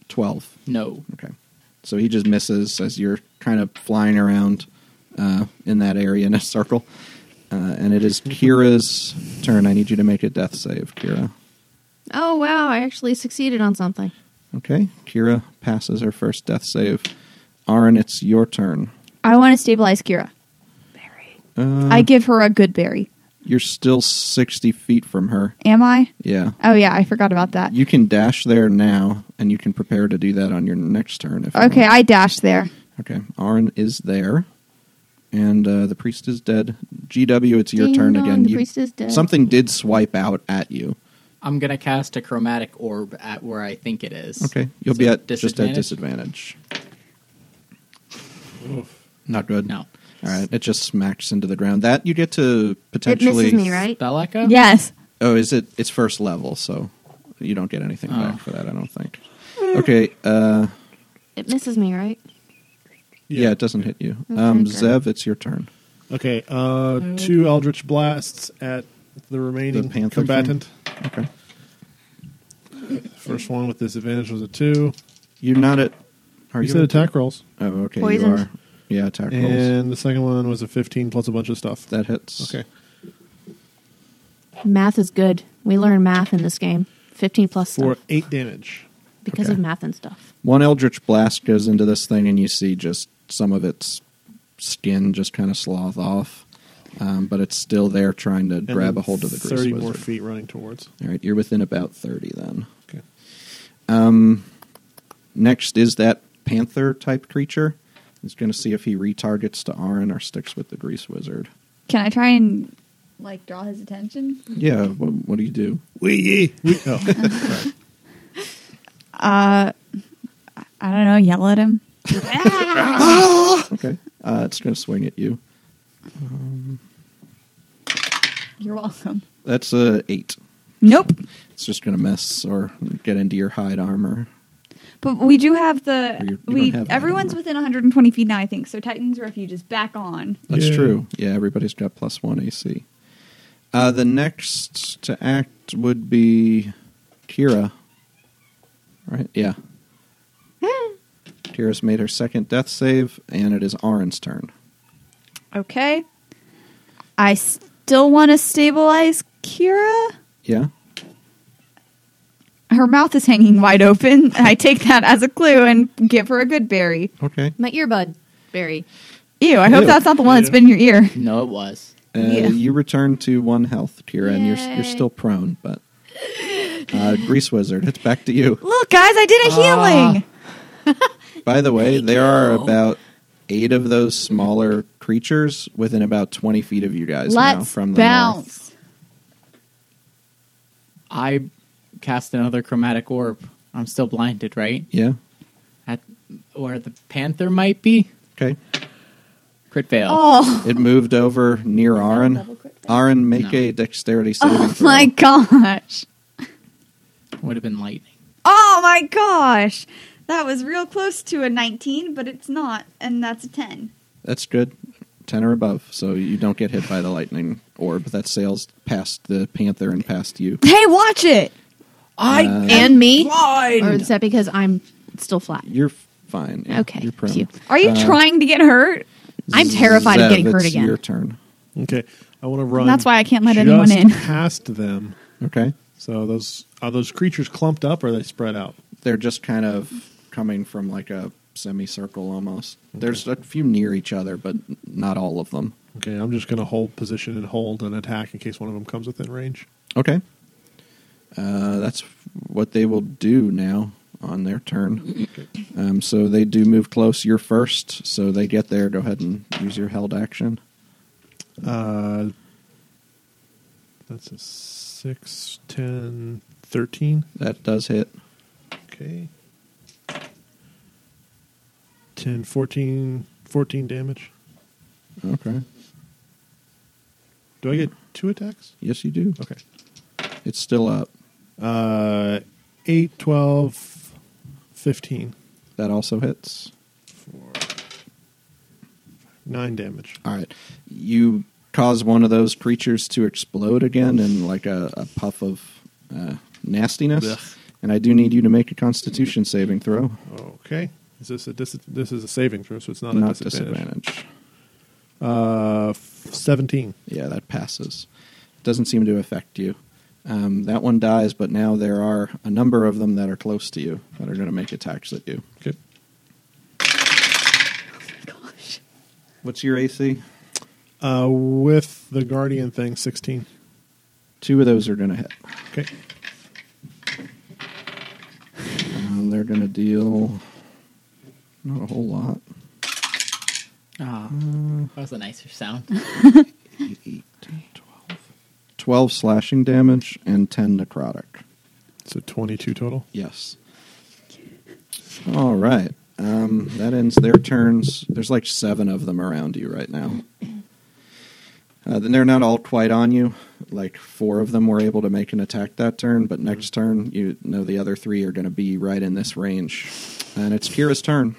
Speaker 2: twelve.
Speaker 5: No.
Speaker 2: Okay. So he just misses as you're kind of flying around uh, in that area in a circle. Uh, and it is Kira's turn. I need you to make a death save, Kira.
Speaker 1: Oh wow! I actually succeeded on something.
Speaker 2: Okay. Kira passes her first death save. Aaron, it's your turn.
Speaker 4: I want to stabilize Kira.
Speaker 2: Uh,
Speaker 4: I give her a good berry.
Speaker 2: You're still 60 feet from her.
Speaker 4: Am I?
Speaker 2: Yeah.
Speaker 1: Uh,
Speaker 4: Oh yeah, I forgot about that.
Speaker 2: You can dash there now, and you can prepare to do that on your next turn. If you
Speaker 4: okay,
Speaker 2: want.
Speaker 4: I dashed there.
Speaker 2: Okay. Aaron is there, and uh, the priest is dead. GW, it's your
Speaker 1: Ding
Speaker 2: turn
Speaker 1: dong,
Speaker 2: again.
Speaker 1: the
Speaker 2: You-
Speaker 1: priest is dead.
Speaker 2: Something did swipe out at you.
Speaker 5: I'm gonna cast a chromatic orb at where I think it is.
Speaker 2: Okay. You'll
Speaker 5: So
Speaker 2: be at just at
Speaker 5: disadvantage?
Speaker 2: disadvantage. Not good.
Speaker 5: No.
Speaker 2: All right. It just smacks into the ground. That you get to potentially.
Speaker 1: It misses me, right?
Speaker 5: Spell echo.
Speaker 4: Yes.
Speaker 2: Oh, is it? It's first level, so you don't get anything
Speaker 5: Oh.
Speaker 2: back for that. I don't think. Okay. Uh,
Speaker 1: It misses me, right?
Speaker 2: yeah. it doesn't hit you.
Speaker 1: Okay,
Speaker 2: um,
Speaker 1: good.
Speaker 2: Zev, it's your turn.
Speaker 3: Okay. Uh, two Eldritch Blasts at the remaining
Speaker 2: The panther thing?
Speaker 3: combatant.
Speaker 2: Okay.
Speaker 3: First one with disadvantage was a two.
Speaker 2: You're not at. Are
Speaker 3: You said
Speaker 2: at-
Speaker 3: attack rolls.
Speaker 2: Oh, okay. You
Speaker 1: Poisoned.
Speaker 2: are. Yeah, attack rolls.
Speaker 3: And the second one was a 15 plus a bunch of stuff.
Speaker 2: That hits.
Speaker 3: Okay.
Speaker 1: Math is good. We learn math in this game. Fifteen plus
Speaker 3: For
Speaker 1: stuff
Speaker 3: eight damage.
Speaker 1: because
Speaker 2: okay.
Speaker 1: of math and stuff.
Speaker 2: One Eldritch Blast goes into this thing, and you see just some of its skin just kind of sloth off, um, but it's still there trying to
Speaker 3: And
Speaker 2: grab
Speaker 3: then
Speaker 2: a hold of the grease
Speaker 3: 30
Speaker 2: wizard.
Speaker 3: more feet running towards.
Speaker 2: All right, you're within about thirty then.
Speaker 3: Okay.
Speaker 2: Next is that panther type creature. He's going to see if he retargets to Aaron or sticks with the grease wizard.
Speaker 4: Can I try and
Speaker 7: Like draw his attention.
Speaker 2: Yeah, what, what do you do?
Speaker 3: We- oh,
Speaker 4: I Uh, don't know yell at him?
Speaker 2: Okay, uh, it's going to swing at you.
Speaker 4: You're welcome.
Speaker 2: That's a eight.
Speaker 4: Nope.
Speaker 2: It's just going to miss or get into your hide armor.
Speaker 6: But we do have
Speaker 2: You- you
Speaker 6: the
Speaker 2: don't
Speaker 6: we
Speaker 2: have that
Speaker 6: everyone's
Speaker 2: anymore.
Speaker 6: within 120 feet now. I think so. Titan's refuge is back on.
Speaker 2: That's
Speaker 3: Yeah.
Speaker 2: true. Yeah, everybody's got plus one AC. Uh, the next to act would be Kira. Right? Yeah.
Speaker 1: Hmm.
Speaker 2: Kira's made her second death save, and it is Aaron's turn.
Speaker 4: Okay. I still want to stabilize Kira.
Speaker 2: Yeah?
Speaker 4: Her mouth is hanging wide open. I take that as a clue and give her a good berry.
Speaker 2: Okay.
Speaker 1: My earbud, Barry.
Speaker 4: Ew, I hope
Speaker 2: Ew.
Speaker 4: that's not the one that's been in your ear.
Speaker 5: No, it was.
Speaker 2: Uh,
Speaker 4: Yeah.
Speaker 2: You return to one health, Kira, and you're
Speaker 1: Yay.
Speaker 2: you're still prone, but uh, Grease Wizard, it's back to you.
Speaker 4: Look, guys, I
Speaker 2: Ah,
Speaker 4: did a healing.
Speaker 2: By the way, there are about eight of those smaller creatures within about twenty feet of you guys now
Speaker 1: Let's
Speaker 2: from the north.
Speaker 1: bounce.
Speaker 5: I cast another chromatic orb. I'm still blinded, right?
Speaker 2: Yeah.
Speaker 5: At where the panther might be.
Speaker 2: Okay.
Speaker 5: Crit fail.
Speaker 4: Oh
Speaker 2: It moved over near Aaron. Aaron, make
Speaker 5: No.
Speaker 2: a dexterity
Speaker 1: Oh
Speaker 2: saving throw.
Speaker 4: Oh my gosh.
Speaker 5: Would have been lightning.
Speaker 6: Oh my gosh, that was real close to a 19, but it's not, and that's a 10.
Speaker 2: That's good. Ten or above, so you don't get hit by the lightning orb that sails past the panther and past you.
Speaker 4: Hey, watch it.
Speaker 5: I
Speaker 2: Uh,
Speaker 1: and me. Or is that because I'm still flat?
Speaker 2: You're fine. Yeah,
Speaker 1: Okay,
Speaker 2: You're prone.
Speaker 1: phew.
Speaker 4: Are you trying to get hurt?
Speaker 1: I'm terrified
Speaker 2: Zev,
Speaker 1: of getting hurt
Speaker 2: it's
Speaker 1: again.
Speaker 2: Your turn.
Speaker 3: okay. I want to run.
Speaker 4: That's why I can't let
Speaker 3: just
Speaker 4: anyone in.
Speaker 3: past them.
Speaker 2: Okay.
Speaker 3: So those are those creatures clumped up or are they spread out?
Speaker 2: They're just kind of coming from like a semicircle almost. There's a few near each other, but not all of them.
Speaker 3: Okay, I'm just going to hold position and hold an attack in case one of them comes within range.
Speaker 2: Okay. Uh, that's what they will do now on their turn. Um, so they do move close. You're first, so they get there. Go ahead and use your held action.
Speaker 3: Uh, that's a 6, 10, 13.
Speaker 2: That does hit.
Speaker 3: Okay. 10, 14, 14 damage.
Speaker 2: Okay.
Speaker 3: Do I get two attacks?
Speaker 2: Yes, you do.
Speaker 3: Okay.
Speaker 2: It's still up.
Speaker 3: Uh, 8, 12, 15.
Speaker 2: That also hits.
Speaker 3: Four, nine damage.
Speaker 2: All right. You cause one of those creatures to explode again in like a, a puff of uh, nastiness.
Speaker 3: Blech.
Speaker 2: And I do need you to make a constitution saving throw,
Speaker 3: Okay. Is this a dis- this is a saving throw, so it's not,
Speaker 2: not
Speaker 3: a disadvantage.
Speaker 2: disadvantage.
Speaker 3: Uh, f- 17.
Speaker 2: Yeah, that passes. Doesn't seem to affect you. Um, that one dies, but now there are a number of them that are close to you that are going to make attacks at you.
Speaker 3: Okay.
Speaker 2: What's your AC?
Speaker 3: Uh, with the guardian thing, 16.
Speaker 2: Two of those are going to hit.
Speaker 3: Okay.
Speaker 2: Um, they're going to deal not a whole lot.
Speaker 5: Ah,
Speaker 2: Mm.
Speaker 5: that was a nicer sound.
Speaker 2: 8, 12. 12 slashing damage and 10 necrotic.
Speaker 3: So 22 total.
Speaker 2: Yes. All right. Um, that ends their turns. There's like seven of them around you right now. Uh, then they're not all quite on you. Like four of them were able to make an attack that turn, but next turn, you know the other three are going to be right in this range. And it's Kira's turn.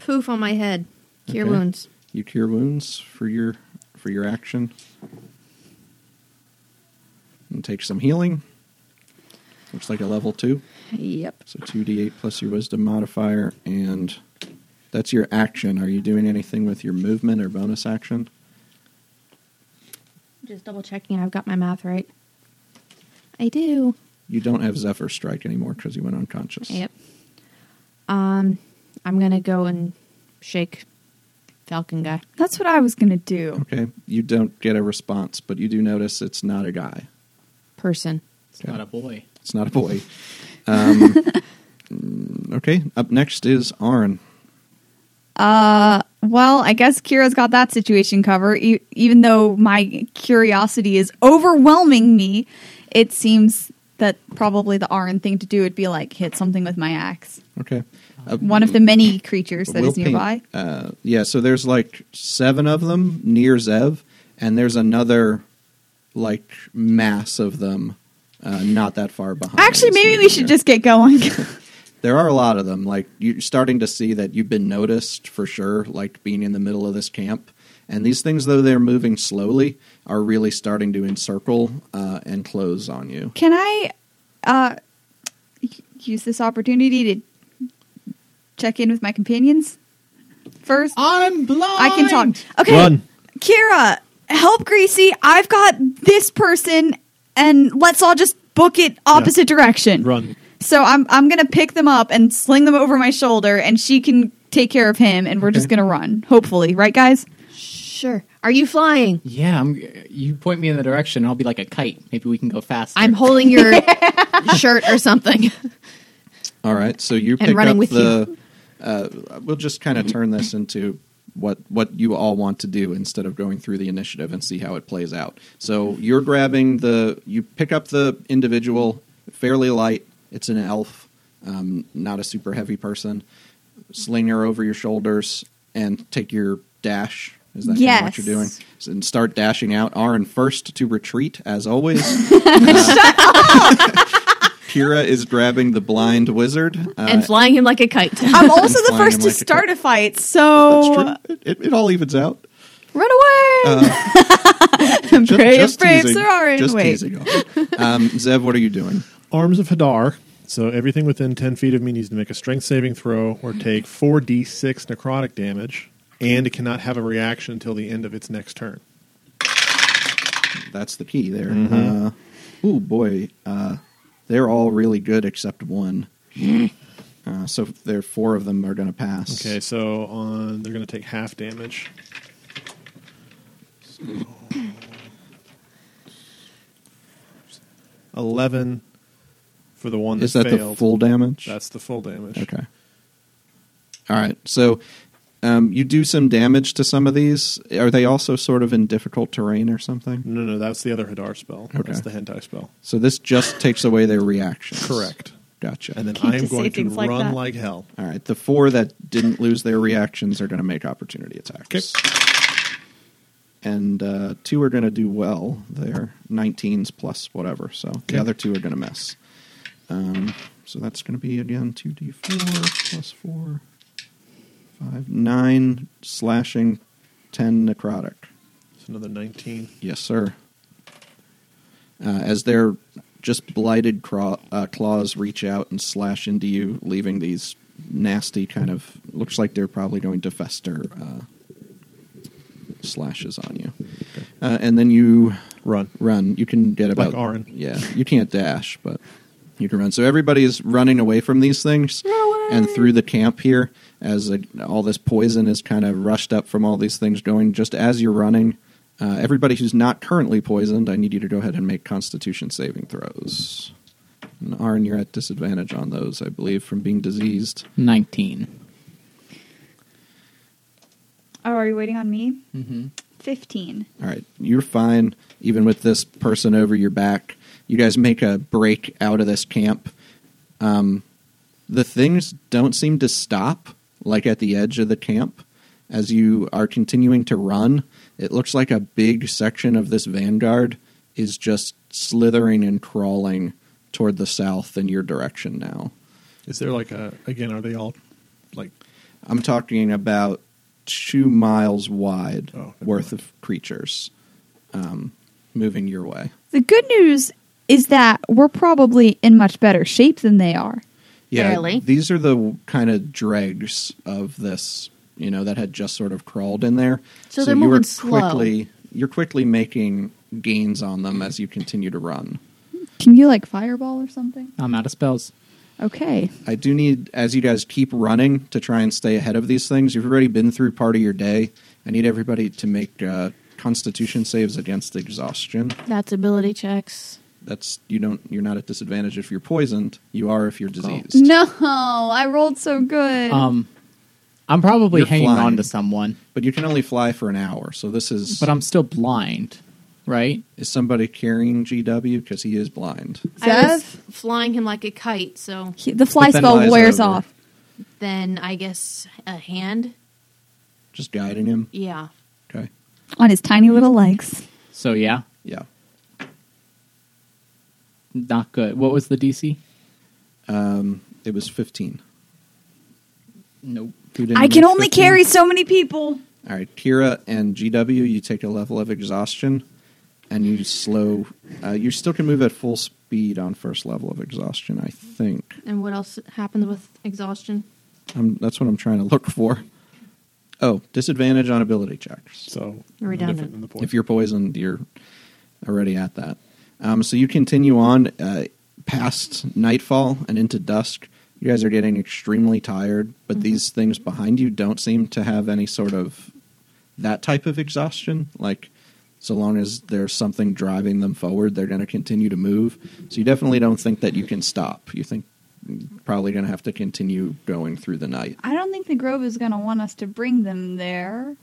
Speaker 1: Poof on my head. Cure
Speaker 2: Okay.
Speaker 1: wounds.
Speaker 2: You cure wounds for your for your action, and take some healing. Looks like a level two.
Speaker 1: Yep.
Speaker 2: So 2d8 plus your wisdom modifier, and that's your action. Are you doing anything with your movement or bonus action?
Speaker 1: Just double checking I've got my math right. I do.
Speaker 2: You don't have Zephyr Strike anymore because you went unconscious.
Speaker 1: Yep. Um, I'm gonna go and shake Falcon guy.
Speaker 4: That's what I was gonna do.
Speaker 2: Okay. You don't get a response, but you do notice it's not a guy.
Speaker 1: Person.
Speaker 5: It's not a boy.
Speaker 2: It's not a boy. Um, mm, okay. Up next is Arn.
Speaker 4: Well, I guess Kira's got that situation covered. E- even though my curiosity is overwhelming me, it seems that probably the Arn thing to do would be like hit something with my axe.
Speaker 2: Okay. Up-
Speaker 4: One of the many creatures that is
Speaker 2: Will Payne.
Speaker 4: nearby.
Speaker 2: Uh, yeah, so there's like seven of them near Zev, and there's another like mass of them uh, not that far behind.
Speaker 4: Actually,
Speaker 2: It's
Speaker 4: maybe
Speaker 2: near
Speaker 4: we should
Speaker 2: there.
Speaker 4: just get going.
Speaker 2: There are a lot of them. Like you're starting to see that you've been noticed for sure. Like being in the middle of this camp, and these things, though they're moving slowly, are really starting to encircle uh, and close on you.
Speaker 4: Can I uh, y- use this opportunity to check in with my companions first?
Speaker 5: I'm blind.
Speaker 4: I can talk. Okay.
Speaker 3: Run.
Speaker 4: Kira, help Greasy. I've got this person, and let's all just book it opposite direction.
Speaker 3: Run.
Speaker 4: So I'm I'm gonna pick them up and sling them over my shoulder, and she can take care of him, and we're just gonna run. Hopefully, right, guys?
Speaker 1: Sure. Are you flying?
Speaker 5: Yeah, I'm, you point me in the direction. I'll be like a kite. Maybe we can go faster.
Speaker 1: I'm holding your shirt or something.
Speaker 2: All right, so you
Speaker 1: And
Speaker 2: pick
Speaker 1: running
Speaker 2: up
Speaker 1: with
Speaker 2: the. Uh, we'll just kind of turn this into what what you all want to do instead of going through the initiative and see how it plays out. So you're grabbing the. You pick up the individual, fairly light. It's an elf, um, not a super heavy person. Sling her over your shoulders and take your dash. Is that kinda what
Speaker 4: Yes.
Speaker 2: you're doing? And start dashing out. Aaron first to retreat, as always. Kira is grabbing the blind wizard uh,
Speaker 1: and flying him like a kite.
Speaker 4: I'm also the
Speaker 2: flying
Speaker 4: first
Speaker 2: him
Speaker 4: to
Speaker 2: like a
Speaker 4: start
Speaker 2: kite.
Speaker 4: a fight, so
Speaker 2: That's true. It, it, it all evens out.
Speaker 4: run away.
Speaker 2: Just,
Speaker 4: brave,
Speaker 2: just
Speaker 4: brave
Speaker 2: teasing.
Speaker 4: Sir Orin,
Speaker 2: Just
Speaker 4: wait.
Speaker 2: teasing. Um, Zev, what are you doing?
Speaker 3: Arms of Hadar. So everything within 10 feet of me needs to make a strength saving throw or take 4d6 necrotic damage, and it cannot have a reaction until the end of its next turn.
Speaker 2: That's the key there.
Speaker 3: Mm-hmm.
Speaker 2: Uh, oh boy, uh, they're all really good except one. uh, so there, four of them are going to pass.
Speaker 3: Okay, so on they're going to take half damage. So- Eleven for the one that
Speaker 2: is that
Speaker 3: failed.
Speaker 2: the full damage?
Speaker 3: That's the full damage.
Speaker 2: Okay. All right. So Um, you do some damage to some of these. Are they also sort of in difficult terrain or something?
Speaker 3: No, no, that's the other Hadar spell. That's the
Speaker 2: Okay.
Speaker 3: hentai spell.
Speaker 2: So this just takes away their reactions. Gotcha.
Speaker 3: And then
Speaker 4: Can't
Speaker 3: I am
Speaker 4: just say
Speaker 3: going to
Speaker 4: things like
Speaker 3: run
Speaker 4: that.
Speaker 3: like hell.
Speaker 2: All right, the four that didn't lose their reactions are going to make opportunity attacks. And uh, two are going to do well. They're 19s plus whatever. So
Speaker 3: Okay.
Speaker 2: the other two are going to miss. Um, so that's going to be, again, 2d4 plus 4, 5, 9 slashing, 10 necrotic.
Speaker 3: It's another 19.
Speaker 2: Yes, sir. Uh, as their just blighted craw- uh, claws reach out and slash into you, leaving these nasty kind of looks like they're probably going to fester uh, slashes on you. Uh, and then you
Speaker 3: Run.
Speaker 2: run. You can get about
Speaker 3: Arryn.
Speaker 2: Yeah, you can't dash, but you can run. So everybody is running away from these things and through the camp here as uh all this poison is kind of rushed up from all these things going. Just as you're running, uh, everybody who's not currently poisoned, I need you to go ahead and make Constitution saving throws. And Arn, you're at disadvantage on those, I believe, from being diseased.
Speaker 5: 19.
Speaker 7: Oh, are you waiting on me?
Speaker 5: Mhm.
Speaker 7: 15.
Speaker 2: All right, you're fine, even with this person over your back. You guys make a break out of this camp. Um, the things don't seem to stop, like at the edge of the camp. As you are continuing to run, it looks like a big section of this vanguard is just slithering and crawling toward the south in your direction now.
Speaker 3: Is there like a, again, are they all like,
Speaker 2: I'm talking about two miles wide
Speaker 3: Oh, never
Speaker 2: worth
Speaker 3: mind.
Speaker 2: of creatures um, moving your way.
Speaker 6: The good news is that we're probably in much better shape than they are.
Speaker 2: Yeah,
Speaker 1: Barely.
Speaker 2: these are the kind of dregs of this, you know, that had just sort of crawled in there.
Speaker 1: So they're
Speaker 2: you
Speaker 1: moving
Speaker 2: were
Speaker 1: slow.
Speaker 2: quickly. You're quickly making gains on them as you continue to run.
Speaker 6: Can you like fireball or something?
Speaker 5: I'm out of spells.
Speaker 6: Okay.
Speaker 2: I do need, as you guys keep running, to try and stay ahead of these things. You've already been through part of your day. I need everybody to make uh, Constitution saves against exhaustion.
Speaker 1: That's ability checks.
Speaker 2: That's you don't. You're not at disadvantage if you're poisoned. You are if you're
Speaker 1: Oh.
Speaker 2: diseased.
Speaker 6: No, I rolled so good.
Speaker 5: Um, I'm probably
Speaker 2: You're
Speaker 5: hanging
Speaker 2: flying.
Speaker 5: on to someone,
Speaker 2: But you can only fly for an hour. So this is.
Speaker 5: but I'm still blind, right?
Speaker 2: Is somebody carrying GW because he is blind?
Speaker 6: Zev?
Speaker 1: I was flying him like a kite, so
Speaker 6: He- the fly
Speaker 2: But then
Speaker 6: spell
Speaker 2: lies
Speaker 6: wears
Speaker 2: over.
Speaker 6: off.
Speaker 1: then I guess a hand.
Speaker 2: Just guiding him.
Speaker 1: Yeah.
Speaker 2: Okay.
Speaker 6: on his tiny little
Speaker 5: Mm-hmm.
Speaker 6: legs.
Speaker 5: So yeah,
Speaker 2: Yeah.
Speaker 5: not good. What was the DC?
Speaker 2: Um, it was fifteen.
Speaker 5: Nope.
Speaker 2: Who didn't
Speaker 6: I can
Speaker 2: make
Speaker 6: only
Speaker 2: 15?
Speaker 6: carry so many people.
Speaker 2: All right, Kira and GW, you take a level of exhaustion, and you slow. Uh, you still can move at full speed on first level of exhaustion, I think.
Speaker 1: And what else happens with exhaustion?
Speaker 2: Um that's what I'm trying to look for. Oh, disadvantage on ability checks.
Speaker 3: so
Speaker 1: Redundant.
Speaker 3: different than the point.
Speaker 2: If you're poisoned, you're already at that. Um, so you continue on uh, past nightfall and into dusk. You guys are getting extremely tired, but
Speaker 1: Mm-hmm.
Speaker 2: these things behind you don't seem to have any sort of that type of exhaustion. Like, so long as there's something driving them forward, they're going to continue to move. So you definitely don't think that you can stop. You think you're probably going to have to continue going through the night.
Speaker 7: I don't think the Grove is going to want us to bring them there.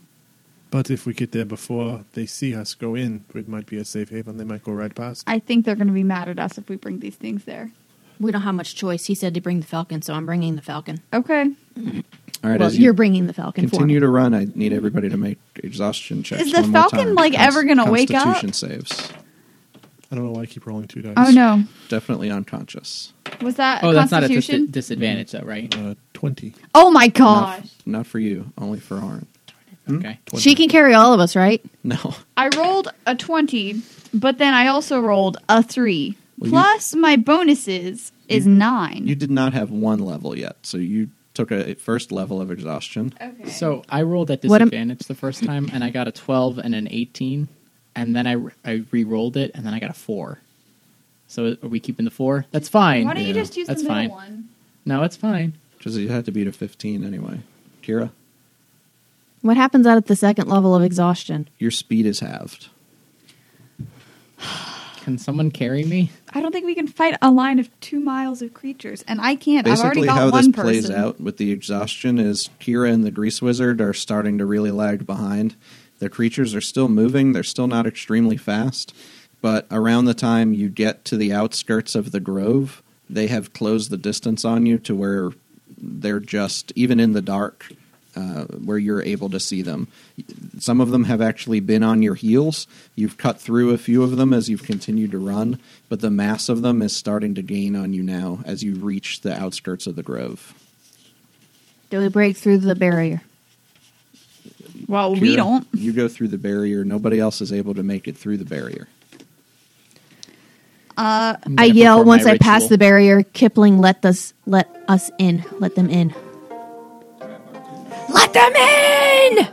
Speaker 3: But if we get there before they see us go in, it might be a safe haven. They might go right past.
Speaker 7: I think they're going to be mad at us if we bring these things there.
Speaker 1: We don't have much choice. He said to bring the falcon, so I'm bringing the falcon.
Speaker 7: Okay.
Speaker 2: All right,
Speaker 1: well,
Speaker 2: as you
Speaker 1: you're bringing the falcon. for
Speaker 2: continue
Speaker 1: me.
Speaker 2: to run. I need everybody to make exhaustion checks.
Speaker 7: Is the
Speaker 2: one more
Speaker 7: Falcon,
Speaker 2: time.
Speaker 7: like, ever gonna wake up?
Speaker 2: Constitution saves.
Speaker 3: I don't know why I keep rolling two dice.
Speaker 7: Oh, no.
Speaker 2: Definitely unconscious.
Speaker 7: Was that
Speaker 5: Oh,
Speaker 7: a
Speaker 5: that's not a dis-
Speaker 7: Constitution?
Speaker 5: disadvantage, though, right?
Speaker 3: Uh, 20.
Speaker 6: Oh my
Speaker 2: Not-
Speaker 6: gosh.
Speaker 2: Not, for you, only for Arn.
Speaker 5: Okay.
Speaker 1: She can carry all of us, right?
Speaker 2: No.
Speaker 7: I rolled a 20, but then I also rolled a 3.
Speaker 2: Well, you-
Speaker 7: Plus, my bonuses is 9.
Speaker 2: You did not have one level yet, so you took a first level of exhaustion.
Speaker 7: okay.
Speaker 5: So I rolled at
Speaker 1: What am-
Speaker 5: disadvantage the first time, and I got a 12 and an 18, and then I, re- I re-rolled it, and then I got a four. So are we keeping the four? That's fine.
Speaker 7: Why don't you
Speaker 2: Yeah,
Speaker 7: just use
Speaker 5: that's
Speaker 7: the middle
Speaker 5: fine.
Speaker 7: one?
Speaker 5: No, it's fine.
Speaker 2: Because you had to beat a 15 anyway. Kira,
Speaker 1: What happens out at the second level of exhaustion?
Speaker 2: your speed is halved.
Speaker 5: Can someone carry me?
Speaker 4: I don't think we can fight a line of two miles of creatures, and I can't. I've already
Speaker 2: Basically,
Speaker 4: got
Speaker 2: how
Speaker 4: one
Speaker 2: this
Speaker 4: person.
Speaker 2: plays out with the exhaustion is Kira and the Grease Wizard are starting to really lag behind. The creatures are still moving, they're still not extremely fast, but around the time you get to the outskirts of the grove, they have closed the distance on you to where they're just, even in the dark, uh, where you're able to see them. Some of them have actually been on your heels. You've cut through a few of them as you've continued to run, but the mass of them is starting to gain on you now as you reach the outskirts of the grove.
Speaker 1: Do we break through the barrier?
Speaker 4: Well, we
Speaker 2: Kira,
Speaker 4: don't.
Speaker 2: You go through the barrier. Nobody else is able to make it through the barrier.
Speaker 1: I yell
Speaker 5: Before
Speaker 1: once
Speaker 5: my
Speaker 1: I pass
Speaker 5: ritual.
Speaker 1: the barrier. Kipling, let us let us in. Let them in. Let them in.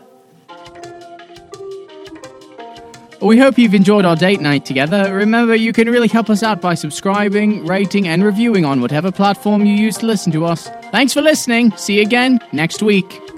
Speaker 5: We hope you've enjoyed our date night together. Remember, you can really help us out by subscribing, rating, and reviewing on whatever platform you use to listen to us. Thanks for listening. See you again next week.